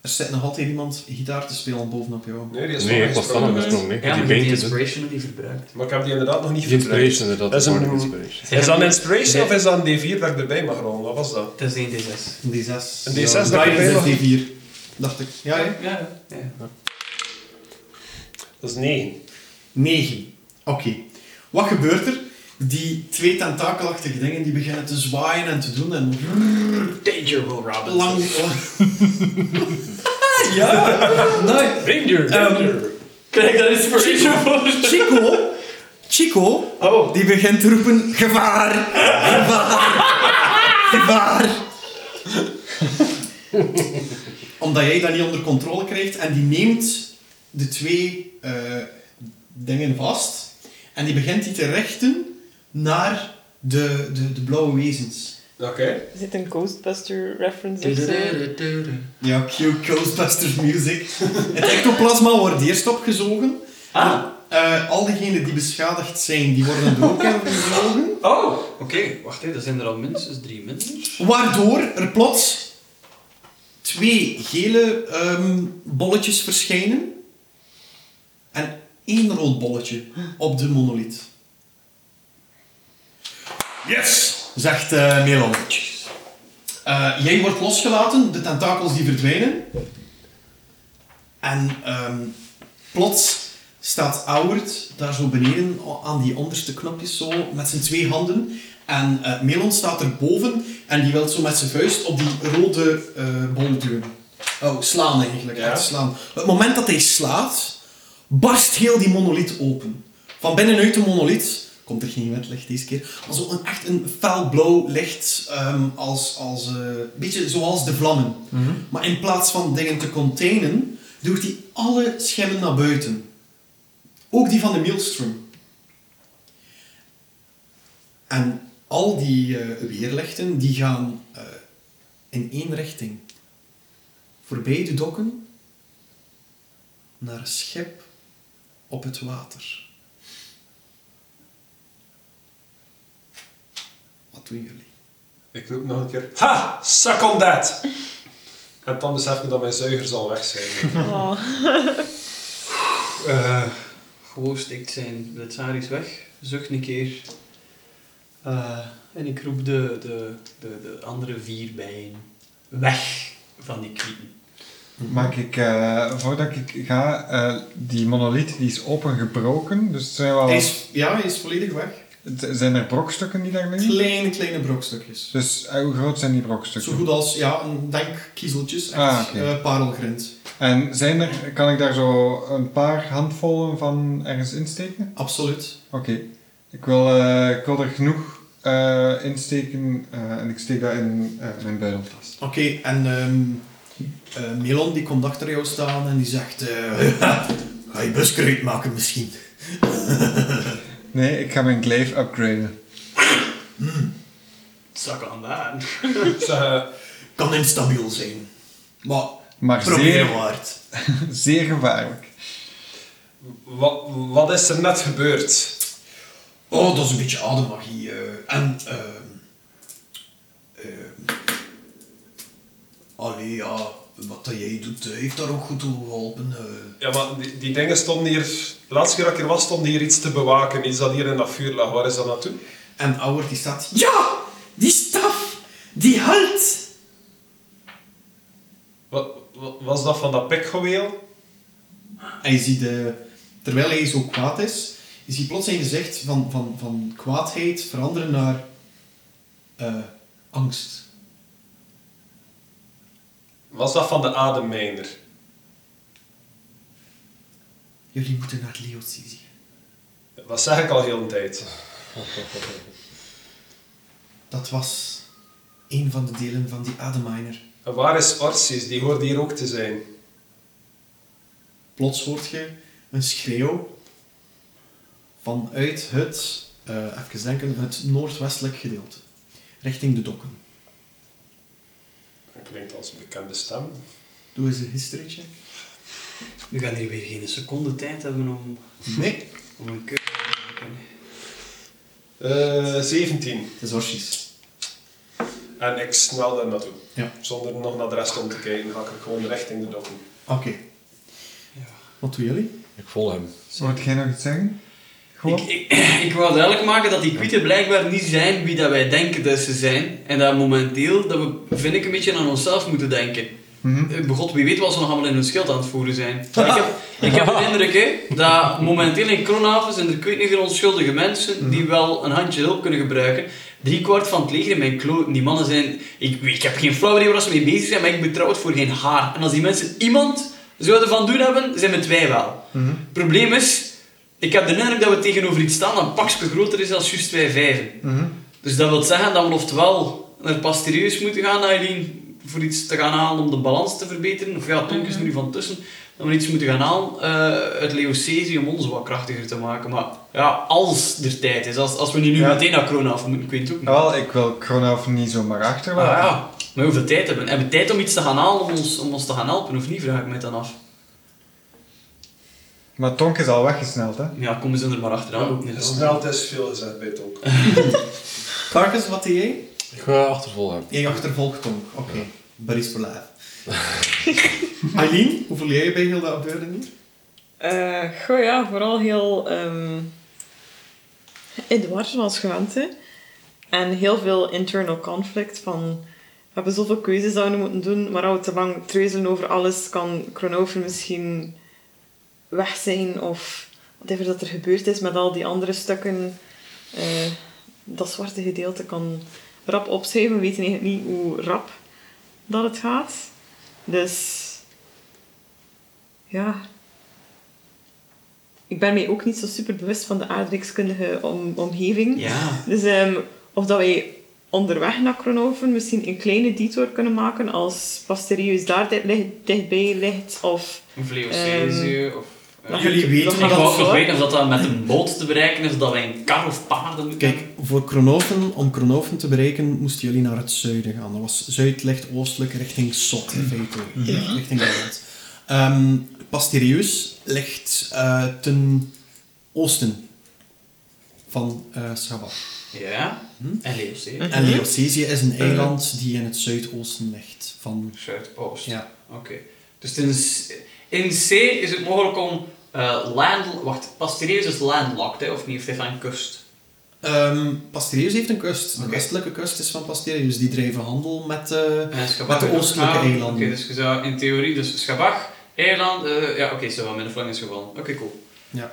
S2: Er zit nog altijd iemand gitaar te spelen bovenop jou.
S3: Nee, die is
S7: Nee,
S3: van
S7: ik was
S3: gesprongen.
S7: dan gesprongen. hè.
S6: Ja,
S7: Die
S6: maar die
S7: beentjes. hè.
S6: inspiration die verbruikt.
S3: Maar ik heb die inderdaad nog niet
S7: Die
S3: verbruikt.
S7: inspiration, inderdaad.
S3: Dat is
S7: die
S3: een-
S7: bardic inspiration.
S3: Is dat een inspiration of is dat een D4 dat ik erbij mag rollen? Wat was dat?
S6: Het is een D6.
S2: Een D6.
S3: Een D6 dat
S2: Guidance
S3: ik
S2: is D4.
S3: erbij
S2: Dacht ik. Ja, ja.
S6: ja. ja.
S3: Dat is 9.
S2: 9. Oké. Wat gebeurt er? Die twee tentakelachtige dingen die beginnen te zwaaien en te doen en
S6: Danger, Will Robinson.
S2: lang... ja! Nee.
S7: Ranger!
S2: Ehm,
S6: Krijg ik daar inspiration <laughs> voor?
S2: Chico... Chico...
S6: Oh.
S2: Die begint te roepen... Gevaar! Gevaar! Gevaar! Omdat jij dat niet onder controle krijgt. En die neemt de twee eh, dingen vast. En die begint die te richten naar de, de, de blauwe wezens.
S3: Oké.
S5: Er zit een Ghostbuster reference eh. of zo.
S2: Ja, cute Ghostbusters music. Het ectoplasma wordt eerst opgezogen.
S6: Ah.
S2: Eh, al diegenen die beschadigd zijn, die worden er ook in gezogen.
S6: Oh, oké. Wacht even, er zijn er al minstens drie minder.
S2: Waardoor er plots twee gele ehm, bolletjes verschijnen en één rood bolletje op de monolith. Yes! Zegt eh Melon. Eh, jij wordt losgelaten, de tentakels die verdwijnen. En ehm, plots staat Auwert daar zo beneden a- aan die onderste knopjes zo met zijn twee handen. En eh, Melon staat erboven en die wil zo met zijn vuist op die rode eh bol duwen. Oh, slaan eigenlijk.
S3: Ja.
S2: echt Slaan. Het moment dat hij slaat, barst heel die monolith open. Van binnenuit de monolith komt er geen windlicht deze keer, maar zo een, echt een felblauw licht, ehm, als, als, eh, een beetje zoals de vlammen. Maar in plaats van dingen te containen, duwt hij alle schimmen naar buiten. Ook die van de Maelstrom. En al die eh, weerlichten die gaan eh, in één richting. Voorbij de dokken naar een schip op het water. Wat doen jullie?
S3: Ik roep nog een keer. Ha! Suck on that! En dan besef ik dat mijn zuigers al weg zijn.
S5: Oh.
S6: Eh Gewoon steekt zijn blitzaris weg, zucht een keer. Eh, en ik roep de, de, de, de andere vier bijen weg van die kwieten.
S4: Maak ik, eh, voordat ik ga, eh, die monolith die is opengebroken. Dus er zijn, wel,
S2: Hij is, ja, hij is volledig weg.
S4: het- zijn er brokstukken die daar liggen?
S2: Kleine, kleine brokstukjes.
S4: Dus eh, hoe groot zijn die
S2: Zo
S4: brokstukken?
S2: goed als, ja, een denk kiezeltjes. Echt
S4: Ah, oké.
S2: eh, parelgrind.
S4: En zijn er, kan ik daar zo een paar handvollen van ergens insteken?
S2: Absoluut.
S4: Oké. Ik, wil, eh, ik wil er genoeg eh, insteken eh, en ik steek dat in eh, mijn buideltas.
S2: Oké, en ehm, eh, Melon die komt achter jou staan en die zegt... eh, <laughs> ga je buskruid maken misschien?
S4: Nee, ik ga mijn glaive upgraden.
S6: Zak aan daar.
S3: Zeg, eh,
S2: Kan instabiel zijn. Maar
S4: Maar
S2: probeer
S4: zeer,
S2: waard.
S4: <laughs> zeer gevaarlijk.
S3: wat, wat is er net gebeurd?
S2: Oh, dat is een beetje ademmagie. eh, en... ehm ehm, allee, ja... Wat dat jij doet, eh, heeft daar ook goed toe geholpen. eh.
S3: Ja, maar die, die dingen stonden hier... De laatste keer dat ik hier was, stonden hier iets te bewaken. Iets dat hier in dat vuur lag. Waar is dat naartoe?
S2: En Auwert die staat... Ja! Die staf! Die halt!
S3: Wat, wat- was dat van dat pikgeweel?
S2: En je ziet, eh, terwijl hij zo kwaad is, je ziet plots zijn gezicht van, van, van kwaadheid veranderen naar eh, angst.
S3: Was dat van de ademmijner?
S2: Jullie moeten naar Leotisie.
S3: Dat zeg ik al heel een tijd.
S2: Dat was een van de delen van die Ademiner.
S3: En waar is Orsis? Die hoort hier ook te zijn.
S2: Plots hoort je een schreeuw vanuit het, eh even denken, het noordwestelijk gedeelte. Richting de dokken.
S3: Dat klinkt als een bekende stem.
S2: Doe eens een history check.
S6: We gaan hier weer geen seconde tijd hebben om,
S2: Nee,
S6: om een keuze te maken.
S3: Eh 17.
S2: het is Orsies.
S3: En ik snel daar naartoe.
S2: Ja.
S3: Zonder nog naar de rest om te kijken, ga ik gewoon richting de dokken.
S2: Oké. Wat doen jullie?
S7: Ik volg hem.
S4: Moet jij nog iets zeggen?
S6: Ik,
S4: Gewoon?
S6: ik, ik <clears throat> wou duidelijk maken dat die kwieten blijkbaar niet zijn wie dat wij denken dat ze zijn. En dat momenteel, dat we, vind ik, een beetje aan onszelf moeten denken.
S4: Mhm.
S6: Eh, God, wie weet wat ze nog allemaal in hun schild aan het voeren zijn.
S4: <laughs>
S6: Maar ik, heb, ik heb de indruk hè, dat momenteel in Kronhaven zijn er kwijtnige onschuldige
S4: Mhm.
S6: mensen die wel een handje hulp kunnen gebruiken. Drie kwart van het leger in mijn kloten. Die mannen zijn... Ik, ik heb geen flauw idee waar ze mee bezig zijn, maar ik betrouw het voor geen haar. En als die mensen iemand zouden van doen hebben, zijn het wij wel.
S4: Mhm.
S6: Het probleem is, ik heb de indruk dat we tegenover iets staan dat een pakje groter is dan juist wij vijven.
S4: Mhm.
S6: Dus dat wil zeggen dat we oftewel naar Pastereus moeten gaan, Aileen, voor iets te gaan halen om de balans te verbeteren. Of ja, Tonk is er nu van tussen. Dat we iets moeten gaan halen eh, uit Leocesi om ons wat krachtiger te maken. Maar ja, als er tijd is. Als, als we niet nu
S4: Ja.
S6: meteen naar Corona af moeten, ik weet het ook niet.
S4: Ah, Wel, ik wil Kronov niet zomaar
S6: Maar
S4: achterlaten.
S6: Ah, ja, maar hoeveel tijd hebben we? Hebben we tijd om iets te gaan halen om ons, om ons te gaan helpen of niet, vraag ik mij dan af.
S4: Maar Tonk is al weggesneld, hè?
S6: Ja, kom eens er maar achteraan lopen.
S3: Snel is veel gezet bij het ook.
S2: Carcass, wat deed jij?
S7: Ik ga achtervolgen.
S2: Jij achtervolgt Tonk. Oké. Buddies for life. Aileen, hoe voel jij je bij heel dat gebeuren hier?
S5: Eh goh, ja, vooral heel ehm Edward was gewend, hè. En heel veel internal conflict van... We hebben zoveel keuzes dat we nu moeten doen, maar als we te lang treuzelen over alles, kan Kronover misschien weg zijn of whatever dat er gebeurd is met al die andere stukken. eh, dat zwarte gedeelte kan rap opschuiven. We weten eigenlijk niet hoe rap dat het gaat. Dus... Ja, ik ben mij ook niet zo super bewust van de aardrijkskundige om- omgeving.
S6: Ja.
S5: Dus ehm, of dat wij onderweg naar Kronoven misschien een kleine detour kunnen maken als Pasterius daar dit ligt- dichtbij ligt. Of
S6: Een Vleocese of... eh,
S5: Nou,
S2: Jullie weten
S5: dat
S6: ik
S5: gaat
S6: wou ook nog
S5: zo.
S6: weten of dat dan met een boot te bereiken is, of dat wij een kar of paarden moeten
S2: Kijk,
S6: hebben.
S2: voor Kronoven, om Kronoven te bereiken, moesten jullie naar het zuiden gaan. Dat was zuid, licht, oostelijk, richting Sot, in feite. Ja, richting Nederland. Ehm Pasterius ligt eh, ten oosten van eh Saba.
S6: Ja.
S2: Hm?
S6: En Leocese.
S2: En Leocesië is een eiland die in het zuidoosten ligt. Van,
S6: Zuidoost.
S2: ja.
S6: Oké. Dus het is- in C is het mogelijk om eh land... Wacht, Pastereus is landlocked, hè, of niet? Of heeft hij een kust?
S2: Ehm Pasterius heeft een kust. De
S6: Oké.
S2: westelijke kust is van Pasterius. Die drijven handel met... eh,
S6: En Schabach
S2: Met de
S6: is
S2: oostelijke
S6: ook- ah,
S2: eilanden.
S6: Oké, dus je zou in theorie... Dus Schabach, eiland... eh, ja, oké, zo, met een vlang is gevallen. Oké, cool.
S2: ja.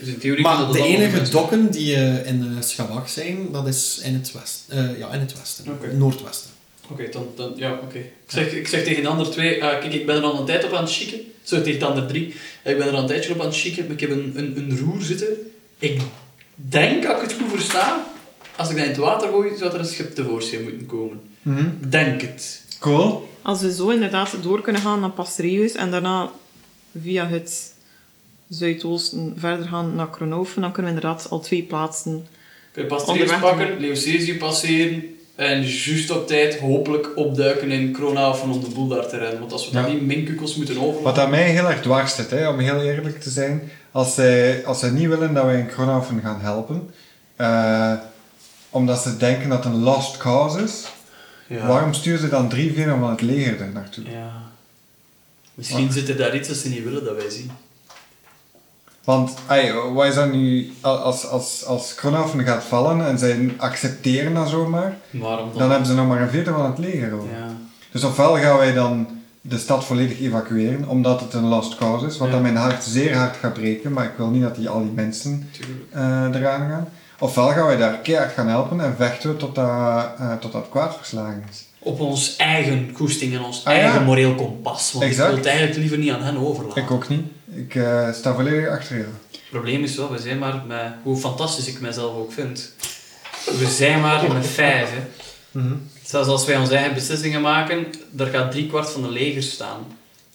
S6: Dus in theorie... kan
S2: Maar
S6: dat
S2: de
S6: dan
S2: enige
S6: nog-
S2: dokken die eh, in eh Schabach zijn, dat is in het, west, eh, ja, in het westen.
S6: Oké.
S2: Noordwesten.
S6: Oké, dan, dan... Ja, oké. Ik, zeg, ik zeg tegen de andere twee... ah, kijk, ik ben er al een tijd op aan het chicken. Zo, tegen de andere drie. Eh, ik ben er al een tijdje op aan het chicken. maar Ik heb een, een, een roer zitten. Ik denk, als ik het goed versta... Als ik dat in het water gooi, zou er een schip tevoorschijn moeten komen.
S4: Mhm.
S6: Ik Denk het.
S4: Cool.
S5: als we zo inderdaad door kunnen gaan naar Pasterius en daarna via het zuidoosten verder gaan naar Kronoven, dan kunnen we inderdaad al twee plaatsen.
S6: Kun je Pastereus
S5: Onderweg
S6: pakken, Leocesië passeren en juist op tijd hopelijk opduiken in Krona of om de boel daar te redden. Want als we daar
S4: Ja.
S6: die minkukkels moeten over...
S4: Wat aan mij heel erg dwars zit, hè, om heel eerlijk te zijn. Als zij, als zij niet willen dat wij een Kronoven gaan helpen, eh, omdat ze denken dat het een lost cause is, waarom sturen ze dan drie veren van het leger er naartoe?
S6: Ja. Misschien zit er daar iets dat ze niet willen dat wij zien.
S4: Want ai, wat is dat nu, als, als, als Kronoven gaat vallen en zij accepteren dat zomaar,
S6: Waarom dan?
S4: dan hebben ze nog maar een vierde van het leger over.
S6: Ja.
S4: Dus ofwel gaan wij dan de stad volledig evacueren, omdat het een lost cause is, wat
S6: Ja.
S4: dan mijn hart zeer hard gaat breken, maar ik wil niet dat die, al die mensen
S6: Tuurlijk.
S4: eh, eraan gaan. Ofwel gaan wij daar keihard gaan helpen en vechten we tot dat, eh, tot dat kwaad verslagen is.
S6: Op ons eigen koesting en ons
S4: Ah, ja.
S6: eigen moreel kompas. Want ik
S4: Exact.
S6: wil het eigenlijk liever niet aan hen overlaten.
S4: Ik ook niet. Ik eh, sta volledig achter jou.
S6: Het probleem is wel, we zijn maar met... Hoe fantastisch ik mezelf ook vind. We zijn maar met vijf, hè.
S4: Mhm.
S6: Zelfs als wij onze eigen beslissingen maken, daar gaat driekwart van de leger staan.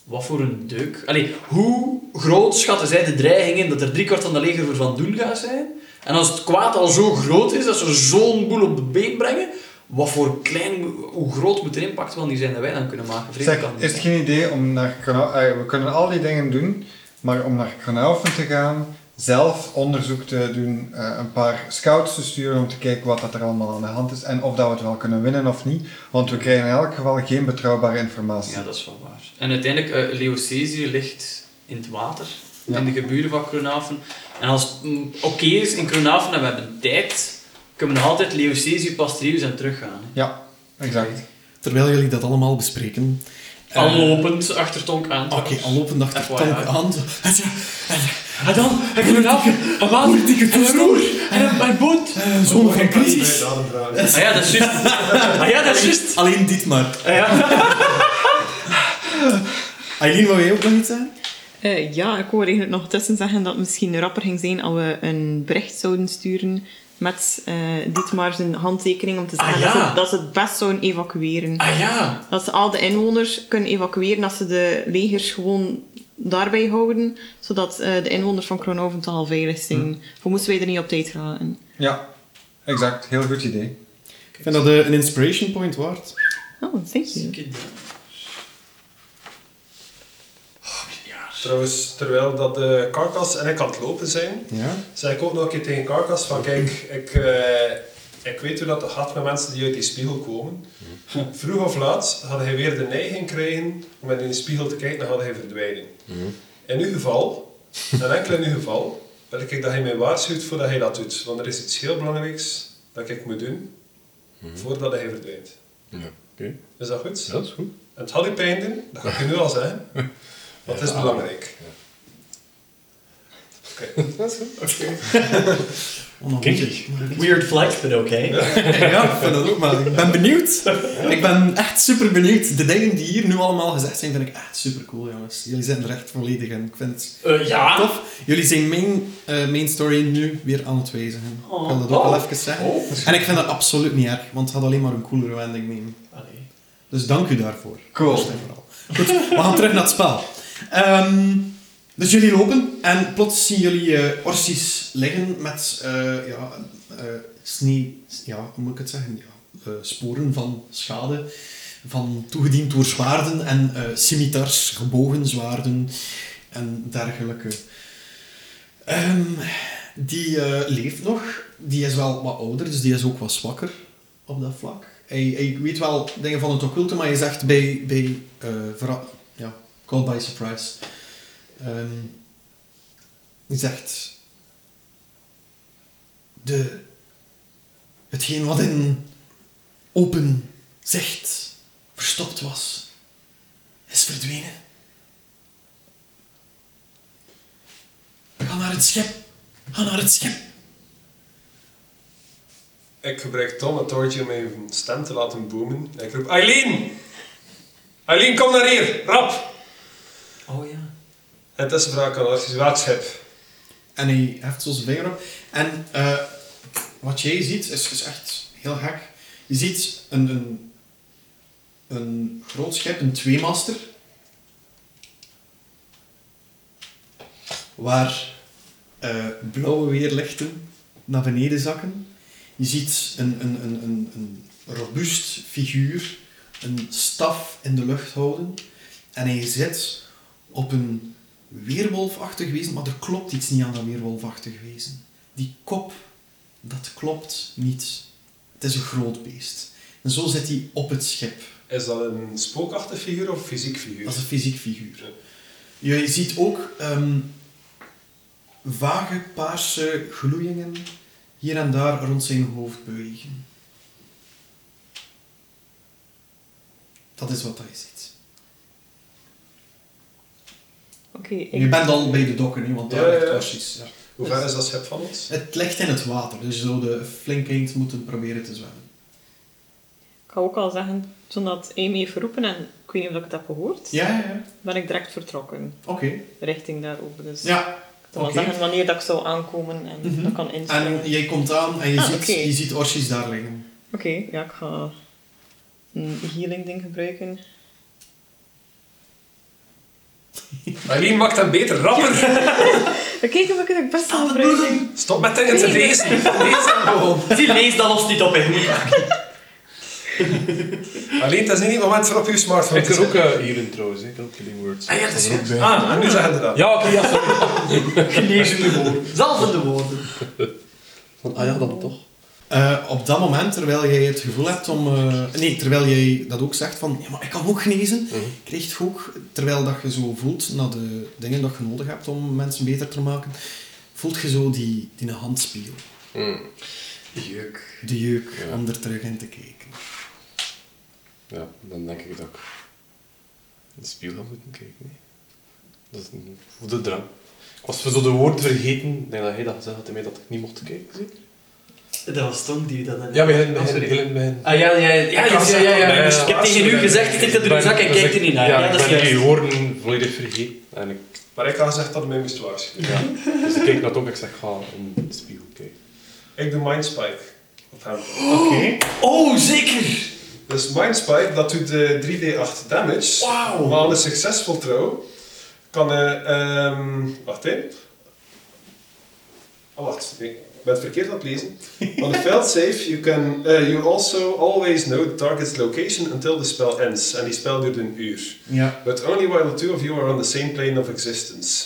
S6: Wat voor een deuk. Allee, hoe groot schatten zij de dreiging in dat er driekwart van de leger voor van doen gaat zijn? En als het kwaad al zo groot is dat ze zo'n boel op de been brengen, wat voor klein, hoe groot moet de impact wel niet zijn dat wij dan kunnen maken? Vreemd
S4: Zeg,
S6: kan niet
S4: is het
S6: zijn.
S4: geen idee om naar Kronau... eh, we kunnen al die dingen doen, maar om naar Kronaufen te gaan, zelf onderzoek te doen, eh, een paar scouts te sturen om te kijken wat dat er allemaal aan de hand is en of dat we het wel kunnen winnen of niet. Want we krijgen in elk geval geen betrouwbare informatie.
S6: Ja, dat is wel waar. En uiteindelijk, eh Leocesië ligt in het water,
S4: Ja.
S6: in de geburen van Kronaven. En als het mm, oké is in Kronaven en we hebben tijd, kunnen we nog altijd Leocesië, Pastrius en teruggaan. hè.
S4: Ja, exact.
S2: Terwijl jullie dat allemaal bespreken. eh,
S6: Al lopend achter Tonk aan.
S2: Oké,
S6: trouwens.
S2: al lopend achter
S6: FYI.
S2: Tonk aan. <laughs>
S6: En dan, en Kronaven, en water, en een roer, en een- mijn boot.
S2: Eh, Zoon van crisis.
S3: Oké.
S6: Ah ja, dat is juist. <laughs> Ah ja, dat is juist.
S2: Alleen dit maar. <laughs>
S6: Ah ja.
S2: Aileen, wou jij ook nog iets zeggen?
S5: Eh, ja, ik hoor eigenlijk nog tussen zeggen dat het misschien rapper ging zijn als we een bericht zouden sturen met eh Dietmar zijn handtekening om te
S6: Ah,
S5: zeggen dat,
S6: ja.
S5: ze, dat ze het best zouden evacueren.
S6: Ah ja.
S5: Dat ze al de inwoners kunnen evacueren, dat ze de legers gewoon daarbij houden, zodat eh, de inwoners van Kroonhoven toch al veilig zijn. Voor moesten wij er niet op tijd raken.
S4: Ja, exact. Heel goed idee.
S2: Ik vind dat eh, een inspiration point waard.
S5: Oh, thank you.
S3: Trouwens, terwijl dat de Karkas en ik aan het lopen zijn,
S2: Ja.
S3: zei ik ook nog een keer tegen Karkas van kijk, ik, eh, Ik weet hoe dat gaat met mensen die uit die spiegel komen. Vroeg of laat had hij weer de neiging krijgen om in die spiegel te kijken en had hij verdwijnen. In uw geval, en enkel in uw geval, wil ik dat hij mij waarschuwt voordat hij dat doet. Want er is iets heel belangrijks dat ik moet doen voordat hij verdwijnt.
S7: Ja. Oké,
S3: Is dat goed?
S7: dat is goed.
S3: En het had u pijn doen, dat ga ik u nu al zeggen. Want het is belangrijk. Oké.
S2: Onhandig.
S8: Weird flex, but okay.
S2: Ja, ik vind dat ook, maar ik ben benieuwd. Ik ben echt super benieuwd. De dingen die hier nu allemaal gezegd zijn, vind ik echt super cool, jongens. Jullie zijn er echt volledig in. Ik vind het
S8: Eh, ja.
S2: tof. Jullie zijn mijn, eh, mijn story nu weer aan het wijzigen. Ik wil dat ook
S8: Oh.
S2: wel even zeggen. En ik vind dat absoluut niet erg, want het had alleen maar een coolere wending nemen.
S8: Allee.
S2: Dus dank u daarvoor.
S8: Cool.
S2: Eerst en vooral. Goed, we gaan terug naar het spel. Ehm, dus jullie lopen en plots zien jullie eh orsies liggen met eh, ja, eh, sneeuw, ja, hoe moet ik het zeggen? Ja, eh, sporen van schade, van toegediend door zwaarden en eh scimitars, gebogen zwaarden en dergelijke. Ehm, die eh, leeft nog, die is wel wat ouder, dus die is ook wat zwakker op dat vlak. Hij, hij weet wel dingen van het occulte, maar je zegt bij, bij eh, vera- ja, call by surprise. Ehm je zegt de, hetgeen wat in open zicht verstopt was, is verdwenen. Ga naar het schip. Ga naar het schip.
S3: Ik gebruik Tom het toortje om mijn stem te laten boomen. Ik roep, Eileen! Eileen, kom naar hier, rap!
S8: Oh ja.
S3: En tussen vraag ik aan Arthur, waar is het?
S2: En hij heft zo zijn vinger op. En eh, wat jij ziet is, is echt heel gek. Je ziet een, een, een groot schip, een tweemaster. Waar eh, blauwe weerlichten naar beneden zakken. Je ziet een, een, een, een, een robuust figuur een staf in de lucht houden. En hij zit op een weerwolfachtig wezen, maar er klopt iets niet aan dat weerwolfachtig wezen. Die kop, dat klopt niet. Het is een groot beest. En zo zit hij op het schip.
S3: Is dat een spookachtig figuur of fysiek figuur?
S2: Dat is een fysiek figuur. Je ziet ook ehm, vage paarse gloeiingen hier en daar rond zijn hoofd bewegen. Dat is wat hij ziet.
S5: Oké,
S2: Je
S5: ik...
S2: bent al bij de dokken, hè, want daar
S3: Ja, ja,
S2: ligt
S3: ja.
S2: Orsies, ja.
S3: Hoe ver is dat schip van ons?
S2: Het ligt in het water, dus je zou de flink eind moeten proberen te zwemmen.
S5: ik ga ook al zeggen, toen dat Amy heeft geroepen en ik weet niet of ik het heb gehoord,
S2: Ja, ja, ja.
S5: ben ik direct vertrokken
S2: Oké.
S5: richting daarover. Dus
S2: Ja.
S5: ik kan wel
S2: oké.
S5: zeggen wanneer dat ik zou aankomen en
S2: Mhm.
S5: dat kan inspelen.
S2: En jij komt aan en je,
S5: Ah,
S2: ziet,
S5: oké.
S2: je ziet Orsies daar liggen.
S5: Oké, ja, ik ga een healing ding gebruiken.
S3: Eileen, maakt hem beter, rapper!
S5: We kijken of ik het best kan gebruiken.
S3: Stop met dingen te lezen! Lees hem gewoon!
S6: <laughs>
S8: Die leest dan ons niet op, hè.
S3: Eileen, het is niet het moment voor op je smartphone
S7: Ik
S3: te
S7: kan ook
S3: zitten.
S7: eh, hier in trouwens, hè. ik kan ook Killing Words.
S8: Ah ja, dat is
S7: er ook bij.
S3: Ah, en nu zeggen ze dat.
S7: Ja, oké, ja, sorry.
S8: Genezende woorden. Zalvende woorden.
S7: Van, ah ja,
S8: Oh.
S7: dan toch.
S2: Eh, op dat moment, terwijl jij het gevoel hebt om... eh, nee, terwijl jij dat ook zegt van, ja, maar ik kan ook genezen, krijg je ook, terwijl dat je zo voelt naar de dingen dat je nodig hebt om mensen beter te maken, voelt je zo die, die handspiegel,
S6: Jeuk.
S2: de jeuk,
S7: Ja.
S2: om er terug in te kijken.
S7: Ja, dan denk ik dat ik in de spiegel had moeten kijken. nee. Dat is een goede drang. Ik was zo de woorden vergeten. Ik denk dat hij dat gezegd had tegen mij dat ik niet mocht kijken, zeker?
S8: Dat was Tom die dat dan...
S7: Ja, begin, begin,
S8: sorry.
S7: begin, begin.
S8: Ah ja, ja, ja, ja,
S3: Ik
S8: ja,
S3: had
S8: ja,
S3: gezegd
S8: ja,
S3: dat
S8: ja,
S3: wij
S8: ja.
S3: moesten
S8: dus Ik heb tegen u
S3: waarschuwen.
S8: gezegd, ik zit er in de zak en kijk er niet naar.
S7: Ja,
S8: Ja, dat is
S7: ik ben die
S8: juist.
S7: woorden volledig vergeten. En ik,
S3: Maar ik had gezegd dat hij mij moest waarschuwen.
S7: ja. Dus ik kijk naar Tom en ik zeg, ga in de spiegel kijken.
S3: Ik doe Mindspike op hem.
S2: Oké.
S8: Oh, zeker!
S3: Dus Mindspike, dat doet eh, 3d8 damage.
S8: Wauw.
S3: Maar aan een succesvol trouw kan eh ehm, wacht hè. Oh, wacht. Nee, ik ben het verkeerd aan het lezen. On a failed save, you, can, eh, you also always know the target's location until the spell ends. En die spel duurt een uur.
S2: Ja.
S3: But only while the two of you are on the same plane of existence.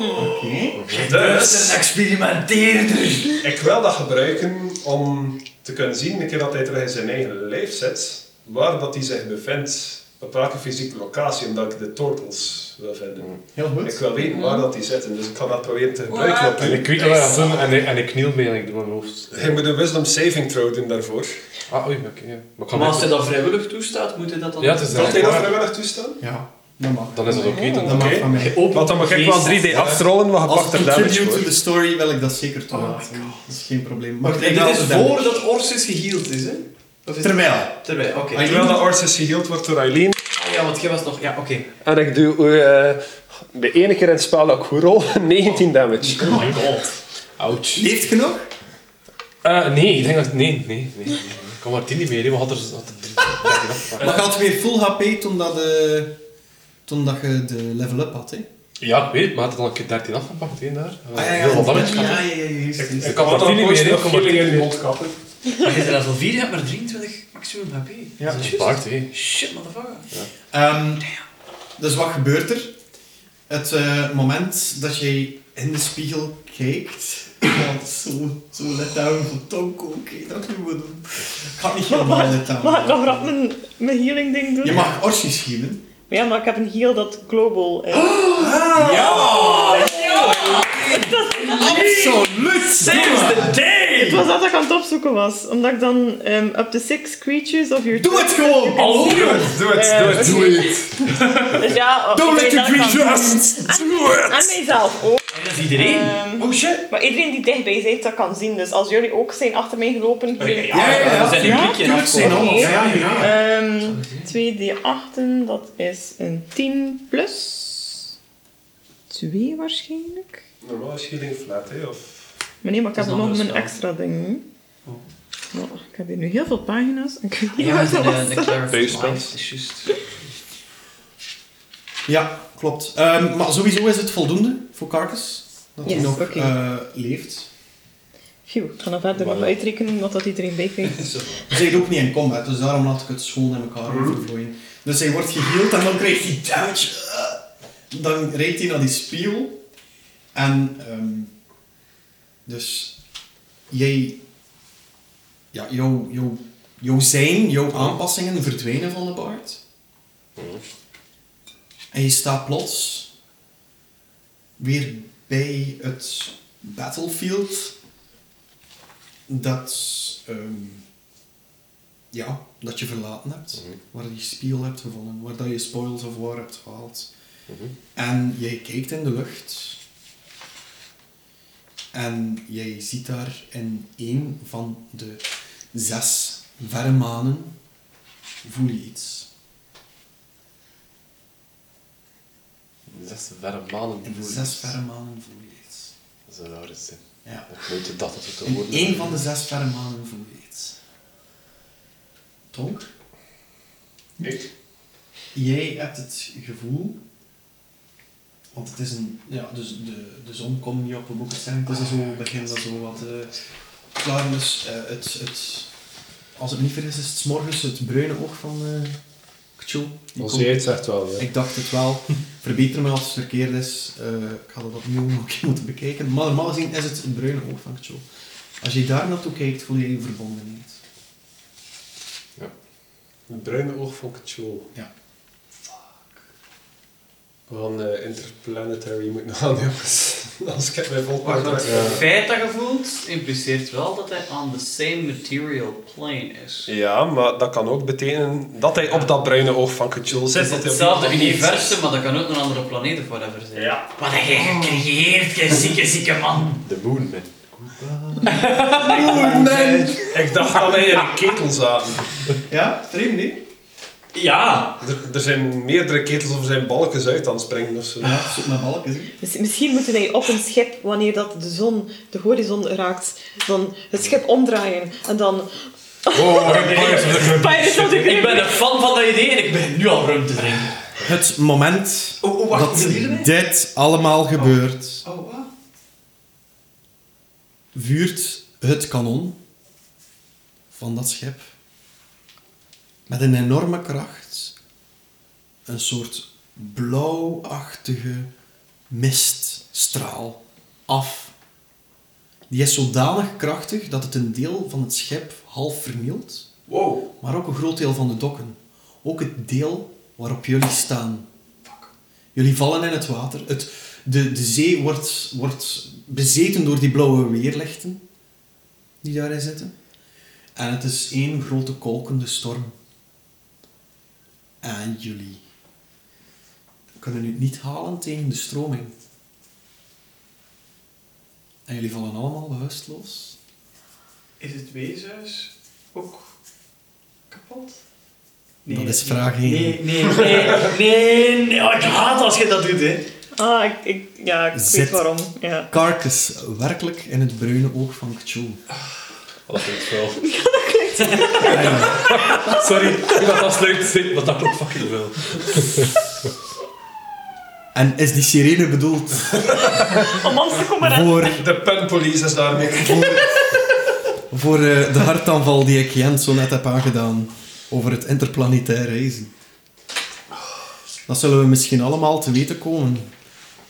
S2: Oké.
S6: Dus-
S8: Dus, een experimenteerder!
S3: Ik wil dat gebruiken om te kunnen zien, een keer dat hij terug in zijn eigen lijf zit, waar dat hij zich bevindt, op welke fysieke locatie, omdat ik de tortels wil vinden.
S2: Heel goed.
S3: Ik wil weten waar dat die zitten, dus ik kan dat proberen te gebruiken op
S7: En
S3: u.
S7: ik weet wat ik aan het doen en ik, en ik kniel mee en ik doe mijn hoofd.
S3: Hij moet een wisdom saving throw doen daarvoor.
S7: Ah, oei, oké. ja. Maar ik ga
S8: Maar als hij
S7: mee-
S8: dat vrijwillig toestaat, moet hij dat dan...
S7: Ja, het is
S3: Kan hij dat
S7: eigenlijk waar.
S3: vrijwillig toestaan?
S2: Ja, dan mag.
S7: Dan is dat oké. dan-
S2: Dat mag
S3: Oké.
S2: van mij.
S3: Want dan mag ik wel 3D afrollen, want je
S2: Als
S3: pakt er damage
S2: contribute to
S3: voor.
S2: the story wil ik dat zeker doen. dat is geen probleem. Maar
S8: Wacht, en dit is voordat Orsus geheeld is, hè? Of is
S2: Terwijl.
S8: het- Terwijl, oké.
S2: Ah,
S3: Terwijl dat Orsis geheeld wordt door Eileen.
S8: Ah, Ja, want jij was nog... Ja, oké.
S9: En ik doe eh, de ene keer in het spel dat ik goed rol, 19 damage.
S8: Oh my god.
S7: Ouch.
S2: Leeft genoeg?
S7: Eh, nee, ik denk dat... Nee, nee, nee. nee. Ik kan maar 10 niet meer, hè, maar had er... Had er drie-
S2: Maar je had weer full HP toen dat, eh, toen dat je de level up had, hè?
S7: Ja, ik weet het, maar had er dan een keer 13 afgepakt, één daar.
S2: Ah, ja, ja,
S7: Heel veel
S2: ja,
S7: damage gehad.
S2: ja, ja, ja, juist, juist.
S7: Ik kan maar 10 niet meer, hè. Ik kan maar 10 niet meer.
S3: mondkappen.
S8: Maar je er level 4, je hebt maar 23 maximum HP.
S2: Ja,
S8: dat is juist.
S7: Paard, hè.
S8: Shit, motherfucker.
S2: Ehm, dus wat gebeurt er? Het eh, moment dat jij in de spiegel kijkt... Want zo, zo let down van Tonko, oké, dat nu we doen. Ik ga niet helemaal let down.
S5: Mag ik nog rap mijn, mijn healing ding doen?
S2: Je mag orsies geven.
S5: Ja, maar ik heb een heal dat global eh, is.
S2: <gasps> Absoluut!
S8: Save the day!
S5: Het was dat ik aan het opzoeken was. Omdat ik dan ehm, up to six creatures of your...
S2: Doe het gewoon!
S8: Hallo,
S3: Doe het,
S5: Eh,
S3: doe het. Doe het.
S5: <laughs> Dus ja,
S2: Don't
S5: oké,
S2: let
S5: dat
S2: you be <laughs>
S5: kan-
S2: just! Do it!
S5: En mijzelf ook.
S8: Dat is iedereen.
S5: Ehm,
S8: Oh shit.
S5: maar iedereen die dichtbij zit, dat kan zien. Dus als jullie ook zijn achter mij gelopen... jullie-
S2: Ja, ja, ja.
S8: We zijn nu een blikje
S2: Tuurlijk zijn
S8: afgelopen.
S2: allemaal.
S5: Oké.
S2: Ja, Ah, ja.
S5: Ehm 2d8, dat is een 10 plus 2 waarschijnlijk.
S3: Normaal is healing flat, hè? Of...
S5: Maar nee, maar ik
S8: Dat
S5: heb
S8: is
S5: nog
S8: een
S5: mijn
S8: andere
S5: extra ding. hè. Oh, ik heb hier nu heel veel pagina's. en Ik weet niet
S8: Ja,
S5: waar
S8: we zijn
S5: dat
S8: eh,
S5: was.
S8: de Clara
S9: Basement.
S8: Life, is juist.
S2: Ja, klopt. Ehm, maar sowieso is het voldoende voor Carcass. Dat hij
S5: Yes,
S2: nog
S5: oké.
S2: eh, leeft.
S5: Phew, ik ga nog verder nog uitrekenen wat dat iedereen bij krijgt.
S2: Ze zit ook niet in combat, dus daarom laat ik het schoon in elkaar overvloeien. Dus hij wordt geheeld en dan krijgt hij damage. Eh, Dan rijdt hij naar die spiegel. En ehm, dus jij, ja, jouw, jouw, jouw zijn, jouw aanpassingen verdwijnen van de baard. En je staat plots weer bij het battlefield dat, ehm, ja, dat je verlaten hebt, waar je spiegel hebt gevonden, waar dat je spoils of war hebt gehaald. En jij kijkt in de lucht en jij ziet daar in één van de zes verre manen, voel je iets.
S7: Zes verre maanden.
S2: In de zes verre manen voel je iets.
S7: Dat is een rare zin.
S2: Ja.
S7: Ik weet het dat dat het
S2: In
S7: woord
S2: één van de zes verre manen voel je iets. Tonk?
S3: Ik?
S2: Jij hebt het gevoel, want het is een, ja, dus de, de zon komt niet op een boek zijn, het is zo, begin dat zo wat eh, klaar. Dus eh, het, het, als het niet ver is, is het 's morgens het bruine oog van eh Kcho. Die
S3: Als
S2: komt-
S3: jij het zegt wel, ja.
S2: Ik dacht het wel. Verbeter me als het verkeerd is. Eh, ik ga dat opnieuw nog even moeten bekijken. Maar normaal gezien is het het bruine oog van Kcho. Als je daar naartoe kijkt, voel je je verbondenheid.
S3: Het bruine oog van Cthulhu.
S2: Ja.
S3: We gaan eh, Interplanetary moeten gaan, <laughs> jongens. Anders krijg ik mijn
S8: Wacht,
S3: volgende
S8: want het feit dat je voelt, impliceert wel dat hij on the same material plane is.
S3: Ja, maar dat kan ook betekenen dat hij op dat bruine oog van Cthulhu
S8: Dus Het is
S3: zit. dat hij op
S8: hetzelfde
S3: die-
S8: universum, maar dat kan ook een andere planeet of whatever zijn. Ja. Wat heb jij gecreëerd, je zieke, zieke man?
S7: De moon, man.
S3: Ik dacht dat hij in een ketel zaten.
S2: Ja, vreemd nee?
S8: Ja.
S3: Er, er zijn meerdere ketels of er zijn balkjes uit aan het springen of zo.
S2: Ja, zoek naar balken. zie.
S5: Dus misschien moeten wij op een schip, wanneer dat de zon de horizon raakt, dan het schip omdraaien. En dan...
S7: Oh, Pirates of the Caribbean.
S5: <laughs> Pirates of the
S8: Ik
S5: Caribbean.
S8: ben een fan van dat idee en ik ben nu al ruimte drinken.
S2: Het moment
S8: Oh, oh, wacht, hoeveel hielden wij?
S2: dat dit allemaal gebeurt,
S8: Oh, wat?
S2: vuurt het kanon van dat schip met een enorme kracht een soort blauwachtige miststraal af Die is zodanig krachtig dat het een deel van het schip half vernielt,
S6: Wow.
S2: maar ook een groot deel van de dokken. Ook het deel waarop jullie staan. Jullie vallen in het water. Het, de, de zee wordt, wordt bezeten door die blauwe weerlichten die daarin zitten. En het is één grote kolkende storm. En jullie kunnen het niet halen tegen de stroming. En jullie vallen allemaal bewusteloos.
S6: Is het weeshuis ook kapot?
S2: Dat is vraag één.
S6: Nee, nee, nee, nee, nee. Oh, ik haat als je dat doet, hè.
S5: Ah, ik, ik, ja, ik
S2: Zit.
S5: weet waarom. Ja.
S2: Carcass, werkelijk in het bruine oog van Kchul.
S7: Oh, Dat klinkt wel.
S2: <laughs>
S7: <laughs> Sorry, ik dacht dat leuk zit, maar dat klopt fucking wel.
S2: En is die sirene bedoeld
S5: Oh man, kom maar aan.
S2: voor,
S3: De pen police is daarmee.
S2: voor eh, de hartaanval die ik Jens zo net heb aangedaan over het interplanetair reizen? Dat zullen we misschien allemaal te weten komen.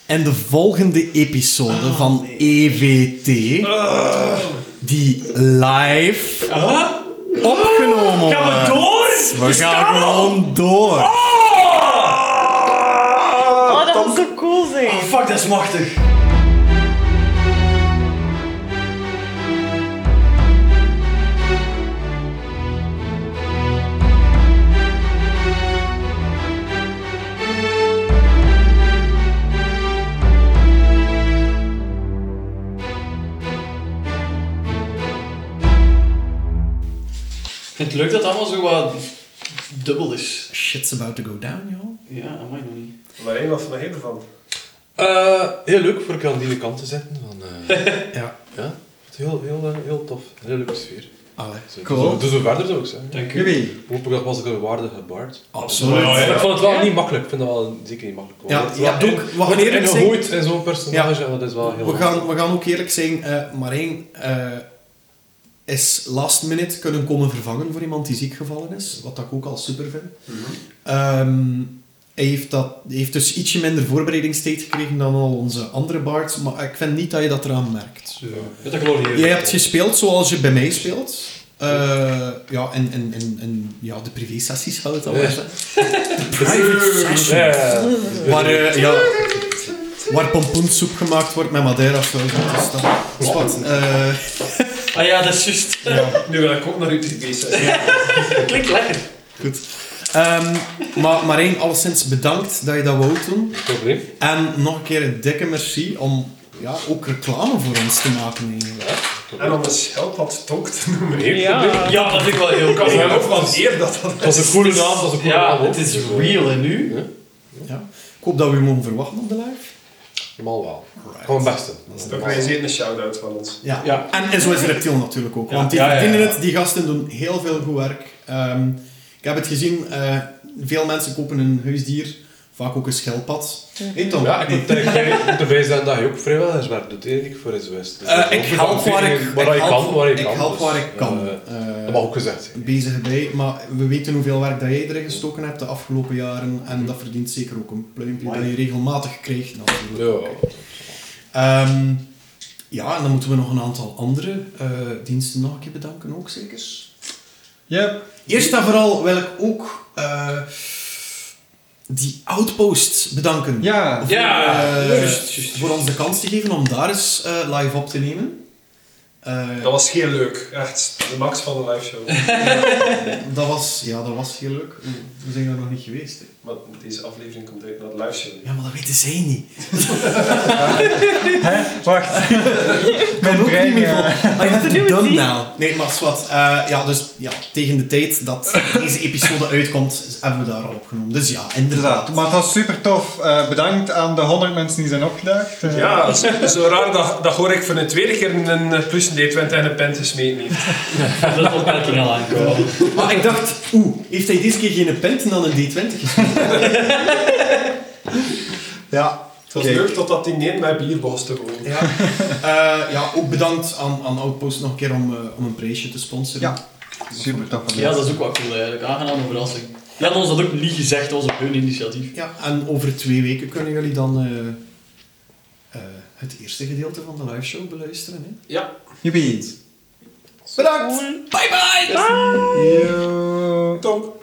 S2: En de volgende episode van EVT, die live opgenomen
S6: Gaan
S2: wordt.
S6: we door?
S2: Oh,
S6: Dus
S2: We gaan gewoon door.
S6: Ah!
S5: Oh, dat moet zo cool zijn.
S6: Oh, Fuck, dat is machtig. Ik vind het leuk dat het allemaal zo wat dubbel is.
S2: Shit's about to go down, joh.
S6: Ja, amai nog niet.
S3: Marijn, wat vond je ervan?
S7: Eh, heel leuk voor ik aan die kant te zetten. Van, eh, <laughs>
S2: Ja.
S7: ja. Heel, heel, eh, heel tof. Een hele leuke sfeer.
S2: Allee,
S7: Zo,
S2: cool.
S7: Doe zo verder zou ik zeggen.
S6: Dank u.
S2: Jullie.
S7: Hopelijk was ik een waardige baard.
S2: Absoluut. Ja,
S7: Ik vond het wel niet makkelijk. Ik vind het wel zeker niet makkelijk.
S2: Ja,
S7: Het is
S2: je
S7: wel
S2: hebt ook-
S7: in-
S2: we gaan eerlijk
S7: in
S2: zijn-
S7: gehoord in zo'n personage, en dat is wel heel
S2: We gaan, we gaan ook eerlijk zijn, eh Marijn eh, is last minute kunnen komen vervangen voor iemand die ziek gevallen is, wat dat ik ook al super vind. Ehm, hij heeft, dat, hij heeft dus ietsje minder voorbereidingstijd gekregen dan al onze andere bards, maar ik vind niet dat je dat eraan merkt.
S6: Dat ik geloof
S2: Jij hebt gespeeld zoals je bij mij speelt. Eh, ja, en, en, en, en ja, de privé-sessies hadden het al
S7: Ja.
S2: eens, hè. Waar, eh, ja, waar pompoensoep gemaakt wordt met madeira zo. Dat is dat. Dus wat, eh,
S6: Ah ja, dat is juist.
S3: Nu wil ik ook naar uw tv
S6: Dat klinkt lekker.
S2: Goed. Ehm, maar Marijn, alleszins bedankt dat je dat wou doen.
S7: Geen probleem.
S2: En nog een keer een dikke merci om ja, ook reclame voor ons te maken. eigenlijk.
S3: En om een schelpad tolk te noemen.
S7: Geen
S5: Ja.
S7: probleem.
S6: Ja, dat vind ik wel heel
S3: Ik
S6: cool.
S3: ben ook van eer dat dat...
S7: Het was een coole naam, het was een coole naam.
S6: Ja,
S7: ook.
S6: het is
S7: Dus, eh,
S6: real en nu.
S2: Ja. Ik hoop dat we je mogen verwachten op de live.
S7: Normaal wel. Gewoon het beste.
S3: Dan krijg je een shout-out van ons.
S2: Ja.
S6: Ja.
S2: En, en zo is Reptiel natuurlijk ook.
S6: Ja.
S2: Want die
S6: Ja, ja, ja.
S2: verdienen het. Die gasten doen heel veel goed werk. Ehm, ik heb het gezien. eh, veel mensen kopen een huisdier. Vaak ook een schelpad.
S7: Mhm.
S2: Hey, Tom?
S7: Ja, ik moet eh, ik moet erbij zijn dat je ook vrijwilligerswerk doet, Erik, voor is West. Dus
S2: Eh,
S7: dat is
S2: ik
S7: ook
S2: help
S7: een
S2: waar ik,
S7: ding waar je kan. Waar je
S2: ik
S7: kan,
S2: help
S7: dus,
S2: waar ik kan.
S7: eh,
S2: Eh,
S7: dat mag ook gezegd zijn.
S2: bezig bij, maar we weten hoeveel werk dat jij erin gestoken hebt de afgelopen jaren en dat verdient zeker ook een pluimpje dat je regelmatig krijgt natuurlijk.
S7: Ja.
S2: Ehm, ja, en dan moeten we nog een aantal andere eh, diensten nog een keer bedanken ook zeker.
S4: Yep.
S2: Eerst en vooral wil ik ook eh, die outposts bedanken.
S4: Ja.
S6: Ja,
S2: Eh,
S6: juist, juist.
S2: voor ons de kans te geven om daar eens eh, live op te nemen. Eh,
S3: Dat was heel leuk. Echt, de max van de live show.
S2: dat was, ja, dat was heel leuk.
S6: Mm.
S2: We zijn daar nog niet geweest. Hè.
S3: Want deze aflevering komt uit naar de live show.
S2: Ja, maar dat weten zij niet.
S4: Hè?
S2: <laughs>
S4: Wacht. Mijn
S2: ook niet
S4: brein...
S2: meer Oh,
S4: eh,
S2: vol. I have to
S5: Doe het
S2: do it
S5: niet.
S2: now. nou? Nee, maar zwart. Eh, ja, dus ja, tegen de tijd dat deze episode uitkomt, is- hebben we daar al opgenomen. Dus ja, inderdaad.
S4: Inderdaad, maar het was super tof. Eh, bedankt aan de 100 mensen die zijn opgedaagd. Eh,
S3: Ja, zo, zo raar dat, dat hoor ik voor de tweede keer een eh, plus een D20 en een pent gesmeten heeft.
S6: dat is opmerking al aankomen.
S2: Maar ik dacht, oeh, heeft hij deze keer geen pint en dan een D20 gespeeld?
S4: <laughs> ja.
S3: Het was
S2: Kijk.
S3: leuk totdat die neer met bier begon te gooien.
S2: Ja. Eh, ja, ook bedankt aan, aan Outpost nog een keer om, eh, om een prijsje te sponsoren.
S4: Ja. Super tof.
S6: Ja, dat is ook wel cool eigenlijk. Aangename verrassing. Die hadden ons dat ook niet gezegd, dat was op hun initiatief.
S2: Ja, en over twee weken kunnen jullie dan eh, eh, het eerste gedeelte van de liveshow beluisteren. Hè.
S3: Ja.
S4: Joepie.
S2: Bedankt!
S4: Yo.
S3: Tonk.